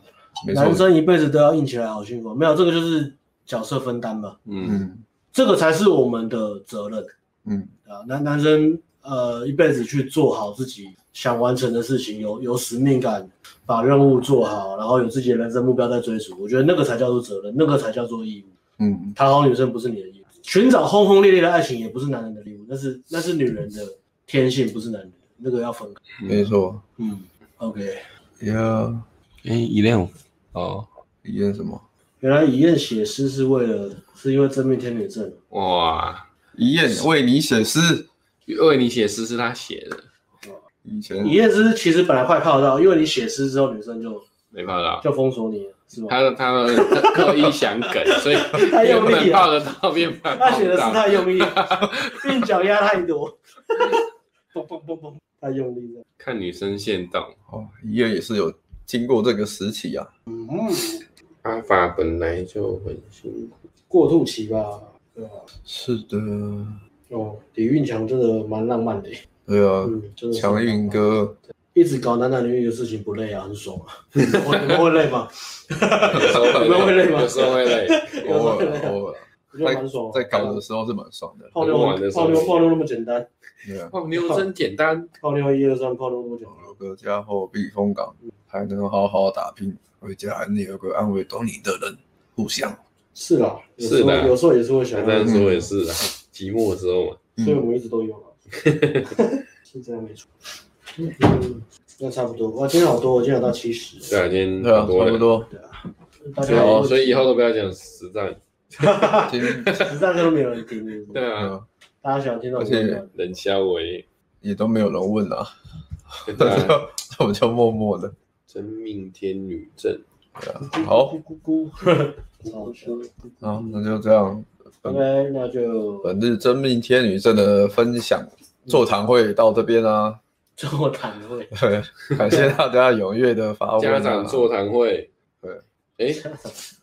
Speaker 2: 没
Speaker 1: 男
Speaker 2: 错，
Speaker 1: 生一辈子都要硬起来，好辛苦。没有这个就是角色分担嘛，
Speaker 3: 嗯，
Speaker 2: 嗯
Speaker 1: 这个才是我们的责任
Speaker 2: 嗯，
Speaker 1: 啊。男男生呃一辈子去做好自己想完成的事情，有有使命感，把任务做好，然后有自己的人生目标在追逐。我觉得那个才叫做责任，那个才叫做义务。
Speaker 2: 嗯，
Speaker 1: 讨好女生不是你的义务，寻找轰轰烈烈的爱情也不是男人的义务，那是那是女人的天性，不是男人的，那个要分开。
Speaker 2: 没错，
Speaker 1: 嗯，OK。
Speaker 2: 呀，
Speaker 3: 哎，一辆哦，
Speaker 2: 一件什么？
Speaker 1: 原来以燕写诗是为了是因为真命天女症。
Speaker 3: 哇，
Speaker 2: 一燕为你写诗，
Speaker 3: 为你写诗是他写的，
Speaker 2: 以前
Speaker 1: 你验诗其实本来快泡得到，因为你写诗之后，女生就
Speaker 3: 没办法，
Speaker 1: 就封锁你了，是吧？
Speaker 3: 他的他的他刻意想梗， 所以
Speaker 1: 太
Speaker 3: 原
Speaker 1: 用
Speaker 3: 本
Speaker 1: 力
Speaker 3: 抱
Speaker 1: 了，
Speaker 3: 得到变反
Speaker 1: 他写的诗
Speaker 3: 抱不到
Speaker 1: 太 用力了，鬓角压太多，嘣嘣嘣嘣，太用力了。
Speaker 3: 看女生现动。
Speaker 2: 哦，一燕也是有经过这个时期啊，
Speaker 1: 嗯，
Speaker 3: 阿法本来就很辛苦，
Speaker 1: 过渡期吧，对吧？
Speaker 2: 是的，
Speaker 1: 哦，李运强真的蛮浪漫的，
Speaker 2: 对啊，
Speaker 1: 嗯，真的是
Speaker 2: 强运哥，
Speaker 1: 一直搞男男女女的事情不累啊，很爽啊。 我你们会累吗？
Speaker 3: 有时候会
Speaker 1: 你们会累吗
Speaker 3: 有时候会累。
Speaker 2: 偶尔偶尔
Speaker 1: 我觉得蛮爽啊，
Speaker 2: 在搞的时候是蛮爽的，
Speaker 1: 泡妞
Speaker 3: 很晚的时候
Speaker 1: 泡妞泡妞那么简单，
Speaker 2: 对啊，
Speaker 3: 泡妞真简单，
Speaker 1: 泡妞一二三，泡妞那么简单。
Speaker 2: 有个家伙避风港，还能好好打拼，回家还能有个安慰懂你的人，互相，
Speaker 1: 是啦，有
Speaker 3: 是
Speaker 1: 时候
Speaker 3: 啦
Speaker 1: 有时候也是会想
Speaker 3: 那
Speaker 1: 要
Speaker 3: 这样说也是啊，寂寞的时候嘛。
Speaker 1: 所以我们一直都有了， 是这样没错。嗯，那差不多。哇，今天好多，我今天有到七十。
Speaker 3: 对啊，今天
Speaker 2: 对啊，
Speaker 3: 差不多
Speaker 2: 差不
Speaker 3: 了。
Speaker 2: 多，
Speaker 1: 大家
Speaker 3: 对啊所以以后都不要讲实战。
Speaker 2: 今天
Speaker 1: 实战课都没有人听，是不是
Speaker 3: 对啊，
Speaker 2: 呃
Speaker 1: 大家喜欢听到我
Speaker 2: 而且
Speaker 1: 们
Speaker 3: 冷消为，
Speaker 2: 也都没有人问啊，
Speaker 3: 对
Speaker 2: 那
Speaker 3: 啊，
Speaker 2: 就我 们就默默的，
Speaker 3: 真命天女症。
Speaker 2: 对啊，好，
Speaker 1: 咕咕咕咕，很好笑。
Speaker 2: 好，那就这样，本
Speaker 1: OK，那就
Speaker 2: 本日真命天女症的分享座谈会到这边啊，
Speaker 1: 座谈会，
Speaker 3: 嗯
Speaker 2: 对，感谢大家踊跃的发问、
Speaker 3: 家
Speaker 2: 啊，
Speaker 3: 长座谈会。
Speaker 2: 对，
Speaker 3: 哎，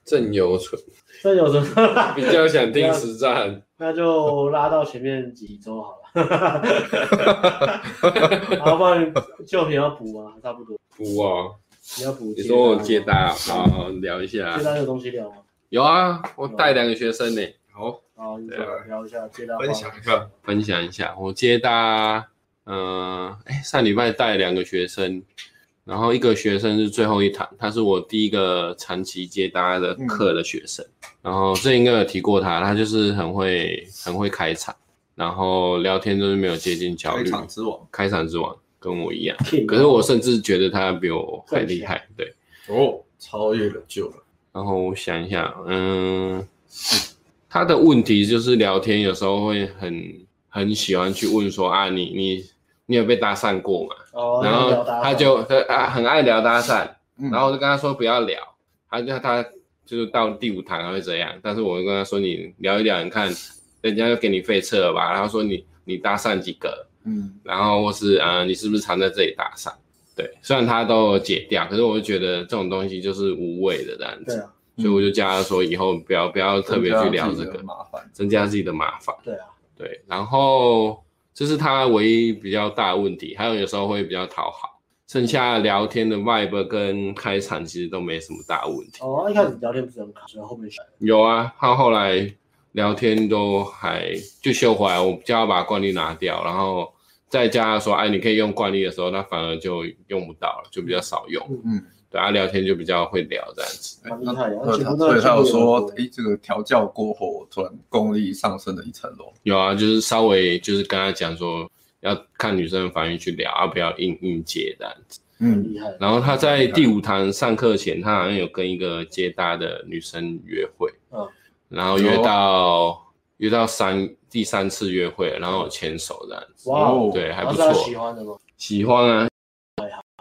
Speaker 3: 郑有纯
Speaker 1: 这有什么？
Speaker 3: 比较想听实战，
Speaker 1: 那就拉到前面几周好了。 好，不然就你要补啊，差不多。
Speaker 3: 不哦，
Speaker 1: 你要补
Speaker 3: 你
Speaker 1: 接单吗。啊
Speaker 3: 说我借贷啊，好好聊一下啊
Speaker 1: 接。单有东西聊吗？
Speaker 3: 有啊，我带两个学生呢，
Speaker 2: 好，
Speaker 1: 好，你
Speaker 3: 对啊
Speaker 1: 聊一下接单话题。
Speaker 2: 分享一下，
Speaker 3: 分享一下。我接搭，嗯，哎，上礼拜带两个学生，然后一个学生是最后一堂，他是我第一个长期接搭的课的学生。然后这应该有提过他，他就是很会很会开场，然后聊天就是没有接近焦
Speaker 2: 开
Speaker 3: 虑，
Speaker 2: 场之王
Speaker 3: 开场之王跟我一样。
Speaker 1: King
Speaker 3: 可是我甚至觉得他比我还厉害，对。
Speaker 2: 哦，超越了旧了，
Speaker 3: 然后我想一下，嗯，他的问题就是聊天有时候会很很喜欢去问说啊，你你你有被搭讪过吗？
Speaker 1: 哦，
Speaker 3: 然
Speaker 1: 聊
Speaker 3: 后
Speaker 1: 搭
Speaker 3: 他
Speaker 1: 讪
Speaker 3: 就他啊很爱聊搭讪，
Speaker 2: 嗯
Speaker 3: 然后我就跟他说不要聊，他就他就是到第五堂还会这样，但是我就跟他说你聊一聊，你看人家就给你废车了吧，然后说你你搭讪几个，
Speaker 2: 嗯，
Speaker 3: 然后或是啊、呃你是不是常在这里搭讪？对，虽然他都有解掉，可是我就觉得这种东西就是无谓的这样
Speaker 1: 对
Speaker 3: 子，
Speaker 1: 啊，
Speaker 3: 所以我就叫他说以后不要不要特别去聊这个，
Speaker 1: 嗯
Speaker 2: 麻烦，
Speaker 3: 增加自己的麻烦。
Speaker 1: 对啊，
Speaker 3: 对，然后这是他唯一比较大的问题，还有有时候会比较讨好，剩下聊天的 vibe 跟开场其实都没什么大问题。
Speaker 1: 哦，一开始聊天不是很卡，所以后面选
Speaker 3: 有啊，他后来聊天都还就修回来，我叫他把惯例拿掉，然后再加上说，哎，你可以用惯例的时候，那反而就用不到了，就比较少用。
Speaker 2: 嗯，
Speaker 3: 对，啊他聊天就比较会聊这样子。
Speaker 1: 蛮厉害的，
Speaker 2: 所
Speaker 1: 而
Speaker 2: 以
Speaker 1: 且
Speaker 2: 哎他
Speaker 1: 他
Speaker 2: 所以他有
Speaker 1: 嗯
Speaker 2: 说，哎，这个调教过后，突然功力上升了一层楼。
Speaker 3: 有啊，就是稍微就是跟他讲说，要看女生的反应去聊，啊，不要硬硬接这样子。
Speaker 1: 很
Speaker 2: 嗯，
Speaker 1: 厉害，
Speaker 3: 然后他在第五堂上课前，他好像有跟一个接搭的女生约会，
Speaker 1: 嗯
Speaker 3: 然后约到约到三第三次约会，然后有牵手这样子，
Speaker 1: 哇哦，
Speaker 3: 对，还
Speaker 1: 然
Speaker 3: 不
Speaker 1: 后是
Speaker 3: 错。
Speaker 1: 他喜欢的吗？
Speaker 3: 喜欢啊，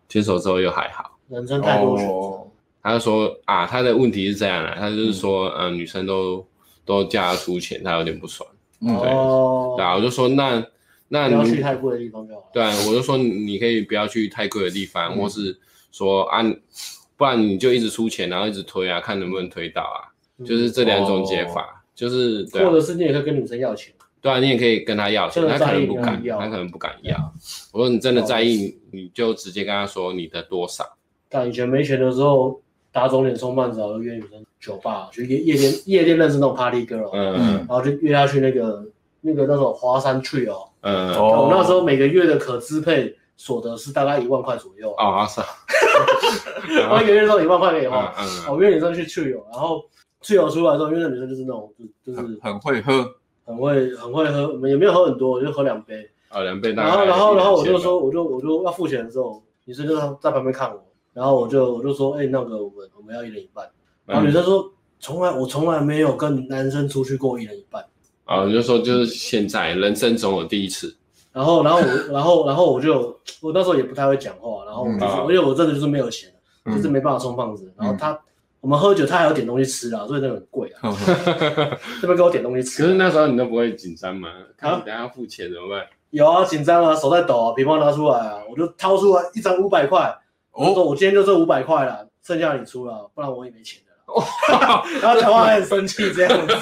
Speaker 3: 牵手之后又还好。
Speaker 1: 人生太多选
Speaker 2: 哦
Speaker 1: 择，
Speaker 3: 他就说啊，他的问题是这样的、他就是说，嗯、女生都都叫他出钱，他有点不爽。
Speaker 2: 嗯
Speaker 3: 对
Speaker 1: 哦，
Speaker 3: 对啊，啊我就说那那
Speaker 1: 不要去
Speaker 3: 你
Speaker 1: 太贵的地方就好了。
Speaker 3: 对啊、我就说你可以不要去太贵的地方，
Speaker 2: 嗯
Speaker 3: 或是说啊，不然你就一直出钱，然后一直推啊，看能不能推到啊，
Speaker 1: 嗯哦
Speaker 3: 就是这两种解法，就是对啊
Speaker 1: 或者是你也可以跟女生要钱，
Speaker 3: 对啊，你也可以跟他要钱，
Speaker 1: 真
Speaker 3: 他
Speaker 1: 的
Speaker 3: 可
Speaker 1: 在
Speaker 3: 能
Speaker 1: 意
Speaker 3: 不
Speaker 1: 你
Speaker 3: 敢，
Speaker 1: 要不要
Speaker 3: 他可能不敢要。我说你真的在意，你就直接跟他说你的多少。
Speaker 1: 但以前没钱的时候，打肿脸充胖子，然后约女生酒吧，去夜夜店夜店认识那种 party girl，、
Speaker 3: 嗯
Speaker 1: 然后就约她去那个那个那种华山去哦。
Speaker 3: 嗯，
Speaker 1: 我
Speaker 3: 哦
Speaker 1: 那时候每个月的可支配所得是大概一万块左右，
Speaker 3: 啊是啊，
Speaker 1: 我一个月都有一万块可以花。
Speaker 3: 嗯嗯
Speaker 1: 我约女生去去哦，然后去游出来之后，因为那女生就是那种就就是
Speaker 2: 很很会喝，
Speaker 1: 很会很会喝，我们也没有喝很多，我就喝两杯。
Speaker 3: 啊两倍大概
Speaker 1: 然后，然后，然后我就
Speaker 3: 1000吧
Speaker 1: 说，，我就我就要付钱的时候，女生就在旁边看我，然后我就我就说，哎、那个我们我们要一人一半。然后女生说，从来我从来没有跟男生出去过一人一半。
Speaker 3: 啊我就说就是现在人生总有第一次，
Speaker 1: 然后，然后我，然后，然后我就我那时候也不太会讲话，然后我就
Speaker 3: 嗯
Speaker 1: 说，因为我真的就是没有钱，就是没办法充胖子。然后他我们喝酒，他还要点东西吃啊，所以那个很贵啊，这边给我点东西吃。
Speaker 3: 可是那时候你都不会紧张吗？看
Speaker 1: 啊
Speaker 3: 你等一下付钱怎么办？
Speaker 1: 有啊，紧张啊，手在抖啊，皮包拿出来啊，我就掏出来一张五百块，我说
Speaker 2: 哦，
Speaker 1: 我今天就这五百块了，剩下你出了，不然我也没钱了。 然后讲话还很生气这样子，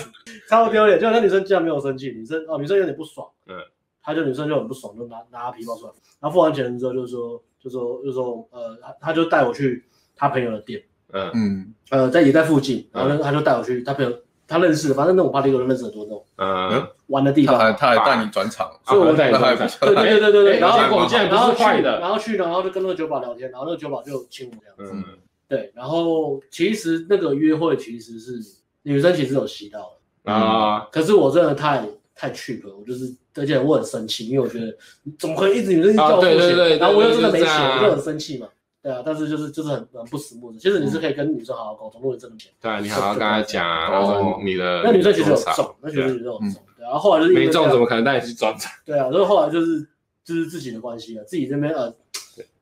Speaker 1: 超丢脸。就那女生竟然没有生气，女生哦，女生有点不爽，
Speaker 3: 嗯，
Speaker 1: 她就女生就很不爽，就拿拿皮包出来，然后付完钱之后就说就说就说呃，她她就带我去她朋友的店，
Speaker 3: 嗯
Speaker 2: 嗯，
Speaker 1: 呃，在也在附近，然后呢她就带我去她朋友她认识的，反正那种 party 我都认识很多那种
Speaker 3: 嗯，
Speaker 1: 玩的地
Speaker 2: 他还
Speaker 1: 方，
Speaker 2: 他还带你转场，
Speaker 1: 所以我
Speaker 3: 带你
Speaker 2: 那还
Speaker 3: 转
Speaker 2: 不
Speaker 3: 场，
Speaker 1: 对
Speaker 2: 错，
Speaker 1: 对对对对
Speaker 3: 哎
Speaker 1: 对，然后
Speaker 2: 结果
Speaker 3: 竟然
Speaker 1: 然后
Speaker 3: 不是坏
Speaker 1: 去
Speaker 3: 的
Speaker 1: 然后去然后就跟那个酒保聊天，然后那个酒保就请我这样子。
Speaker 3: 嗯
Speaker 1: 对，然后其实那个约会其实是女生其实有吸到的，
Speaker 3: 啊
Speaker 1: 可是我真的太太 cheap 了，我就是而且我很生气，因为我觉得你怎么可以一直女生一直叫我付
Speaker 3: 啊对
Speaker 1: 钱，
Speaker 3: 对对对
Speaker 1: 然后我又真的没
Speaker 3: 就是这
Speaker 1: 钱，
Speaker 3: 样啊
Speaker 1: 我就很生气嘛。对啊，但是就是就是很很不死目的，其实你是可以跟女生好好沟通，如果你真的没钱，
Speaker 3: 对啊，你好好跟他讲啊，然后说你的
Speaker 1: 那女生其实有
Speaker 3: 多少
Speaker 1: 中，那女
Speaker 3: 对
Speaker 1: 生
Speaker 3: 啊
Speaker 1: 其实有中，对啊，然后后来就是因为
Speaker 3: 没中
Speaker 1: 这样
Speaker 3: 怎么可能带你去转场？
Speaker 1: 对啊，所以后来就是就是自己的关系了，自己这边呃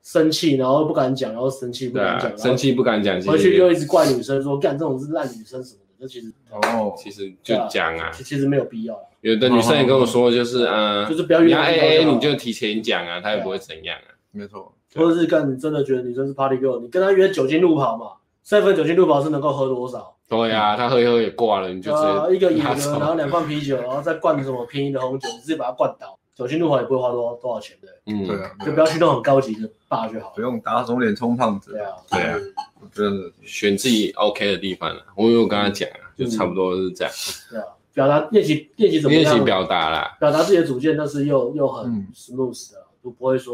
Speaker 1: 生气，然后不敢讲，然后生气不
Speaker 3: 对
Speaker 1: 敢讲，
Speaker 3: 啊，
Speaker 1: 然后
Speaker 3: 生气不敢讲，其
Speaker 1: 回去
Speaker 3: 实
Speaker 1: 又一直怪女生说干这种是烂女生什么的，这其实
Speaker 2: 哦，
Speaker 3: 其实就讲啊，
Speaker 1: 其其实没有必要啦，
Speaker 3: 有的女生也跟我说就是嗯
Speaker 1: 就。是不要
Speaker 3: 你
Speaker 1: 约
Speaker 3: 要 A
Speaker 1: 人家
Speaker 3: A，
Speaker 1: 好
Speaker 3: 你就提前讲啊，他也不会怎样啊。
Speaker 2: 没错，
Speaker 1: 或者是干你真的觉得女生是 party girl，你跟她约酒精路跑嘛，三分酒精路跑是能够喝多少？
Speaker 3: 对啊，他喝一喝也挂了，你就直
Speaker 1: 啊，
Speaker 3: 接
Speaker 1: 一个野
Speaker 3: 拿
Speaker 1: 的，
Speaker 3: 走
Speaker 1: 然后两罐啤酒，然后再灌什么便宜的红酒，你直接把它灌倒。酒精路跑也不会花多多少钱的，
Speaker 3: 嗯，
Speaker 2: 对啊，
Speaker 1: 就不要去那种很高级的 bar 就好
Speaker 2: 不
Speaker 1: 了。
Speaker 2: 用打肿脸充胖子
Speaker 1: 对，啊，
Speaker 3: 对啊
Speaker 2: 我觉得
Speaker 3: 选自己 OK 的地方了。我有跟他讲啊，
Speaker 1: 嗯
Speaker 3: 就差不多是这样，
Speaker 1: 对啊，表达练习练习怎么
Speaker 3: 练习
Speaker 1: 样？
Speaker 3: 表达啦。
Speaker 1: 表达自己的主见，但是又又很
Speaker 2: 嗯
Speaker 1: smooth 的，就不会说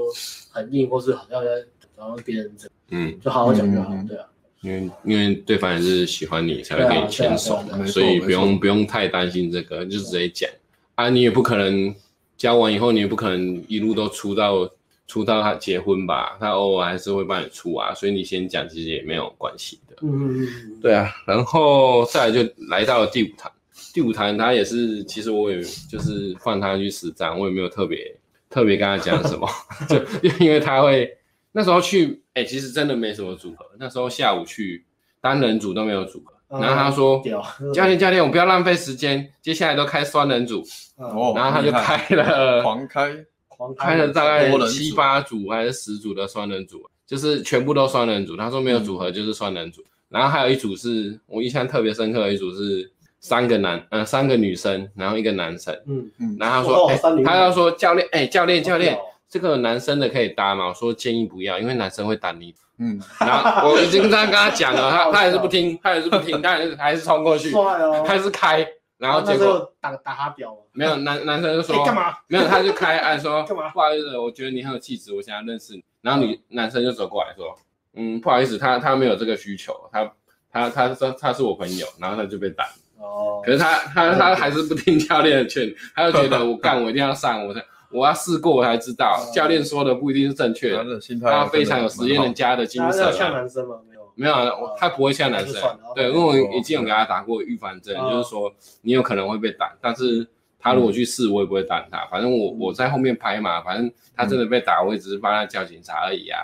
Speaker 1: 很硬，或是好像在然后别人这
Speaker 3: 嗯，
Speaker 1: 就好好讲就好
Speaker 2: 嗯嗯嗯，
Speaker 1: 对啊，
Speaker 3: 因为因为对方也是喜欢你才会跟你牵手
Speaker 1: 对啊对啊
Speaker 3: 嘛，
Speaker 2: 对啊
Speaker 3: 所以不
Speaker 2: 没
Speaker 3: 用
Speaker 2: 错
Speaker 3: 不用太担心这个，就直接讲啊。你也不可能交往以后，你也不可能一路都出到出到他结婚吧？他偶尔还是会帮你出啊，所以你先讲其实也没有关系的。
Speaker 1: 嗯嗯嗯，
Speaker 3: 对啊，然后再来就来到了第五堂，第五堂他也是，其实我也就是放他去实战，我也没有特别特别跟他讲什么， 就因为他会那时候去，哎、其实真的没什么组合，那时候下午去单人组都没有组合，
Speaker 1: 嗯
Speaker 3: 然后他说。
Speaker 1: 屌，
Speaker 3: 教练，教练，我不要浪费时间，接下来都开双人组，
Speaker 1: 嗯
Speaker 2: 哦，
Speaker 3: 然后他就
Speaker 2: 厉害
Speaker 3: 开 了
Speaker 2: 狂开，
Speaker 1: 狂
Speaker 3: 开了大概
Speaker 2: 啊多人组
Speaker 3: 七八组还是十组的双人组，就是全部都双人组。他说
Speaker 2: 嗯
Speaker 3: 没有组合就是双人组，然后还有一组是我印象特别深刻的一组是三个男，呃，三个女生，然后一个男生。
Speaker 1: 嗯，
Speaker 2: 嗯，
Speaker 3: 然后他
Speaker 1: 哇
Speaker 3: 说，哎
Speaker 1: 三女一哦
Speaker 3: 他要说教练，哎，教练，教练，这个男生的可以搭吗？我说建议不要，因为男生会打你。
Speaker 2: 嗯，
Speaker 3: 然后我已经这样跟他讲了，他他还是不听，他还是不听，他还是还是冲过去，
Speaker 1: 帅哦
Speaker 3: 他还是开，然后
Speaker 1: 那
Speaker 3: 结
Speaker 1: 时
Speaker 3: 果
Speaker 1: 候打打他表嘛，
Speaker 3: 没有男男生就
Speaker 1: 哎
Speaker 3: 说
Speaker 1: 干嘛？
Speaker 3: 没有，他就开按说
Speaker 1: 干嘛
Speaker 3: 不好意思，我觉得你很有气质，我想要认识你。然后女男生就走过来说，嗯，不好意思，他他没有这个需求，他他他说他是我朋友，然后他就被打。
Speaker 1: 哦
Speaker 3: 可是他他他还是不听教练的劝，他就觉得我干我一定要上，我才我要试过我才知道，教练说的不一定是正确
Speaker 2: 他
Speaker 3: 的。
Speaker 2: 的心态
Speaker 3: 他非常有实验人
Speaker 2: 的，
Speaker 3: 家的精
Speaker 1: 他
Speaker 3: 神
Speaker 1: 要呛
Speaker 3: 啊。
Speaker 1: 男生吗？没 有，
Speaker 3: 没有啊，我他不会像男生
Speaker 1: 那就算了，
Speaker 3: 对，因为我已经有给他打过预防针，
Speaker 1: 哦
Speaker 3: 就是说你有可能会被打，但是他如果去试，我也不会打他，反正我
Speaker 1: 嗯
Speaker 3: 我在后面拍嘛，反正他真的被打，我也只是帮他叫警察而已啊，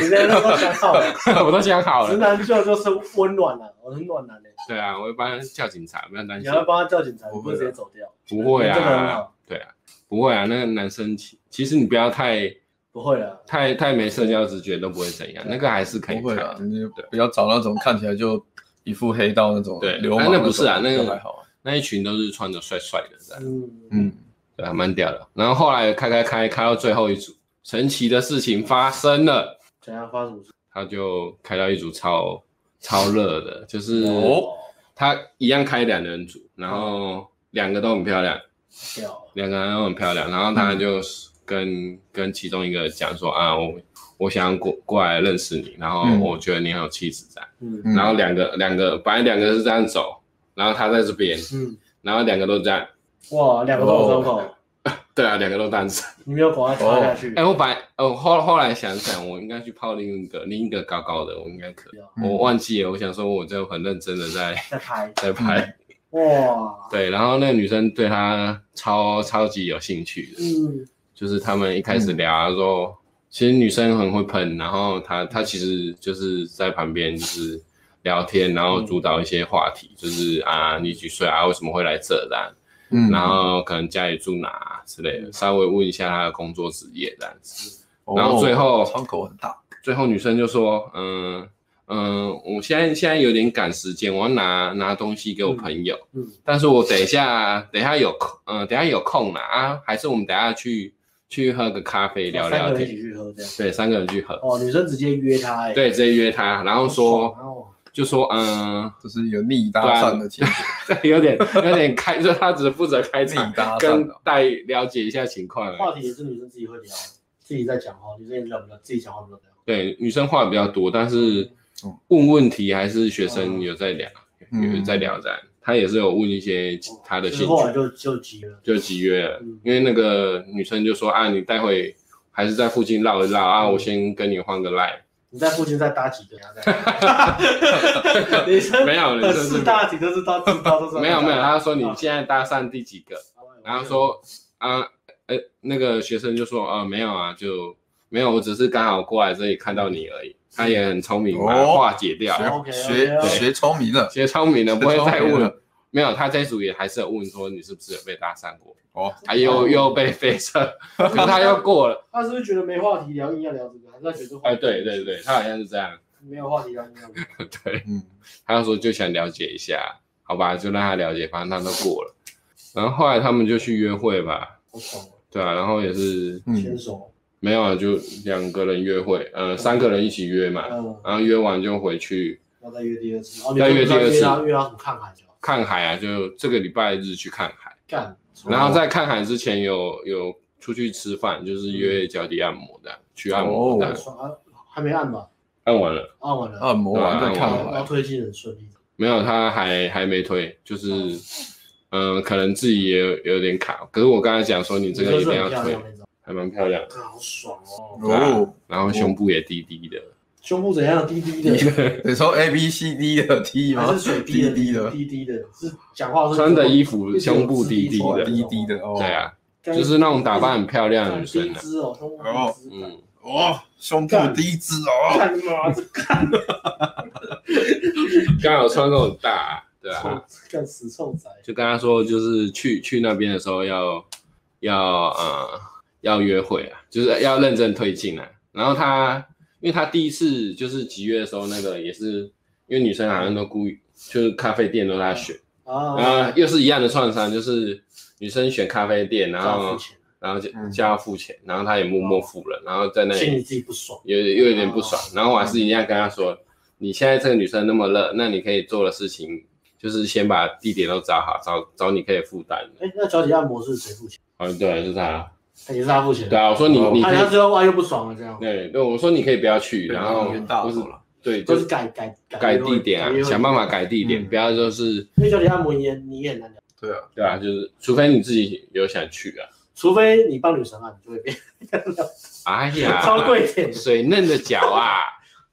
Speaker 1: 你在那时候想好了，
Speaker 3: 我都想好
Speaker 1: 直
Speaker 3: 了，
Speaker 1: 男就就是温暖了，我很暖男的，
Speaker 3: 对啊，我会帮他叫警察，不要担
Speaker 1: 你
Speaker 3: 心
Speaker 1: 还，要帮他叫警察，
Speaker 2: 不
Speaker 1: 你
Speaker 2: 会
Speaker 1: 不
Speaker 2: 啊
Speaker 1: 是直接走掉？
Speaker 3: 不会
Speaker 1: 这个哦很
Speaker 3: 啊
Speaker 1: 好，
Speaker 3: 对啊，不会啊，那个男生其其实你不要太。
Speaker 1: 不会啊，
Speaker 3: 太太没社交直觉都不会怎样，那个还是可以
Speaker 2: 不
Speaker 3: 看
Speaker 2: 会
Speaker 3: 的。
Speaker 1: 啊
Speaker 2: 啦，你不要找那种看起来就一副黑道那种
Speaker 3: 对
Speaker 2: 流氓
Speaker 3: 哎
Speaker 2: 种，
Speaker 3: 那不是啊那个
Speaker 2: 就还好啊，
Speaker 3: 那一群都是穿的帅帅的，这样
Speaker 1: 嗯，
Speaker 2: 嗯，
Speaker 3: 对，还蛮屌的。然后后来开开开开到最后一组，神奇的事情发生了，
Speaker 1: 怎样发什么事？
Speaker 3: 他就开到一组超超热的，就是
Speaker 2: 哦
Speaker 3: 他一样开两人组，然后两个都很漂亮，
Speaker 1: 屌，
Speaker 3: 两个人都很漂亮，然后他就跟、跟其中一个讲说啊，我我想过过来认识你，然后
Speaker 2: 嗯
Speaker 3: 我觉得你很有气质这样，
Speaker 1: 嗯
Speaker 2: 嗯
Speaker 3: 然后两个两个本来两个是这样走，然后他在这边，
Speaker 1: 嗯，
Speaker 3: 然后两个都这样。
Speaker 1: 哇，两个都
Speaker 3: 哦
Speaker 1: 有伤口，
Speaker 3: 对啊，两个都单身。
Speaker 1: 你没有管他插下去
Speaker 3: 哎、，我本来呃后后来想想，我应该去泡另一个另一个高高的，我应该可以。
Speaker 2: 嗯
Speaker 3: 我忘记了，我想说我就很认真的在，
Speaker 1: 再拍
Speaker 3: 在拍。
Speaker 1: 哇，
Speaker 3: 对，然后那个女生对他超超级有兴趣的，
Speaker 1: 嗯，
Speaker 3: 就是他们一开始聊啊说，其实女生很会喷，然后她她其实就是在旁边就是聊天，然后主导一些话题，就是啊你几岁啊，为什么会来这的啊、
Speaker 2: 嗯
Speaker 3: 然后可能家里住哪、啊、之类的，稍微问一下她的工作职业这样子。
Speaker 2: 哦
Speaker 3: 然后最后
Speaker 2: 伤口很大，
Speaker 3: 最后女生就说，嗯嗯，我现在现在有点赶时间，我要拿拿东西给我朋友，
Speaker 1: 嗯嗯
Speaker 3: 但是我等一下等一下有空，嗯、等一下有空啦啊，还是我们等一下去去喝个咖啡聊
Speaker 1: 哦三
Speaker 3: 聊
Speaker 1: 个人一起
Speaker 3: 天，
Speaker 1: 去喝这样，
Speaker 3: 对，三个人去喝，
Speaker 1: 哦，女生直接约他，哎，
Speaker 3: 对，直接约他，然后
Speaker 1: 好爽
Speaker 3: 说
Speaker 1: 哦，
Speaker 3: 就说嗯，
Speaker 2: 就是有逆
Speaker 3: 啊
Speaker 2: 搭讪的情 节，
Speaker 3: 有点有点开， 就他只负责开
Speaker 2: 逆
Speaker 3: 场，
Speaker 2: 搭讪
Speaker 3: 跟
Speaker 2: 的，
Speaker 3: 带了解一下情况而已，
Speaker 1: 话题也是女生自己会聊，自己在讲话，女生也聊不聊，自己讲话不聊。
Speaker 3: 对，女生话比较多，但是
Speaker 2: 嗯
Speaker 3: 问问题还是学
Speaker 1: 哦
Speaker 3: 生有在聊，
Speaker 2: 嗯
Speaker 3: 有在聊在，他也是有问一些他的
Speaker 1: 就
Speaker 3: 兴
Speaker 1: 是后来
Speaker 3: 趣，
Speaker 1: 就就急了，
Speaker 3: 就集约了
Speaker 1: 嗯。
Speaker 3: 因为那个女生就说啊，你待会还是在附近绕一绕
Speaker 1: 嗯
Speaker 3: 啊，我先跟你换个 line。
Speaker 1: 你在附近再搭几个，然后再 女生
Speaker 3: 没有，女
Speaker 1: 本
Speaker 3: 生是
Speaker 1: 事大几都知道，知道都知道。
Speaker 3: 没有没有，他说你现在搭讪第几个？
Speaker 1: 嗯
Speaker 3: 然后说啊，呃，那个学生就说啊，没有啊，就没有，我只是刚好过来这里看到你而已。他也很聪明，把它
Speaker 2: 哦
Speaker 3: 化解掉。
Speaker 1: 然后 OK，OK，
Speaker 2: 学
Speaker 1: 对
Speaker 2: 学聪明了，
Speaker 3: 其实聪明的不会再
Speaker 2: 聪明
Speaker 3: 问
Speaker 2: 了，
Speaker 3: 没有，他这一组也还是有问说你是不是有被搭讪过，
Speaker 2: 哦，
Speaker 3: 他又又被飞车，可是他又过了，
Speaker 1: 他是不是觉得没话题聊，硬要聊这个？还是他觉得
Speaker 3: 哎，对对对，他好像是这样，
Speaker 1: 没有话题聊，硬要聊。
Speaker 3: 对，
Speaker 2: 嗯，
Speaker 3: 他就说就想了解一下，好吧，就让他了解，反正他都过了，然后后来他们就去约会吧，
Speaker 1: 好爽
Speaker 3: 对啊，然后也是
Speaker 1: 哦，
Speaker 2: 嗯
Speaker 1: 牵手，
Speaker 3: 没有啊，就两个人约会，呃，三个人一起约嘛，
Speaker 1: 嗯，
Speaker 3: 然后约完就回去
Speaker 1: 要再约第二次，然后你
Speaker 3: 再
Speaker 1: 不
Speaker 3: 约
Speaker 1: 知道
Speaker 3: 第二次
Speaker 1: 约他约他很看海就好
Speaker 3: 看海啊，就这个礼拜日去看海。
Speaker 1: 干，
Speaker 3: 然后在看海之前有有出去吃饭，就是约脚底按摩的，去按摩
Speaker 2: 哦
Speaker 3: 的，
Speaker 1: 爽啊，还没按吧？
Speaker 3: 按完了
Speaker 1: 按完了，
Speaker 2: 按摩完
Speaker 3: 啊
Speaker 2: 再看
Speaker 1: 然后然
Speaker 2: 来
Speaker 1: 后，推进很顺利。
Speaker 3: 没有？他还还没推，就是嗯、呃可能自己也有有点卡。可是我刚才讲说你这个
Speaker 1: 女
Speaker 3: 一
Speaker 1: 生
Speaker 3: 定
Speaker 1: 是
Speaker 3: 要
Speaker 1: 很漂
Speaker 3: 推
Speaker 1: 亮，那种，
Speaker 3: 还蛮漂亮的，
Speaker 1: 干好爽哦，
Speaker 3: 啊
Speaker 2: 哦，
Speaker 3: 然后胸部也低低的，
Speaker 1: 胸部怎样？滴滴的。
Speaker 2: 你说 A B C D 的 T
Speaker 1: 还
Speaker 2: 吗
Speaker 1: 是水滴
Speaker 2: ？D
Speaker 1: 的，
Speaker 2: 滴的，
Speaker 1: 滴滴的，是讲话是
Speaker 3: 穿的衣服
Speaker 1: 是
Speaker 3: 胸部低低
Speaker 2: 哇
Speaker 1: 有
Speaker 3: 的
Speaker 1: 自，
Speaker 2: ，D 滴的哦，
Speaker 3: 对，啊，就是那种打扮很漂亮的女生
Speaker 1: 低
Speaker 3: 啊，
Speaker 1: 姿哦，胸部
Speaker 2: 哦
Speaker 1: 低姿，
Speaker 3: 嗯，
Speaker 2: 哦，胸部
Speaker 1: 干
Speaker 2: 低脂哦，
Speaker 1: 看妈这
Speaker 3: 刚好穿这种大啊、对啊
Speaker 1: 臭，干死臭仔，
Speaker 3: 就跟他说，就是去去那边的时候要要呃要约会啊，就是要认真推进啊。然后他，因为他第一次就是集约的时候，那个也是因为女生好像都故意，就是咖啡店都在选，
Speaker 1: 啊，
Speaker 3: 然后又是一样的创伤，就是女生选咖啡店，然
Speaker 1: 这样
Speaker 3: 后
Speaker 1: 付钱
Speaker 3: 然后就叫他付钱，然后他也默默付了，然后在那
Speaker 4: 心
Speaker 3: 里
Speaker 4: 里自己不爽。
Speaker 3: 有又有点不爽，然后我还是一样跟他说，你现在这个女生那么热，那你可以做的事情就是先把地点都找好，找找你可以负担的。
Speaker 1: 哎，那脚底按摩是谁付钱？
Speaker 3: 哦，对，就是他，
Speaker 1: 也是他付钱。
Speaker 3: 对啊，我说你你
Speaker 1: 他
Speaker 3: 可
Speaker 1: 他
Speaker 3: 以，
Speaker 1: 最后啊又不爽了，这样
Speaker 3: 对对，我说你可以不要去，然后
Speaker 2: 冤大
Speaker 3: 不
Speaker 2: 头
Speaker 3: 是
Speaker 2: 了，
Speaker 3: 对，就
Speaker 1: 就是是改改
Speaker 3: 改地点啊，想办
Speaker 1: 法。
Speaker 3: 法改地点，
Speaker 1: 嗯
Speaker 3: 不要就是
Speaker 1: 因为脚底按摩你也你也很难讲，
Speaker 2: 对啊，
Speaker 3: 对啊，就是除非你自己有想去啊，
Speaker 1: 除非你帮女神啊按，你就会变
Speaker 3: 哎
Speaker 1: 超
Speaker 3: 呀，
Speaker 1: 贵点。
Speaker 3: 水嫩的脚啊，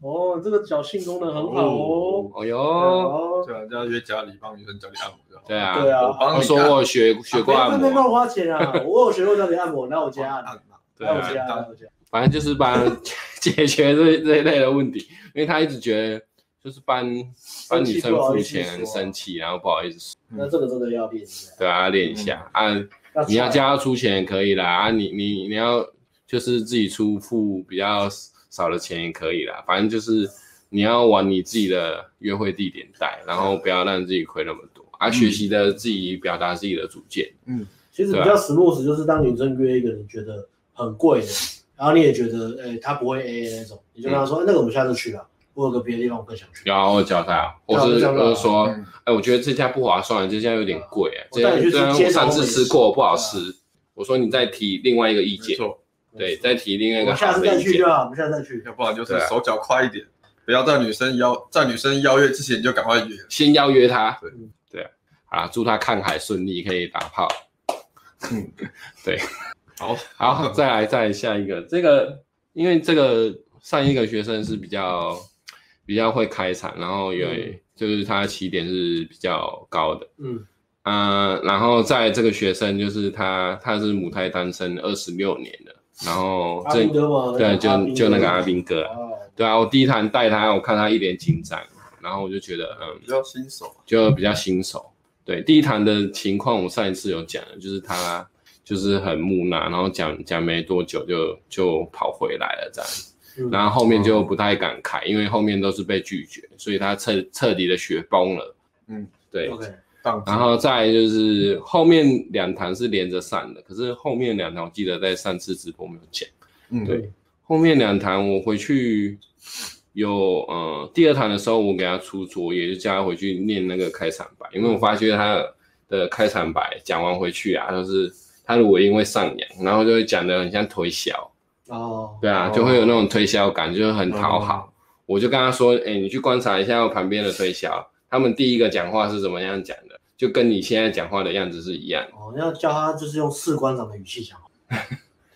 Speaker 1: 哦，这个脚性功能很好哦。
Speaker 3: 哦哟，
Speaker 1: 哦，
Speaker 2: 对啊，就要约家里帮女生脚底按摩就好。
Speaker 3: 对啊，
Speaker 1: 对啊
Speaker 2: 我帮
Speaker 3: 我
Speaker 2: 你
Speaker 3: 说我有学学过
Speaker 1: 啊
Speaker 3: 按
Speaker 1: 不要在那边
Speaker 3: 摩，
Speaker 1: 乱花钱啊！我有学过脚底按摩，来我家按，
Speaker 2: 嘛，
Speaker 3: 对
Speaker 1: 来我
Speaker 3: 啊，
Speaker 1: 家，来我家。
Speaker 3: 反正就是帮解决这 这一类的问题，因为他一直觉得就是帮帮女生付钱很生气，然后不好意思，
Speaker 1: 那这个真的要练一下。
Speaker 3: 对啊，练一下啊，
Speaker 1: 要
Speaker 3: 你要
Speaker 1: 加，
Speaker 3: 叫他出钱也可以啦，啊，你你你要就是自己出付比较少的钱也可以啦，反正就是你要往你自己的约会地点带，然后不要让自己亏那么多啊，学习的自己表达自己的主见，
Speaker 1: 其实比
Speaker 3: 啊
Speaker 1: 较 smooth 就是当女生约一个你觉得很贵的，然后你也觉得诶她不会 AA 那种，你就跟
Speaker 3: 嗯
Speaker 1: 她说、哎那个我们下次去吧，我有个别的地方我更想去，
Speaker 3: 然后教他，
Speaker 1: 对
Speaker 3: 或
Speaker 1: 啊我
Speaker 3: 是
Speaker 1: 教他
Speaker 3: 或是说，哎
Speaker 2: 嗯、
Speaker 3: 我觉得这家不划算，这家有点贵、哎，
Speaker 1: 我
Speaker 3: 这
Speaker 1: 哦带你
Speaker 3: 家
Speaker 1: 去
Speaker 3: 这
Speaker 1: 吃
Speaker 3: 家
Speaker 1: 街
Speaker 3: 我
Speaker 1: 头
Speaker 3: 上次
Speaker 1: 美食
Speaker 3: 吃过不好吃，
Speaker 1: 啊
Speaker 3: 我说你再提另外一个意
Speaker 2: 没
Speaker 3: 见，
Speaker 2: 错，
Speaker 3: 对，再提另
Speaker 1: 我
Speaker 3: 外一个
Speaker 1: 们下
Speaker 3: 好
Speaker 1: 次
Speaker 3: 的
Speaker 1: 再
Speaker 3: 意
Speaker 1: 去
Speaker 3: 见
Speaker 1: 就，好，我们下次再去。
Speaker 2: 要不然就是
Speaker 3: 对啊
Speaker 2: 手脚快一点，不要在女生邀在女生邀约之前就赶快约。
Speaker 3: 先邀约他
Speaker 2: 对，
Speaker 3: 对啊，祝他看海顺利，可以打炮。
Speaker 2: 好，
Speaker 3: 好，再来再来下一个，这个因为这个上一个学生是比较比较会开场，然后有、就是他起点是比较高的，
Speaker 1: 嗯，
Speaker 3: 嗯、然后在这个学生就是他他是母胎单身二十六年了，然后
Speaker 1: 阿
Speaker 3: 这
Speaker 1: 兵哥嘛，
Speaker 3: 对
Speaker 1: 阿
Speaker 3: 就
Speaker 1: 兵哥
Speaker 3: 就那个阿斌哥，
Speaker 1: 哦，
Speaker 3: 对啊，我第一堂带他，我看他一脸紧张，然后我就觉得嗯
Speaker 2: 比，较新手，啊
Speaker 3: 就比较新手。对第一堂的情况，我上一次有讲了，就是他就是很木讷，然后讲讲没多久就就跑回来了这样，
Speaker 1: 嗯
Speaker 3: 然后后面就不太敢开，因为后面都是被拒绝，所以他彻彻底的雪崩了。
Speaker 2: 嗯，
Speaker 3: 对。
Speaker 1: OK，
Speaker 2: 当
Speaker 3: 然后再来就是后面两堂是连着上的，可是后面两堂我记得在上次直播没有讲。
Speaker 2: 嗯
Speaker 3: 对，后面两堂我回去有呃，第二堂的时候我给他出作业，就叫他回去念那个开场白，因为我发觉他的开场白讲完回去啊，就是他如果因为上扬，然后就会讲的很像推销，
Speaker 1: 哦，
Speaker 3: 对啊，就会有那种推销感，就是很讨
Speaker 2: 哦
Speaker 3: 好。我就跟他说，哎、你去观察一下旁边的推销，他们第一个讲话是怎么样讲的，就跟你现在讲话的样子是一样的。
Speaker 1: 哦，要教他就是用士官长的语气讲 话，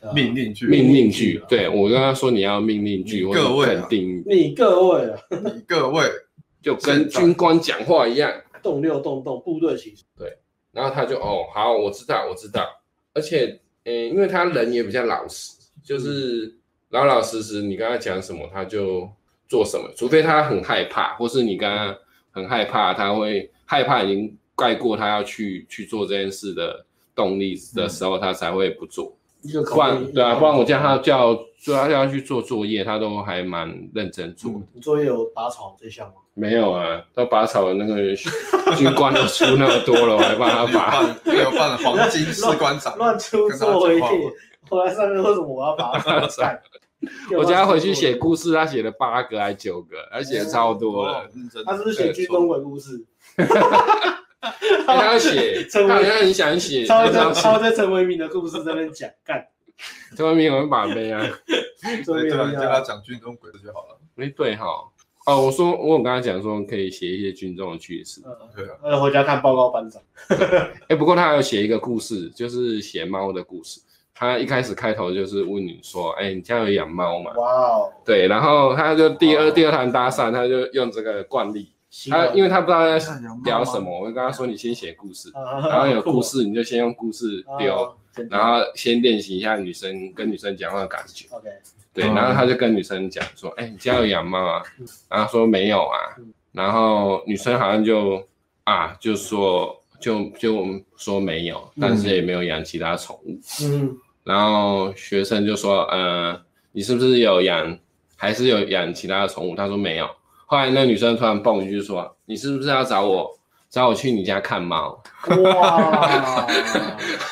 Speaker 1: 对啊
Speaker 2: 命令句，
Speaker 3: 命令句，对我跟他说你要命令句
Speaker 2: 你
Speaker 3: 或者
Speaker 2: 各位啊
Speaker 3: 肯定，
Speaker 1: 你各位啊，
Speaker 2: 你各位，
Speaker 3: 就跟
Speaker 2: 现在
Speaker 3: 军官讲话一样。
Speaker 1: 动六动动部队骑士，
Speaker 3: 然后他就哦，好，我知道，我知道。而且，呃，因为他人也比较老实，就是老老实实，你跟他讲什么，他就做什么，除非他很害怕，或是你跟他很害怕，他会害怕已经盖过他要去去做这件事的动力的时候，他才会不做。
Speaker 1: 一个
Speaker 3: 不
Speaker 1: 口
Speaker 3: 然，
Speaker 1: 令，
Speaker 3: 对啊，不然我叫
Speaker 1: 他
Speaker 3: 他叫叫他叫他去做作业，他都还蛮认真做的。
Speaker 1: 你作业有拔草这项吗？
Speaker 3: 没有啊，他拔草的那个 军官都出那么多了，我还帮他拔。
Speaker 2: 办还有办黄金士官长，
Speaker 1: 乱出作
Speaker 2: 跟他 讲
Speaker 1: 业
Speaker 2: 话，
Speaker 1: 我来上面为什么我要拔草？干
Speaker 3: 我叫他回去写，故事，他写了八个还九个，他写超多
Speaker 2: 我
Speaker 3: 了。
Speaker 2: 很认 真，
Speaker 1: 他是不是写军中鬼故事？
Speaker 3: 欸他要写，他好像很想 写，
Speaker 1: 超
Speaker 3: 他
Speaker 1: 在
Speaker 3: 想
Speaker 1: 超在陈为民的故事在那边讲，干
Speaker 3: 陈文明很把妹啊。
Speaker 1: 作
Speaker 2: 对
Speaker 1: 业
Speaker 2: 对啊，
Speaker 1: 一
Speaker 2: 你叫他
Speaker 1: 样。
Speaker 2: 讲军中鬼子就好了。
Speaker 3: 哎，对哈，哦，我说我有跟他讲说可以写一些军中的趣事。
Speaker 1: 呃
Speaker 2: 对啊，
Speaker 1: 呃，回家看报告班长。
Speaker 3: 哎，不过他还有写一个故事，就是写猫的故事。他一开始开头就是问你说，哎，你家有养猫吗？
Speaker 1: 哇哦，
Speaker 3: 对，然后他就第二
Speaker 2: 哦
Speaker 3: 第二堂搭讪，他就用这个惯例，
Speaker 1: 行
Speaker 3: 他
Speaker 1: 了
Speaker 3: 因为他不知道要
Speaker 2: 看羊
Speaker 3: 聊
Speaker 2: 毛
Speaker 3: 什么，我就跟他说你先写故事，
Speaker 1: 啊
Speaker 3: 然后有
Speaker 1: 酷
Speaker 3: 故事你就先用故事
Speaker 1: 啊
Speaker 3: 丢。
Speaker 1: 真的
Speaker 3: 然后先练习一下女生跟女生讲话的感觉，
Speaker 1: OK，
Speaker 3: 对，
Speaker 2: 嗯
Speaker 3: 然后他就跟女生讲说，哎、你家有养猫啊？然后说没有啊
Speaker 1: 嗯，
Speaker 3: 然后女生好像就啊就说就就说没有，但是也没有养其他宠物，
Speaker 1: 嗯，
Speaker 3: 然后学生就说，呃，你是不是有养，还是有养其他的宠物？他说没有。后来那女生突然蹦一句说，你是不是要找我？找我去你家看猫，
Speaker 4: 哇，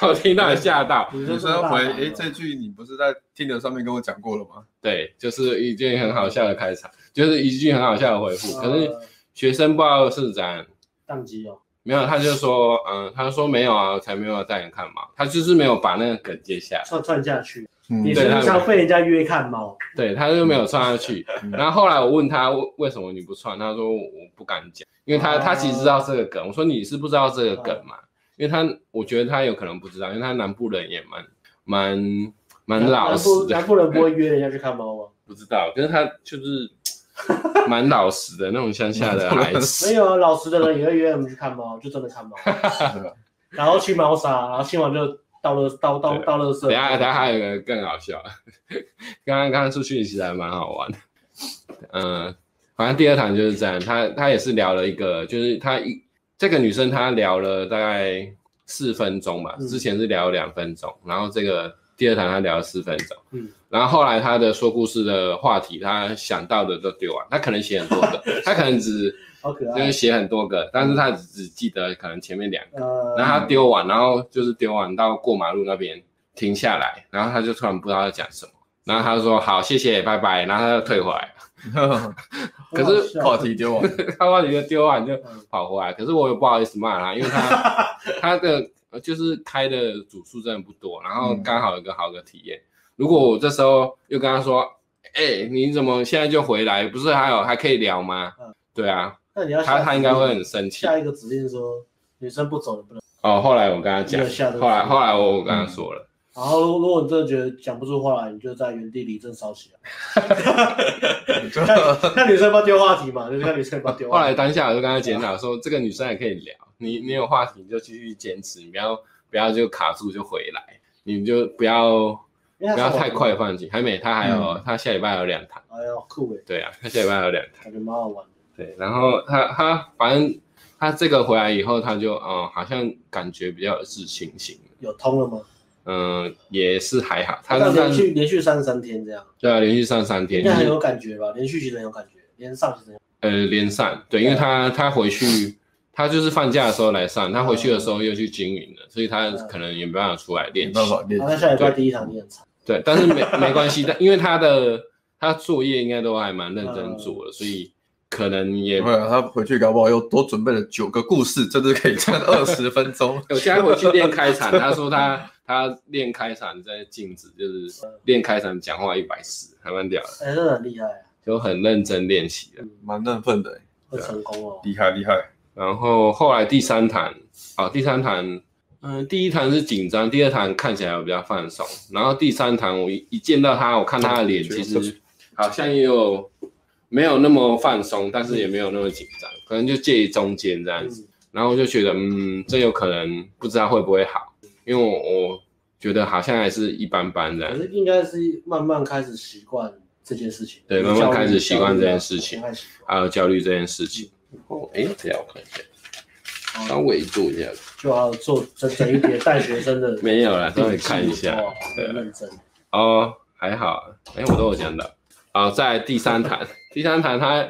Speaker 3: 我听到也吓到。
Speaker 1: 女
Speaker 2: 女
Speaker 1: 生
Speaker 2: 生回，哎，
Speaker 1: 这
Speaker 2: 这句你不是在听的上面跟我讲过了吗？
Speaker 3: 对，就是一句很好笑的开场，就是一句很好笑的回复。可
Speaker 1: 嗯
Speaker 3: 是学生不知道是怎样，
Speaker 1: 呃宕机哦，
Speaker 3: 没有，他就说，嗯，他说没有啊，我才没有带你看猫，他就是没有把那个梗接下来，
Speaker 1: 串串下去，
Speaker 2: 嗯
Speaker 1: 你
Speaker 3: 对
Speaker 1: 是不
Speaker 3: 他们
Speaker 1: 是常被人家约看猫？
Speaker 3: 对，他就没
Speaker 1: 嗯
Speaker 3: 有穿下去。然后后来我问他为为什么你不穿，他说我不敢讲，因为他
Speaker 1: 哦
Speaker 3: 他其实知道这个梗。我说你是不知道这个梗嘛？因为他我觉得他有可能不知道，因为他南部人也蛮蛮蛮老实的，
Speaker 1: 南部人不会约人家去看猫吗？
Speaker 3: 不知道，可是他就是 蛮老实的那种乡下的孩子。
Speaker 1: 没有啊，老实的人也会约我们去看猫，就真的看 猫，然后去猫砂，然后清完就倒垃倒倒
Speaker 3: 对
Speaker 1: 倒垃圾。
Speaker 3: 等一下，等一下还有一个更搞笑，刚刚刚刚出去其实还蛮好玩的，嗯、反正第二堂就是这样，他他也是聊了一个，就是他一这个女生她聊了大概四分钟吧，
Speaker 1: 嗯
Speaker 3: 之前是聊两分钟，然后这个第二堂她聊了四分钟，
Speaker 1: 嗯
Speaker 3: 然后后来她的说故事的话题，她想到的都丢完，她可能写很多个，她可能只
Speaker 1: 好可
Speaker 3: 就
Speaker 1: 爱
Speaker 3: 是。写很多个，但是她只只记得可能前面两个。
Speaker 1: 呃，
Speaker 3: 然后他丢完，然后就是丢完到过马路那边停下来，然后他就突然不知道要讲什么，然后他就说好谢谢拜拜，然后他就退回来， 可是
Speaker 1: 很好
Speaker 2: 话
Speaker 1: 笑
Speaker 2: 题丢完，
Speaker 3: 他把你就丢完
Speaker 1: 嗯
Speaker 3: 就跑回来，可是我也不好意思骂他，因为 他他的呃就是开的组数真的不多，然
Speaker 1: 嗯
Speaker 3: 后刚好有个好的体验。如果我这时候又跟他说，哎、你怎么现在就回来？不是还有还可以聊吗？
Speaker 1: 嗯
Speaker 3: 对啊，
Speaker 1: 那你要
Speaker 3: 他
Speaker 1: 下
Speaker 3: 他应该会很生气。
Speaker 1: 下一个指令说女生不走你不能。
Speaker 3: 哦，后来我跟他讲
Speaker 1: 没有下这，个
Speaker 3: 后来
Speaker 1: 指令
Speaker 3: 后来我我跟
Speaker 1: 嗯
Speaker 3: 他说了。
Speaker 1: 然后如果你真的觉得讲不出话来，你就在原地立正烧起来。 看看女生要不要丢话题嘛，就是看女生要不要丢
Speaker 3: 后
Speaker 1: 话
Speaker 3: 来
Speaker 1: 题。
Speaker 3: 当下我就跟他检讨说，这个女生也可以聊，你你有话题你就继续坚持，你不要不要就卡住就回来，你就不要
Speaker 1: 因为
Speaker 3: 不
Speaker 1: 她
Speaker 3: 要
Speaker 1: 上网
Speaker 3: 太。快放弃。还没，他还有、他下礼拜还有两堂，
Speaker 1: 哎呦酷哎，
Speaker 3: 对啊，他下礼拜还有两堂，
Speaker 1: 感觉蛮好玩的。
Speaker 3: 对，然后他他反正他这个回来以后，他就嗯好像感觉比较有自信心了，
Speaker 1: 有通了吗？
Speaker 3: 嗯也是还好，他
Speaker 1: 那
Speaker 3: 是
Speaker 1: 连
Speaker 3: 上
Speaker 1: 续连续三十三天这样，
Speaker 3: 对啊连续上三天，
Speaker 1: 应
Speaker 3: 就
Speaker 1: 该很
Speaker 3: 是
Speaker 1: 有感觉吧？连续其实很有感觉，连上其实很有
Speaker 3: 呃连上，对，因为他他回去，他就是放假的时候来上，他回去的时候又去经营了，所以他可能也没办法出来
Speaker 2: 嗯没
Speaker 3: 练习
Speaker 2: 办。法练
Speaker 1: 然后他啊下礼拜第一堂也很长，
Speaker 3: 对，但是没没关系，但因为他的他作业应该都还蛮认
Speaker 2: 嗯
Speaker 3: 真做的，所以可能也
Speaker 2: 不会。啊，他回去搞不好又多准备了九个故事，真的可以
Speaker 3: 。
Speaker 2: 站二十分钟
Speaker 3: 我现在回去练开场，他说他他练开场在镜子，
Speaker 2: 嗯
Speaker 3: 就是练开场讲话一百四，还蛮屌的，
Speaker 1: 哎，真的很厉害啊，
Speaker 3: 就很认真练习的。
Speaker 2: 蛮振奋的欸，
Speaker 1: 会成功哦。
Speaker 2: 厉害厉害。
Speaker 3: 然后后来第三堂，哦，第三堂，嗯、第一堂是紧张，第二堂看起来我比较放松，然后第三堂我一一见到他，我看他的脸，其实好像也有没有那么放松，但是也没有那么紧张，可能就介于中间这
Speaker 1: 嗯
Speaker 3: 样子。然后我就觉得，嗯，这有可能不知道会不会好，因为我我觉得好像还是一般般这样
Speaker 1: 可。是应该是慢慢开始习惯这件事情，
Speaker 3: 对
Speaker 1: 焦虑
Speaker 3: 慢慢开始习惯这件事情
Speaker 1: 慢慢习惯
Speaker 3: 还有焦虑这件事情，哦，哎，等一下我看一下，
Speaker 1: 啊
Speaker 3: 稍微做一下，
Speaker 1: 就要做整整一叠带学生 的
Speaker 3: 没有啦，稍微看一下。
Speaker 1: 哇很认真。
Speaker 3: 哦，还好，哎、我都有讲到。好、在第三坛，第三坛他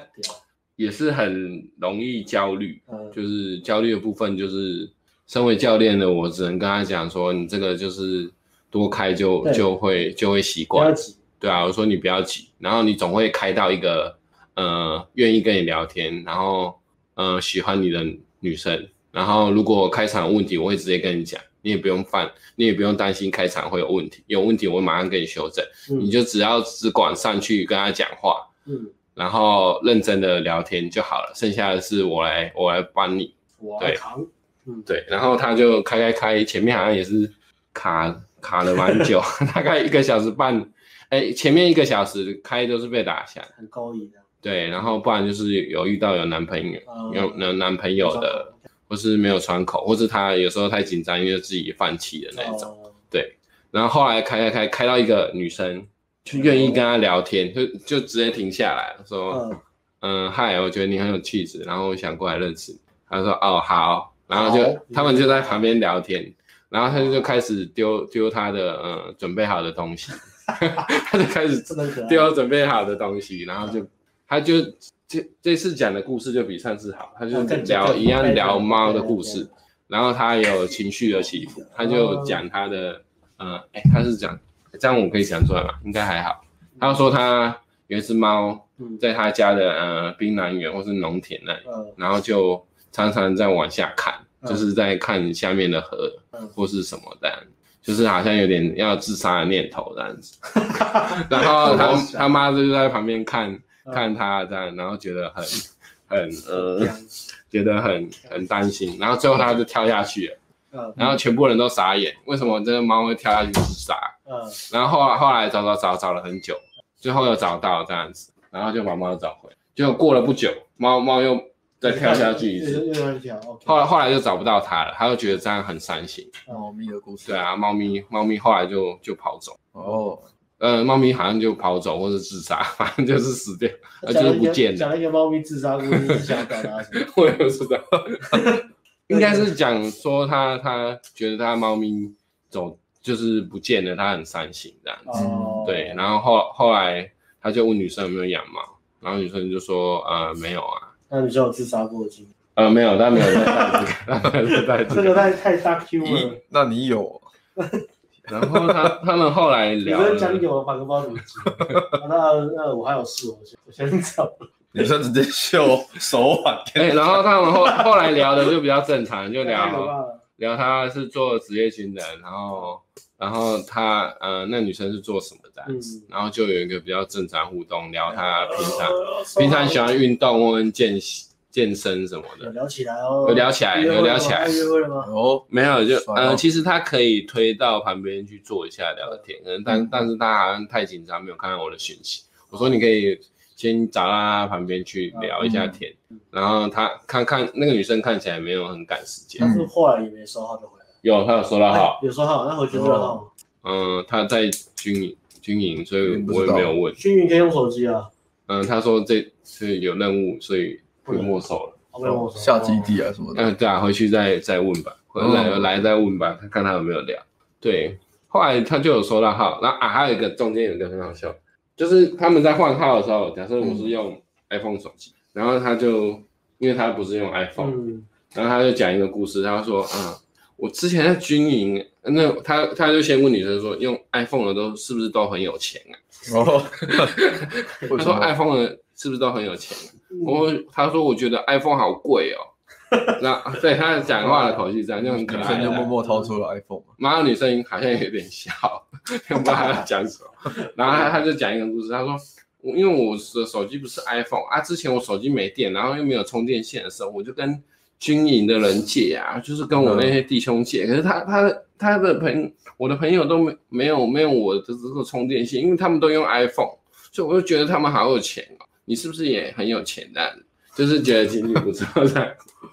Speaker 3: 也是很容易焦虑，
Speaker 1: 嗯，
Speaker 3: 就是焦虑的部分，就是身为教练的我，只能跟他讲说，你这个就是多开就
Speaker 1: 对
Speaker 3: 就会就会习
Speaker 1: 不要
Speaker 3: 惯，
Speaker 1: 急，
Speaker 3: 对啊，我说你不要急，然后你总会开到一个呃愿意跟你聊天，然后呃喜欢你的女生，然后如果开场有问题，我会直接跟你讲，你也不用犯，你也不用担心开场会有问题，有问题我会马上给你修正，
Speaker 1: 嗯
Speaker 3: 你就只要只管上去跟他讲话，
Speaker 1: 嗯，
Speaker 3: 然后认真的聊天就好了，剩下的是我来我来帮你，
Speaker 1: 我
Speaker 3: 对
Speaker 1: 扛，
Speaker 3: 对，然后他就开开开，前面好像也是卡卡了蛮久， 大概一个小时半，哎，前面一个小时开都是被打下，
Speaker 1: 很高一的。
Speaker 3: 对，然后不然就是有遇到有男朋友，
Speaker 1: 嗯
Speaker 3: 有有男朋友的，或是没有窗口，或是他有时候太紧张，因为自己放弃的那一种，
Speaker 1: 哦
Speaker 3: 对，然后后来开开开开到一个女生。就愿意跟他聊天，就就直接停下来说：“
Speaker 1: 嗯，
Speaker 3: 嗯，嗨，我觉得你很有气质，然后我想过来认识你。他说哦好，然后就
Speaker 1: 好
Speaker 3: 他们就在旁边聊天，然后他就开始丢丢他的呃准备好的 东西，他就开始啊
Speaker 1: 真的很可爱。
Speaker 3: 丢准备好的东西，然后就他就这这次讲的故事就比上次好，他就
Speaker 1: 啊
Speaker 3: 是
Speaker 1: 更
Speaker 3: 聊
Speaker 1: 更
Speaker 3: 一样
Speaker 1: 更
Speaker 3: 聊
Speaker 1: 更
Speaker 3: 猫的
Speaker 1: 更
Speaker 3: 故事，然后他有情绪的起伏，他
Speaker 1: 哦
Speaker 3: 就讲他的，呃，哎，他是讲这样我可以讲出来吗？应该还好。他说他有一只猫
Speaker 1: 嗯
Speaker 3: 在他家的呃槟榔园或是农田那里，
Speaker 1: 嗯
Speaker 3: 然后就常常在往下看，
Speaker 1: 嗯
Speaker 3: 就是在看下面的河
Speaker 1: 嗯
Speaker 3: 或是什么这样，就是好像有点要自杀的念头这样 子。然后他他妈就在旁边看
Speaker 1: 嗯
Speaker 3: 看他这样，然后觉得很很呃，觉得很很担心，然后最后他就跳下去了，
Speaker 1: 嗯
Speaker 3: 然后全部人都傻眼，为什么这个猫会跳下去自杀？
Speaker 1: 嗯，
Speaker 3: 然后后来后来找找找找了很久，最后又找到这样子，然后就把猫找回。结果过了不久，猫猫又再跳下去一次，
Speaker 1: 又又一条，OK，
Speaker 3: 后来后来就找不到它了，他就觉得这样很伤心。
Speaker 2: 猫咪的故事
Speaker 3: 对，啊，猫咪猫咪后来就就跑走，
Speaker 2: 哦，
Speaker 3: 呃，猫咪好像就跑走或是自杀， 反正就是死掉，呃，
Speaker 1: 讲
Speaker 3: 就
Speaker 1: 了
Speaker 3: 是
Speaker 1: 一
Speaker 3: 不
Speaker 1: 个
Speaker 3: 见
Speaker 1: 讲
Speaker 3: 了。
Speaker 1: 了一个猫咪自杀故事，是想表达什 么？
Speaker 3: 我也不知 道，应该是讲说他他觉得他猫咪走就是不见了，他很伤心这样子。
Speaker 1: 哦，
Speaker 3: 对，然后后后来他就问女生有没有养猫，然后女生就说呃没有啊，
Speaker 1: 那你就有自杀过的经 历，
Speaker 3: 呃没有，但没有在 带这个，但没有在带这
Speaker 1: 这个
Speaker 3: 个。
Speaker 1: 太太大 Q 了
Speaker 2: 咦。，那你有
Speaker 3: 然后他他们后来
Speaker 1: 你
Speaker 3: 聊
Speaker 1: 这讲
Speaker 3: 了，
Speaker 1: 有反正不知道怎么接。啊 那那我还有事，我先我先走。
Speaker 2: 女生直接秀手腕给
Speaker 3: 哎，然后他们后后来聊的就比较正常，就
Speaker 1: 太可
Speaker 3: 聊
Speaker 1: 怕了。
Speaker 3: 聊他是做职业军人，然后然后他呃那女生是做什么的啊，
Speaker 1: 嗯，
Speaker 3: 然后就有一个比较正常互动，聊他平常
Speaker 1: 嗯
Speaker 3: 平常喜欢运动或者健健身什么
Speaker 1: 有
Speaker 3: 的，
Speaker 1: 聊起来哦，
Speaker 3: 有聊起来，
Speaker 1: 约会
Speaker 3: 有
Speaker 1: 了吗
Speaker 3: 聊起来
Speaker 1: 还。约会了吗？
Speaker 2: 哦，
Speaker 3: 没有，就
Speaker 2: 爽
Speaker 3: 呃，
Speaker 2: 哦
Speaker 3: 其实他可以推到旁边去坐一下聊天，可能
Speaker 2: 嗯
Speaker 3: 但但是他好像太紧张，没有看到我的讯息。我说你可以先找到他旁边去聊一下天，
Speaker 2: 嗯
Speaker 3: 然后他看看那个女生看起来没有很赶时间，
Speaker 2: 嗯
Speaker 1: 但是后来也没收号就回来了。
Speaker 3: 有他有收到号，
Speaker 1: 有收号，那回去热号。
Speaker 3: 嗯、他在军营军营，所以
Speaker 2: 不知道
Speaker 3: 我也没有问，
Speaker 1: 幸运可以用手机啊，
Speaker 3: 嗯、他说这是有任务，所以会没收了，
Speaker 1: 哦没有我手
Speaker 2: 下基。地啊什么的，
Speaker 3: 嗯，对啊，回去再再问吧，回来、
Speaker 2: 哦
Speaker 3: 来再问吧，看看他有没有聊。对，后来他就有收到号，然后啊，还有一个中间有一个很好笑，就是他们在换号的时候，假设我是用 iPhone 手机，然后他就因为他不是用 iPhone，、
Speaker 1: 嗯，
Speaker 3: 然后他就讲一个故事，他说啊，我之前在军营，那他他就先问女生说，用 iPhone 的都是不是都很有钱啊？
Speaker 2: 哦，
Speaker 3: 我
Speaker 2: 为什
Speaker 3: 说
Speaker 2: 么？嗯
Speaker 3: iPhone 的是不是都很有钱？我他说我觉得 iPhone 好贵 哦。那对他讲话的口气这样就很可
Speaker 2: 女
Speaker 3: 爱
Speaker 2: 生就默
Speaker 3: 啊。
Speaker 2: 默掏出了 iPhone 嘛
Speaker 3: 然后女生好像有点 笑，不知道他在讲什么。然后他他就讲一个故事，他说我因为我的手机不是 iPhone 啊，之前我手机没电，然后又没有充电线的时候，我就跟军营的人借啊，就是跟我那些弟兄
Speaker 2: 嗯
Speaker 3: 借。可是他他的他的朋我的朋友都没没有没有我的这个充电线，因为他们都用 iPhone，所以我就觉得他们好有钱哦。你是不是也很有钱的、就是觉得经济不错这样。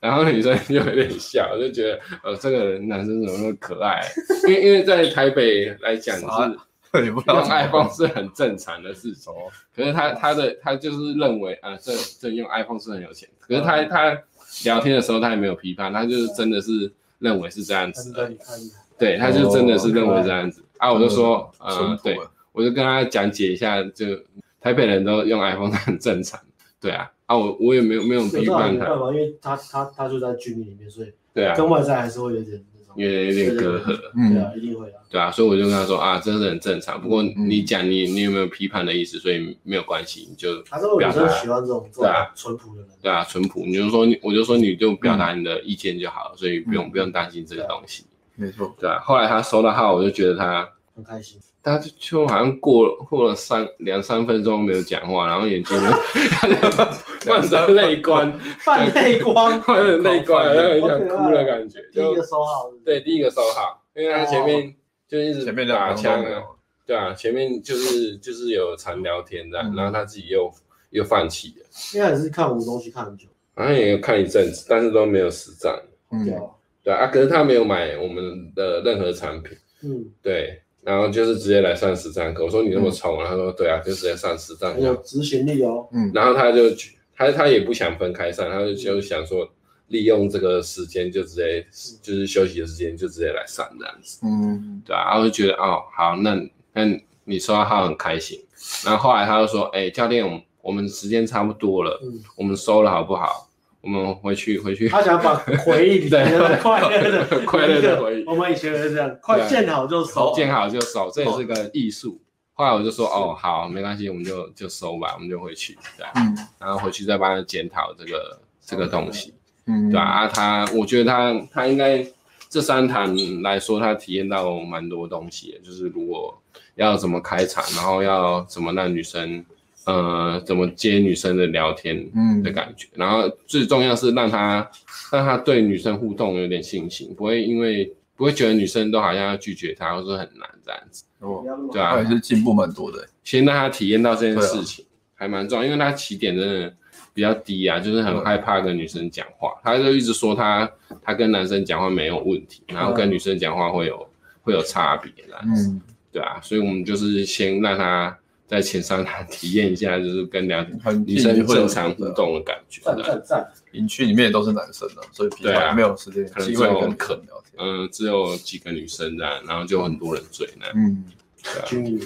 Speaker 3: 然后女生就有点笑，就觉得呃，这个人男生怎么那么可爱？因为因为在台北来讲是呃
Speaker 2: 啥也不知道
Speaker 3: 用
Speaker 2: 怎么
Speaker 3: iPhone 是很正常的事情，可是他他的他就是认为啊，这这用 iPhone 是很有钱，可是他他聊天的时候他也没有批判，他就是真的是认为是这样子
Speaker 1: 真
Speaker 3: 的
Speaker 1: 的，，你看一下，
Speaker 3: 对，他就真的是认为这样子啊，我就说
Speaker 2: 淳
Speaker 3: 呃，
Speaker 2: 朴
Speaker 3: 对
Speaker 2: 啊，
Speaker 3: 我就跟他讲解一下，就台北人都用 iPhone 很正常，对啊，啊我我也没有没有
Speaker 1: 有这
Speaker 3: 批
Speaker 1: 种
Speaker 3: 判
Speaker 1: 没办
Speaker 3: 他，
Speaker 1: 法，因为他他他就在军里面，所以
Speaker 3: 对啊，
Speaker 1: 跟外在还是会有点那种。
Speaker 3: 有点有点隔阂。
Speaker 1: 对
Speaker 2: 嗯，
Speaker 1: 啊，一定会的。
Speaker 3: 对啊，所以我就跟他说啊，这是很正常。不过你讲你你有没有批判的意思，所以没有关系，你就
Speaker 1: 他这种女
Speaker 3: 表
Speaker 1: 生
Speaker 3: 达
Speaker 1: 喜欢这种这种
Speaker 3: 对啊
Speaker 1: 淳朴的人。
Speaker 3: 对啊，淳朴。你就说你，我就说你就表达你的意见就好了，所以不用、不用担心这个东西。
Speaker 2: 没错，
Speaker 3: 对啊，后来他收到号，我就觉得他
Speaker 1: 很开心。
Speaker 3: 他就就好像过了过了三两三分钟没有讲话，然后眼睛就 泛着泪光，
Speaker 1: 泛泪光，
Speaker 3: 泛着泪光，然后有点想哭的感觉。
Speaker 1: 啊第一
Speaker 3: 就
Speaker 1: 个哦收好。
Speaker 3: 对第一个收号，因为他前面、就一直
Speaker 2: 前面
Speaker 3: 打
Speaker 2: 两
Speaker 3: 枪
Speaker 2: 枪
Speaker 3: 啊，对啊，前面就是就是有常聊天的，
Speaker 2: 嗯
Speaker 3: 然后他自己又又放弃了，
Speaker 1: 现在也是看我们东西看很久。
Speaker 3: 好像也有看一阵子，但是都没有实战。
Speaker 1: 对
Speaker 2: 嗯，
Speaker 1: 啊，
Speaker 3: 对啊，可是他没有买我们的任何产品，
Speaker 1: 嗯，
Speaker 3: 对，然后就是直接来上实战课。我说你那
Speaker 2: 嗯
Speaker 3: 么冲啊，他说对啊，就直接上实战
Speaker 1: 还
Speaker 3: 课
Speaker 1: 有。执行力哦。
Speaker 3: 然后他就去他他也不想分开上，他
Speaker 1: 嗯
Speaker 3: 就就想说利用这个时间就直接就是休息的时间就直接来上这样子。
Speaker 2: 嗯，
Speaker 3: 对啊，然后就觉得哦，好，那那你收到号很开心。然后后来他就说，哎、教练，我我们时间差不多了，
Speaker 1: 嗯
Speaker 3: 我们收了好不好？我们回去回去，
Speaker 1: 他想把回忆里
Speaker 3: 对
Speaker 1: 面的 快乐的
Speaker 3: 快乐的回忆
Speaker 1: 我们以前也是这样，快见好就收。哦
Speaker 3: 见好就收，这也是个艺术。后来我就说，哦，好，没关系，我们就就收吧，我们就回去，对啊，
Speaker 2: 嗯
Speaker 3: 然后回去再帮他检讨这个这个东西，
Speaker 2: 嗯
Speaker 3: 对啊，啊他我觉得他他应该这三堂来说，他体验到蛮多东西的，就是如果要怎么开场，然后要怎么让女生，呃，怎么接女生的聊天
Speaker 2: 嗯
Speaker 3: 的感觉，然后最重要是让他让他对女生互动有点信心，不会因为不会觉得女生都好像要拒绝他，或是很难这样子，
Speaker 2: 哦，
Speaker 3: 对
Speaker 2: 他
Speaker 3: 啊
Speaker 2: 也，是进步蛮多的，
Speaker 3: 先让他体验到这件
Speaker 2: 对啊
Speaker 3: 事情，还蛮重要，因为他起点真的比较低啊，就是很害怕跟女生讲话，他就一直说他他跟男生讲话没有问题，然后跟女生讲话会有会有差别啦，
Speaker 2: 啊嗯，
Speaker 3: 对啊，所以我们就是先让他在前三堂体验一下，就是跟聊
Speaker 2: 很
Speaker 3: 嗯女生正常互
Speaker 2: 的，
Speaker 3: 动的感觉，
Speaker 5: 赞
Speaker 3: 对啊
Speaker 5: 赞赞！
Speaker 2: 营区里面也都是男生的，所以平
Speaker 3: 对啊
Speaker 2: 常没有时间
Speaker 3: 可能
Speaker 2: 机会
Speaker 3: 就
Speaker 2: 跟女生聊天，
Speaker 3: 嗯，只有几个女生这样，然后就很多人追那样。
Speaker 2: 嗯，
Speaker 1: 均匀。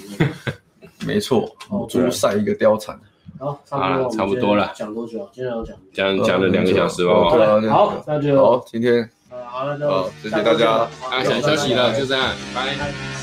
Speaker 2: 没错
Speaker 1: 哦，
Speaker 2: 猪赛一个貂蝉，
Speaker 1: 好，
Speaker 3: 好啦差
Speaker 1: 差
Speaker 3: 不
Speaker 1: 不
Speaker 3: 多
Speaker 1: 多
Speaker 3: 了
Speaker 1: 了。讲多久啊？今天要讲。
Speaker 3: 这样讲了两个小时
Speaker 2: 嗯
Speaker 3: 哦，
Speaker 2: 对啊
Speaker 1: 了，好，那就
Speaker 2: 好，今天
Speaker 1: 呃好，那就
Speaker 2: 好谢谢大家
Speaker 1: 下周见
Speaker 3: 啊，想休息了，就这样，拜。
Speaker 1: 拜拜